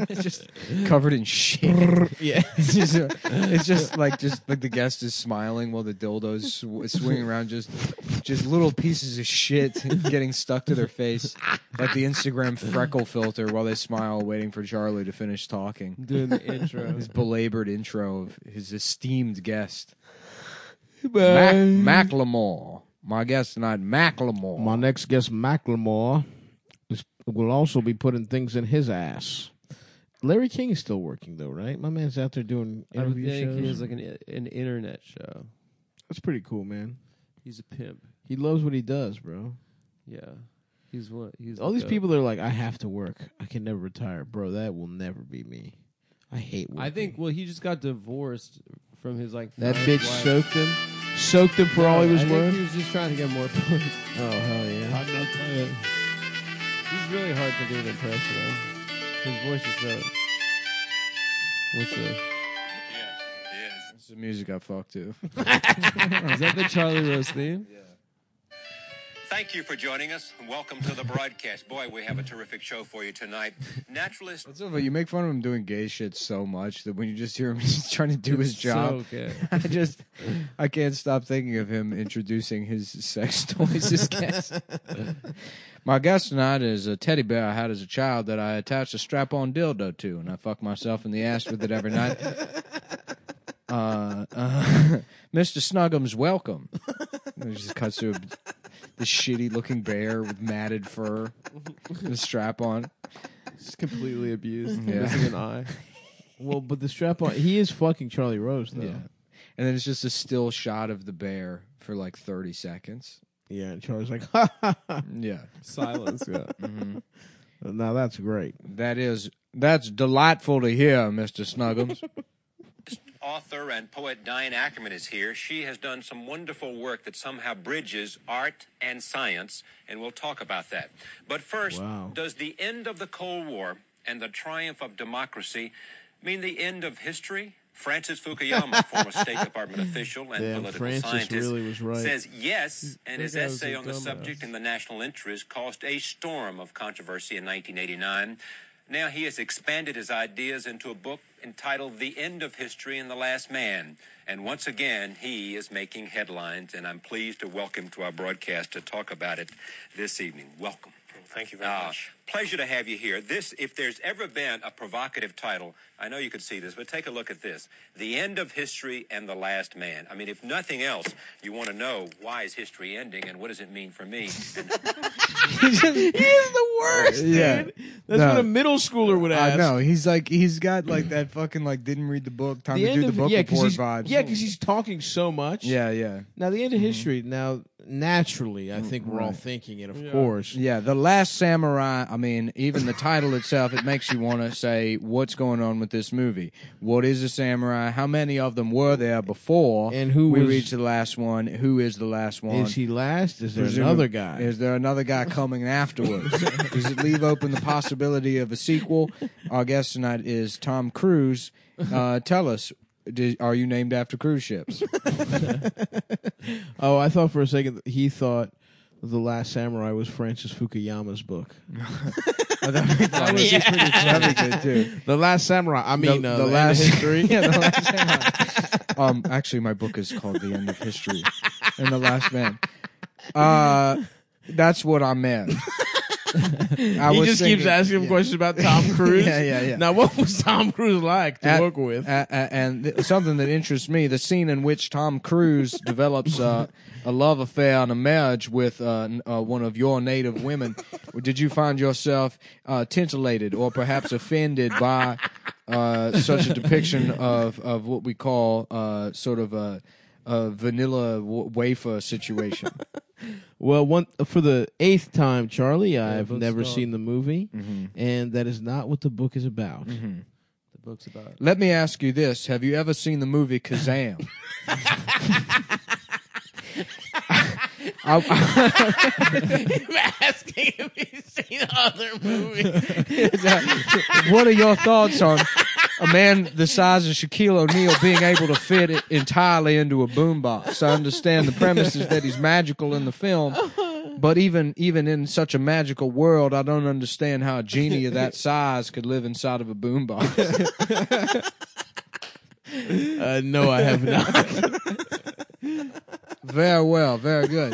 [SPEAKER 1] it's just covered in shit.
[SPEAKER 2] yeah.
[SPEAKER 1] It's just, uh, it's just like just like the guest is smiling while the dildo's sw- swinging around, just just little pieces of shit getting stuck to their face, like the Instagram freckle filter while they smile, waiting for Charlie to finish talking
[SPEAKER 3] doing the intro.
[SPEAKER 1] his belabored intro of his esteemed guest, Mac- Macklemore. My guest tonight, Macklemore.
[SPEAKER 2] My next guest, Macklemore, is, will also be putting things in his ass. Larry King is still working though, right? My man's out there doing
[SPEAKER 3] I would
[SPEAKER 2] interview
[SPEAKER 3] think he
[SPEAKER 2] shows.
[SPEAKER 3] has like an an internet show.
[SPEAKER 2] That's pretty cool, man.
[SPEAKER 3] He's a pimp.
[SPEAKER 2] He loves what he does, bro.
[SPEAKER 3] Yeah, he's one. He's
[SPEAKER 2] All
[SPEAKER 3] the
[SPEAKER 2] these
[SPEAKER 3] goat.
[SPEAKER 2] people that are like, I have to work. I can never retire, bro. That will never be me. I hate. Working.
[SPEAKER 3] I think. Well, he just got divorced from his like
[SPEAKER 2] that
[SPEAKER 3] first
[SPEAKER 2] bitch
[SPEAKER 3] wife.
[SPEAKER 2] soaked him, soaked him for all he
[SPEAKER 3] I
[SPEAKER 2] was
[SPEAKER 3] think
[SPEAKER 2] worth.
[SPEAKER 3] He was just trying to get more points.
[SPEAKER 2] Oh hell yeah!
[SPEAKER 3] He's really hard to do an impression of. His voice is so. What's the?
[SPEAKER 1] This is the music I fuck to.
[SPEAKER 3] Is that the Charlie Rose theme?
[SPEAKER 4] Thank you for joining us and welcome to the broadcast. Boy, we have a terrific show for you tonight. Naturalist
[SPEAKER 1] That's but you make fun of him doing gay shit so much that when you just hear him he's trying to do his job,
[SPEAKER 3] So good.
[SPEAKER 1] I just I can't stop thinking of him introducing his sex toys as guests. My guest tonight is a teddy bear I had as a child that I attached a strap on dildo to, and I fuck myself in the ass with it every night. Uh, uh, Mr. Snuggum's welcome. And It just cuts to a, the shitty looking bear with matted fur, the strap on.
[SPEAKER 3] Just completely abused.
[SPEAKER 1] Yeah.
[SPEAKER 3] Missing an eye.
[SPEAKER 2] Well, but the strap on. He is fucking Charlie Rose though.
[SPEAKER 1] Yeah. And then it's just a still shot of the bear for like 30 seconds.
[SPEAKER 2] Yeah, and Charlie's like, ha ha ha.
[SPEAKER 1] Yeah.
[SPEAKER 3] Silence. Yeah.
[SPEAKER 2] Now that's great.
[SPEAKER 1] That is that's delightful to hear, Mr. Snuggums.
[SPEAKER 4] author and poet Diane Ackerman is here. She has done some wonderful work that somehow bridges art and science, and we'll talk about that. But first,
[SPEAKER 2] Wow.
[SPEAKER 4] does the end of the Cold War and the triumph of democracy mean the end of history? Francis Fukuyama, former State Department official and
[SPEAKER 2] Damn,
[SPEAKER 4] political
[SPEAKER 2] Francis
[SPEAKER 4] scientist,
[SPEAKER 2] really was right.
[SPEAKER 4] says yes, and his
[SPEAKER 3] that guy was
[SPEAKER 4] essay
[SPEAKER 3] a
[SPEAKER 4] on the
[SPEAKER 3] dumbass.
[SPEAKER 4] subject in the national interest caused a storm of controversy in 1989. Now he has expanded his ideas into a book entitled The End of History and the Last Man. And once again, he is making headlines, and I'm pleased to welcome to our broadcast to talk about it this evening. Welcome.
[SPEAKER 7] Thank you very
[SPEAKER 4] Ah,
[SPEAKER 7] much.
[SPEAKER 4] Pleasure to have you here. This, if there's ever been a provocative title, I know you could see this, but take a look at this: "The End of History and the Last Man." I mean, if nothing else, you want to know why is history ending and what does it mean for me? And
[SPEAKER 2] he is the worst,
[SPEAKER 1] Yeah.
[SPEAKER 2] dude. That's
[SPEAKER 1] No.
[SPEAKER 2] what a middle schooler would
[SPEAKER 1] I
[SPEAKER 2] ask.
[SPEAKER 1] know he's like he's got like that fucking like didn't read the book time
[SPEAKER 2] The
[SPEAKER 1] to do
[SPEAKER 2] end
[SPEAKER 1] the
[SPEAKER 2] of
[SPEAKER 1] book
[SPEAKER 2] yeah,
[SPEAKER 1] report
[SPEAKER 2] he's
[SPEAKER 1] vibes.
[SPEAKER 2] yeah, because he's talking so much.
[SPEAKER 1] yeah, Mm-hmm. yeah,
[SPEAKER 2] Now the end of history. Now naturally, I think we're all thinking it, of course.
[SPEAKER 1] yeah. The Last Samurai. I mean, even the title itself, it makes you want to say what's going on with this movie. What is a samurai? How many of them were there before?
[SPEAKER 2] And who
[SPEAKER 1] we
[SPEAKER 2] was-
[SPEAKER 1] reach the last one? Who is the last one?
[SPEAKER 2] Is he last? Is there
[SPEAKER 1] Presume-
[SPEAKER 2] another guy?
[SPEAKER 1] Is there another guy coming afterwards? Does it leave open the possibility of a sequel? Our guest tonight is Tom Cruise. Uh, tell us, di- are you named after cruise ships?
[SPEAKER 2] oh, I thought for a second that he thought the last samurai was Francis Fukuyama's book.
[SPEAKER 1] that would be pretty that'd be good, too.
[SPEAKER 2] The last samurai. I mean, uh,
[SPEAKER 1] the
[SPEAKER 2] the,
[SPEAKER 1] last-
[SPEAKER 2] last history.
[SPEAKER 1] Yeah, the last man. Um, actually, my book is called "The End of History" and the Last Man. Uh, that's what I meant. I
[SPEAKER 2] he
[SPEAKER 1] was
[SPEAKER 2] just keeps
[SPEAKER 1] thinking-
[SPEAKER 2] asking him questions about Tom Cruise.
[SPEAKER 1] Yeah, yeah, yeah.
[SPEAKER 2] Now, what was Tom Cruise like to
[SPEAKER 1] At-
[SPEAKER 2] work with?
[SPEAKER 1] a- a- and th- something that interests me the scene in which Tom Cruise develops uh, a love affair and a marriage with uh, n- uh, one of your native women. Did you find yourself uh, titillated or perhaps offended by uh, such a depiction of, of what we call uh, sort of a, a vanilla w- wafer situation?
[SPEAKER 2] Well, one for the eighth time, Charlie. I've
[SPEAKER 3] don't
[SPEAKER 2] never
[SPEAKER 3] stop.
[SPEAKER 2] seen the movie,
[SPEAKER 3] Mm-hmm.
[SPEAKER 2] and that is not what the book is about.
[SPEAKER 3] The book's about.
[SPEAKER 1] Let me ask you this Have you ever seen the movie Kazam? I-
[SPEAKER 2] asking if he's seen other movies.
[SPEAKER 1] what are your thoughts on a man the size of Shaquille O'Neal being able to fit it entirely into a boombox? I understand the premise is that he's magical in the film, but even even in such a magical world, I don't understand how a genie of that size could live inside of a boombox.
[SPEAKER 2] Uh, no, I have not.
[SPEAKER 1] Very well, very good.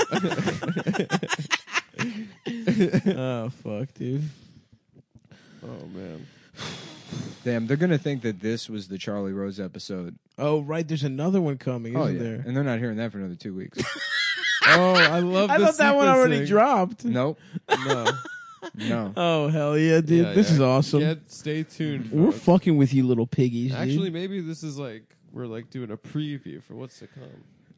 [SPEAKER 2] oh fuck, dude.
[SPEAKER 3] Oh man.
[SPEAKER 1] Damn, they're gonna think that this was the Charlie Rose episode. Oh,
[SPEAKER 2] Oh right, there's another one coming, isn't there?
[SPEAKER 1] and they're not hearing that for another two weeks.
[SPEAKER 3] Oh, I love.
[SPEAKER 2] I
[SPEAKER 3] the
[SPEAKER 2] thought that one already
[SPEAKER 3] sequencing.
[SPEAKER 2] dropped.
[SPEAKER 1] nope,
[SPEAKER 3] No.
[SPEAKER 1] no.
[SPEAKER 2] Oh hell yeah, dude!
[SPEAKER 3] Yeah,
[SPEAKER 2] this
[SPEAKER 3] yeah.
[SPEAKER 2] is awesome.
[SPEAKER 3] Get, stay tuned.
[SPEAKER 2] We're
[SPEAKER 3] folks.
[SPEAKER 2] fucking with you, little piggies. dude.
[SPEAKER 3] Actually, maybe this is like we're like doing a preview for what's to come.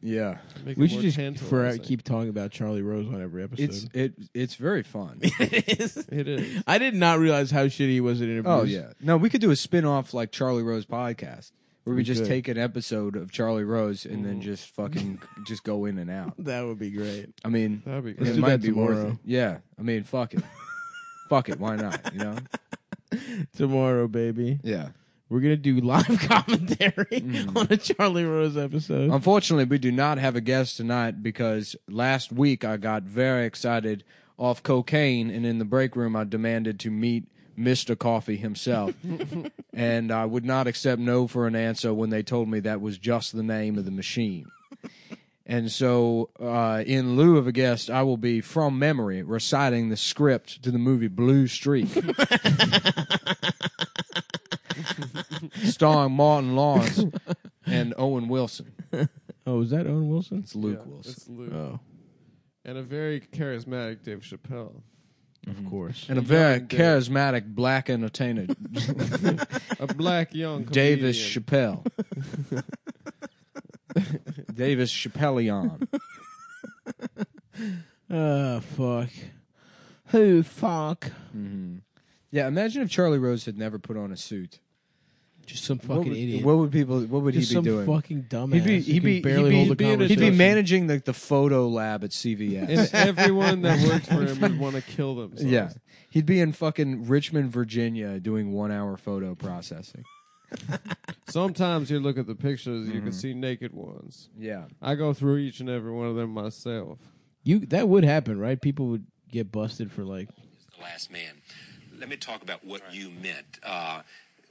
[SPEAKER 1] Yeah,
[SPEAKER 3] Make
[SPEAKER 2] we
[SPEAKER 3] it
[SPEAKER 2] should
[SPEAKER 3] more
[SPEAKER 2] just for, uh,
[SPEAKER 3] tantalizing.
[SPEAKER 2] keep talking about Charlie Rose on every episode.
[SPEAKER 1] it's it it's very fun.
[SPEAKER 2] it is.
[SPEAKER 3] It is.
[SPEAKER 2] I did not realize how shitty he was at interviews.
[SPEAKER 1] Oh yeah. No, we could do a spin-off like Charlie Rose podcast where we, just
[SPEAKER 2] could.
[SPEAKER 1] take an episode of Charlie Rose and then just fucking just go in and out.
[SPEAKER 2] that would be great.
[SPEAKER 1] I mean,
[SPEAKER 3] That'd be
[SPEAKER 1] it
[SPEAKER 3] great.
[SPEAKER 2] do
[SPEAKER 1] might
[SPEAKER 2] that
[SPEAKER 1] be worth
[SPEAKER 2] tomorrow.
[SPEAKER 1] it. Yeah. I mean, fuck it. fuck it, why not, you know?
[SPEAKER 2] Tomorrow, baby,
[SPEAKER 1] Yeah.
[SPEAKER 2] we're gonna do live commentary
[SPEAKER 1] Mm.
[SPEAKER 2] on a Charlie Rose episode.
[SPEAKER 1] Um, Unfortunately, we do not have a guest tonight because last week I got very excited off cocaine, and in the break room I demanded to meet Mr. Coffee himself, and I would not accept no for an answer when they told me that was just the name of the machine. And so, uh, in lieu of a guest, I will be from memory reciting the script to the movie Blue Streak, starring Martin Lawrence and Owen Wilson.
[SPEAKER 2] oh, is that Owen Wilson?
[SPEAKER 1] It's Luke
[SPEAKER 3] Yeah,
[SPEAKER 1] Wilson.
[SPEAKER 3] It's Luke.
[SPEAKER 2] Oh,
[SPEAKER 3] And a very charismatic Dave Chappelle.
[SPEAKER 2] of course.
[SPEAKER 1] and a very
[SPEAKER 3] young Dave.
[SPEAKER 1] charismatic black entertainer,
[SPEAKER 3] A black young
[SPEAKER 1] Davis
[SPEAKER 3] comedian.
[SPEAKER 1] Chappelle. Davis Chappellion.
[SPEAKER 2] Oh fuck. Who fuck?
[SPEAKER 1] Yeah, imagine if Charlie Rose had never put on a suit.
[SPEAKER 2] Just some
[SPEAKER 1] what
[SPEAKER 2] fucking
[SPEAKER 1] would,
[SPEAKER 2] idiot.
[SPEAKER 1] What would people? What would
[SPEAKER 2] Just
[SPEAKER 1] he be
[SPEAKER 2] some
[SPEAKER 1] doing?
[SPEAKER 2] fucking
[SPEAKER 1] he'd
[SPEAKER 2] dumbass.
[SPEAKER 1] be
[SPEAKER 2] who
[SPEAKER 1] he'd
[SPEAKER 2] can
[SPEAKER 1] be
[SPEAKER 2] barely
[SPEAKER 1] he'd
[SPEAKER 2] hold
[SPEAKER 1] be,
[SPEAKER 2] a
[SPEAKER 1] he'd be
[SPEAKER 2] conversation.
[SPEAKER 1] managing like the photo lab at CVS.
[SPEAKER 3] And everyone that worked for him would want to kill themselves.
[SPEAKER 1] yeah, he'd be in fucking Richmond, Virginia, doing one hour photo processing.
[SPEAKER 3] Sometimes you look at the pictures,
[SPEAKER 2] Mm-hmm.
[SPEAKER 3] you can see naked ones.
[SPEAKER 1] Yeah.
[SPEAKER 3] I go through each and every one of them myself.
[SPEAKER 2] You that would happen, right? People would get busted for like
[SPEAKER 4] the last man. Let me talk about what you meant. Uh,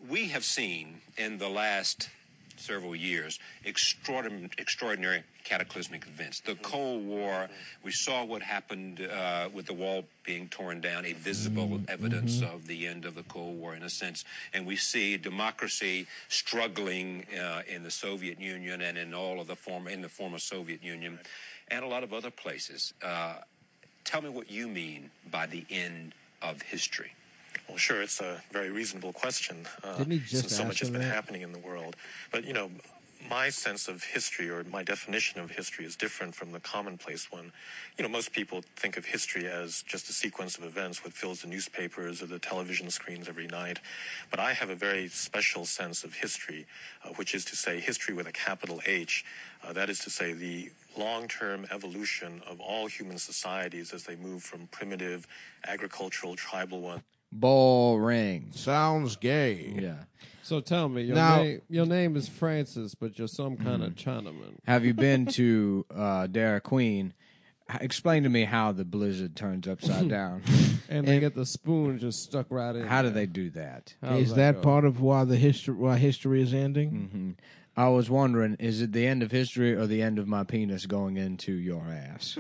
[SPEAKER 4] we have seen in the last several years extraordinary, extraordinary cataclysmic events. The Cold War, we saw what happened uh, with the wall being torn down, a visible evidence of the end of the Cold War in a sense. And we see democracy struggling uh, in the Soviet Union and in all of the former, in the former Soviet Union and a lot of other places. Uh, Tell me what you mean by the end of history.
[SPEAKER 7] Well, sure, it's a very reasonable question uh,
[SPEAKER 2] Didn't he just
[SPEAKER 7] since so
[SPEAKER 2] ask
[SPEAKER 7] much has
[SPEAKER 2] him
[SPEAKER 7] been
[SPEAKER 2] that?
[SPEAKER 7] happening in the world. But, you know, my sense of history or my definition of history is different from the commonplace one. You know, most people think of history as just a sequence of events what fills the newspapers or the television screens every night. But I have a very special sense of history, uh, which is to say, history with a capital H. Uh, that is to say, the long term evolution of all human societies as they move from primitive, agricultural, tribal ones.
[SPEAKER 1] Ball rings.
[SPEAKER 8] Sounds gay.
[SPEAKER 1] Yeah.
[SPEAKER 3] So tell me, your,
[SPEAKER 8] Now-
[SPEAKER 3] name, your name is Francis, but you're some kind of
[SPEAKER 2] Mm-hmm.
[SPEAKER 3] Chinaman.
[SPEAKER 1] Have you been to uh, Dara Queen? H- Explain to me how the blizzard turns upside down.
[SPEAKER 3] And they get the spoon just stuck right in.
[SPEAKER 1] how do
[SPEAKER 3] there.
[SPEAKER 1] they do that?
[SPEAKER 3] How does
[SPEAKER 2] is that
[SPEAKER 3] go?
[SPEAKER 2] part of why the history why history is ending?
[SPEAKER 1] I was wondering, is it the end of history or the end of my penis going into your ass?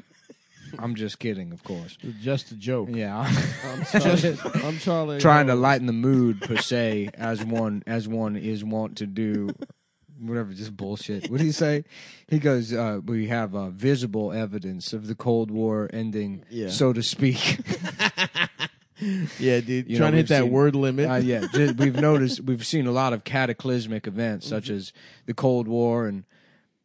[SPEAKER 1] I'm just kidding, of course.
[SPEAKER 2] Just a joke.
[SPEAKER 1] Mm-hmm. Yeah,
[SPEAKER 3] I'm Charlie. I'm Charlie
[SPEAKER 1] trying to
[SPEAKER 3] Rose.
[SPEAKER 1] lighten the mood per se, as one as one is wont to do. Whatever, just bullshit. What did he say? He goes, uh, "We have uh, visible evidence of the Cold War ending,
[SPEAKER 2] Yeah.
[SPEAKER 1] so to speak."
[SPEAKER 2] Yeah, dude.
[SPEAKER 1] You know,
[SPEAKER 2] trying to
[SPEAKER 1] we've
[SPEAKER 2] hit that
[SPEAKER 1] seen-
[SPEAKER 2] word limit.
[SPEAKER 1] Uh, yeah, ju- we've noticed we've seen a lot of cataclysmic events such
[SPEAKER 2] Mm-hmm.
[SPEAKER 1] as the Cold War and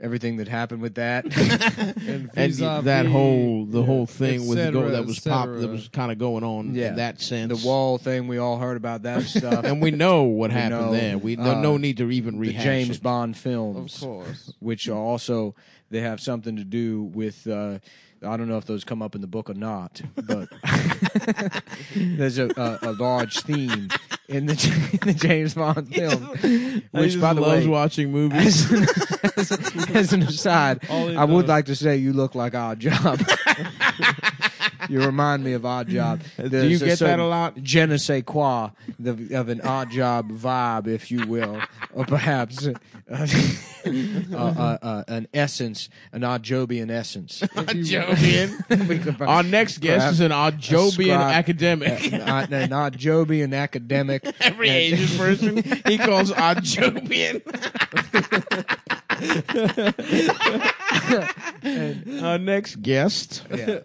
[SPEAKER 1] everything that happened with that.
[SPEAKER 3] and,
[SPEAKER 2] and
[SPEAKER 3] vis-a-vis,
[SPEAKER 2] that whole the
[SPEAKER 3] yeah,
[SPEAKER 2] whole thing
[SPEAKER 3] et
[SPEAKER 2] with the
[SPEAKER 3] cetera,
[SPEAKER 2] go, that
[SPEAKER 3] et
[SPEAKER 2] was pop
[SPEAKER 3] cetera.
[SPEAKER 2] that was kind of going on
[SPEAKER 1] Yeah.
[SPEAKER 2] in that sense.
[SPEAKER 1] the wall thing, we all heard about that stuff.
[SPEAKER 2] Um, and we know um, what happened
[SPEAKER 1] know,
[SPEAKER 2] there. We no,
[SPEAKER 1] uh,
[SPEAKER 2] no need to even
[SPEAKER 1] the
[SPEAKER 2] rehash
[SPEAKER 1] James
[SPEAKER 2] it.
[SPEAKER 1] Bond
[SPEAKER 3] Of
[SPEAKER 1] films,
[SPEAKER 3] course.
[SPEAKER 1] which are also they have something to do with. Uh, I don't know if those come up in the book or not, but there's a, a, a large theme in the, in the James Bond film,
[SPEAKER 2] He
[SPEAKER 1] which,
[SPEAKER 2] just
[SPEAKER 1] by the
[SPEAKER 2] loves
[SPEAKER 1] way,
[SPEAKER 2] watching movies.
[SPEAKER 1] as, as, as an aside,
[SPEAKER 3] All he
[SPEAKER 1] I would
[SPEAKER 3] does.
[SPEAKER 1] like to say you look like Odd Job. you remind me of Odd Job.
[SPEAKER 2] Do you get that a lot?
[SPEAKER 1] Je ne sais quoi the, of an Odd Job vibe, if you will, or perhaps uh, uh, uh, uh, an essence, an Odd Jobian essence.
[SPEAKER 2] Jobian.
[SPEAKER 1] We could-
[SPEAKER 2] Our next guest is an
[SPEAKER 1] Ascribe-
[SPEAKER 2] Ojobian academic.
[SPEAKER 1] Not, Uh, an Odd Jobian academic. Uh,
[SPEAKER 2] Every Asian person he calls Ojobian. Our next guest
[SPEAKER 1] Yeah.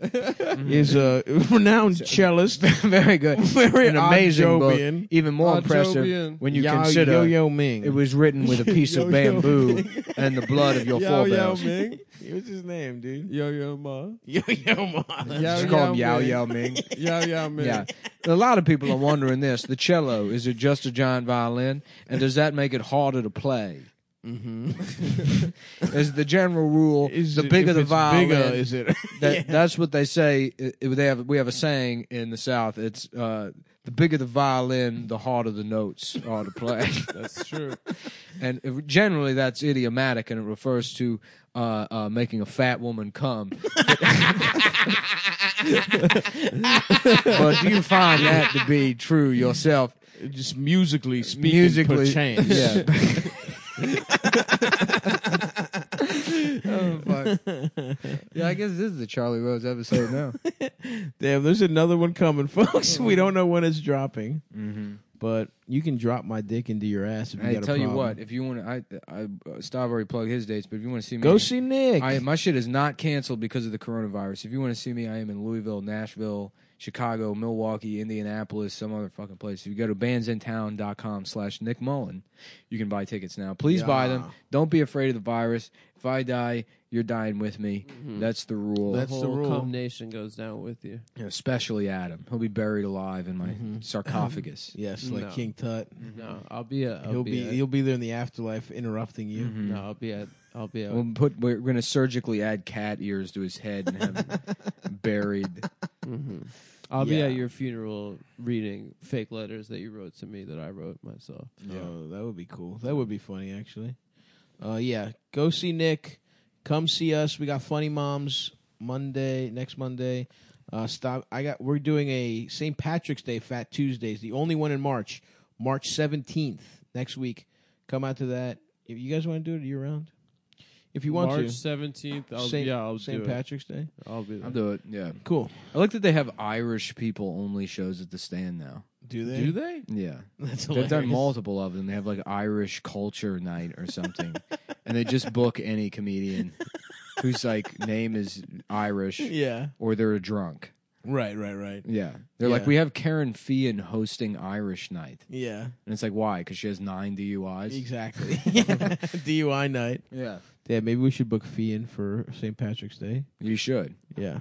[SPEAKER 2] is a renowned cellist.
[SPEAKER 1] Very good.
[SPEAKER 2] Very
[SPEAKER 1] An amazing
[SPEAKER 2] Ojobian.
[SPEAKER 1] book. Even more
[SPEAKER 3] Ojobian.
[SPEAKER 1] impressive when you
[SPEAKER 2] Yao-
[SPEAKER 1] consider
[SPEAKER 2] Yo Yo Ming.
[SPEAKER 1] It was written with a piece of
[SPEAKER 3] Yo-yo
[SPEAKER 1] bamboo and the blood of your
[SPEAKER 3] Yo Yo
[SPEAKER 1] forebears.
[SPEAKER 3] Ming.
[SPEAKER 2] What's his name, dude?
[SPEAKER 3] Yo Yo Ma.
[SPEAKER 2] Yo Yo Ma.
[SPEAKER 3] Yo
[SPEAKER 1] Just call him Yao
[SPEAKER 3] Ming.
[SPEAKER 1] Yao Ming.
[SPEAKER 3] Yo Yo Ming.
[SPEAKER 1] Yeah. A lot of people are wondering this. The cello, is it just a giant violin? And does that make it harder to play? Mm-hmm. As the general rule,
[SPEAKER 2] Is
[SPEAKER 1] the
[SPEAKER 2] it-
[SPEAKER 1] bigger
[SPEAKER 2] if
[SPEAKER 1] the
[SPEAKER 2] it's
[SPEAKER 1] violin,
[SPEAKER 2] bigger is it?
[SPEAKER 1] that, that's what they say. i- i- They have, we have a saying in the South. It's uh, the bigger the violin, the harder the notes are to play.
[SPEAKER 3] That's true.
[SPEAKER 1] and it- generally that's idiomatic and it refers to uh, uh, making a fat woman come. but do you find that to be true yourself?
[SPEAKER 2] Just musically speaking,
[SPEAKER 1] Musically,
[SPEAKER 2] perchance.
[SPEAKER 1] yeah. Oh, yeah, I guess this is the Charlie Rose episode now.
[SPEAKER 2] Damn, there's another one coming, folks. We don't know when it's dropping, but you can drop my dick into your ass if you
[SPEAKER 1] I
[SPEAKER 2] got a
[SPEAKER 1] tell you
[SPEAKER 2] problem.
[SPEAKER 1] what, if you want to, I, I uh, Stav already plugged his dates, but if you want to see me,
[SPEAKER 2] Go see Nick.
[SPEAKER 1] I, my shit is not canceled because of the coronavirus. If you want to see me, I am in Louisville, Nashville, Chicago, Milwaukee, Indianapolis, some other fucking place. If you go to bandsintown.com slash Nick Mullen, you can buy tickets now. Please buy them. Don't be afraid of the virus. If I die, you're dying with me. That's the rule.
[SPEAKER 2] Mm-hmm. That's the
[SPEAKER 3] whole
[SPEAKER 2] rule.
[SPEAKER 3] cum nation goes down with you.
[SPEAKER 1] Especially Adam. He'll be buried alive in my
[SPEAKER 2] Mm-hmm.
[SPEAKER 1] sarcophagus.
[SPEAKER 2] yes, like
[SPEAKER 3] No.
[SPEAKER 2] King Tut.
[SPEAKER 3] No, I'll be a. I'll
[SPEAKER 2] He'll be
[SPEAKER 3] a- Mm-hmm.
[SPEAKER 2] he'll be there in the afterlife interrupting you.
[SPEAKER 3] no, I'll be a. I'll be a.
[SPEAKER 1] We'll put, we're going to surgically add cat ears to his head and have him buried.
[SPEAKER 3] I'll be
[SPEAKER 2] Yeah.
[SPEAKER 3] at your funeral reading fake letters that you wrote to me that I wrote myself.
[SPEAKER 2] Oh, that would be cool. That would be funny, actually. Uh, yeah, go see Nick. Come see us. We got Funny Moms Monday next Monday. Uh, stop. I got. We're doing a St. Patrick's Day Fat Tuesdays, the only one in March, March seventeenth next week. Come out to that. If you guys want to do it year round, if you want
[SPEAKER 3] March
[SPEAKER 2] to.
[SPEAKER 3] seventeenth.
[SPEAKER 2] Saint-
[SPEAKER 3] Yeah, I'll
[SPEAKER 2] St.
[SPEAKER 3] do
[SPEAKER 2] Patrick's Day.
[SPEAKER 3] It. I'll be there.
[SPEAKER 1] I'll do it. Yeah.
[SPEAKER 2] Cool.
[SPEAKER 1] I like that they have Irish people only shows at the stand now.
[SPEAKER 2] Do they?
[SPEAKER 3] do they?
[SPEAKER 1] Yeah.
[SPEAKER 2] That's
[SPEAKER 1] They've
[SPEAKER 2] hilarious.
[SPEAKER 1] done multiple of them. They have like Irish culture night or something. and they just book any comedian whose like name is Irish
[SPEAKER 2] Yeah.
[SPEAKER 1] or they're a drunk.
[SPEAKER 2] Right. Right. Right.
[SPEAKER 1] Yeah. They're
[SPEAKER 2] Yeah.
[SPEAKER 1] like, we have Karen Feehan hosting Irish night.
[SPEAKER 2] Yeah.
[SPEAKER 1] And it's like, why? Because she has nine DUIs?
[SPEAKER 2] Exactly. DUI night.
[SPEAKER 1] Yeah.
[SPEAKER 2] Yeah, maybe we should book Fee in for St. Patrick's Day.
[SPEAKER 1] You should.
[SPEAKER 2] Yeah.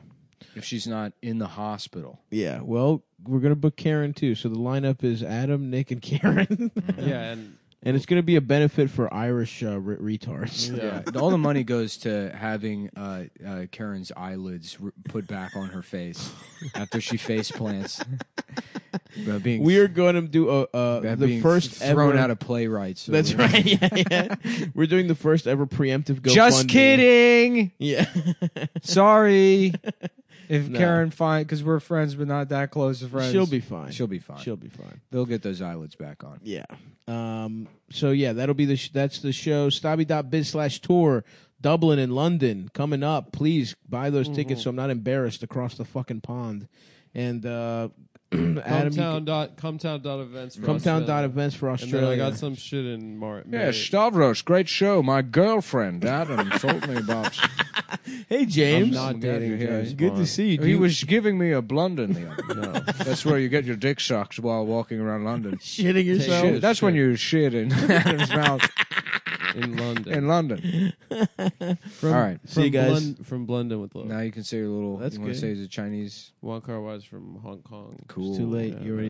[SPEAKER 1] If she's not in the hospital.
[SPEAKER 2] Yeah. Well, we're gonna book Karen too. So the lineup is Adam, Nick, and Karen,
[SPEAKER 1] Mm-hmm.
[SPEAKER 3] Yeah, and
[SPEAKER 2] and it's gonna be a benefit for Irish uh, re- retards.
[SPEAKER 1] Yeah. All the money goes to having uh, uh, Karen's eyelids r- put back on her face after she face plants. Uh, being
[SPEAKER 2] We are going to do a, uh,
[SPEAKER 1] uh,
[SPEAKER 2] the
[SPEAKER 1] being
[SPEAKER 2] first
[SPEAKER 1] thrown
[SPEAKER 2] ever.
[SPEAKER 1] out of playwrights. or
[SPEAKER 2] that's
[SPEAKER 1] whatever.
[SPEAKER 2] right. Yeah, yeah. we're doing the first ever preemptive. GoFundMe.
[SPEAKER 1] Just kidding.
[SPEAKER 2] Yeah.
[SPEAKER 1] Sorry. If
[SPEAKER 2] No.
[SPEAKER 1] Karen fine because we're friends, but not that close of friends.
[SPEAKER 2] She'll be fine.
[SPEAKER 1] She'll be fine.
[SPEAKER 2] She'll be fine.
[SPEAKER 1] They'll get those eyelids back on.
[SPEAKER 2] Yeah. Um, so yeah, that'll be the sh- that's the show. Stabby.biz slash tour, Dublin and London coming up. Please buy those
[SPEAKER 3] Mm-hmm.
[SPEAKER 2] tickets so I'm not embarrassed across the fucking pond. And uh Adam
[SPEAKER 3] Cometown dot Cometown dot events. For
[SPEAKER 2] Cometown dot
[SPEAKER 3] Australia.
[SPEAKER 2] events for
[SPEAKER 3] And then
[SPEAKER 2] Australia.
[SPEAKER 3] I got some shit in March.
[SPEAKER 6] Yeah, Stavros, great show. My girlfriend, Adam, told me about.
[SPEAKER 2] hey James.
[SPEAKER 1] I'm not dating James
[SPEAKER 2] Good to
[SPEAKER 1] Bond.
[SPEAKER 2] see you.
[SPEAKER 6] He
[SPEAKER 2] dude.
[SPEAKER 6] was giving me a London the other No. That's where you get your dick sucked while walking around London.
[SPEAKER 2] shitting yourself.
[SPEAKER 6] Shit, that's when you shit in Adam's mouth
[SPEAKER 3] in London.
[SPEAKER 6] in London.
[SPEAKER 3] From-
[SPEAKER 1] All right.
[SPEAKER 2] See you
[SPEAKER 3] from
[SPEAKER 2] guys.
[SPEAKER 3] Blund- from London with love.
[SPEAKER 1] Now you can say your little.
[SPEAKER 2] That's
[SPEAKER 1] you want
[SPEAKER 2] good.
[SPEAKER 1] to say he's a Chinese.
[SPEAKER 3] Juan Carwai's from Hong Kong.
[SPEAKER 1] Cool.
[SPEAKER 2] It's too late.
[SPEAKER 3] Yeah,
[SPEAKER 2] You already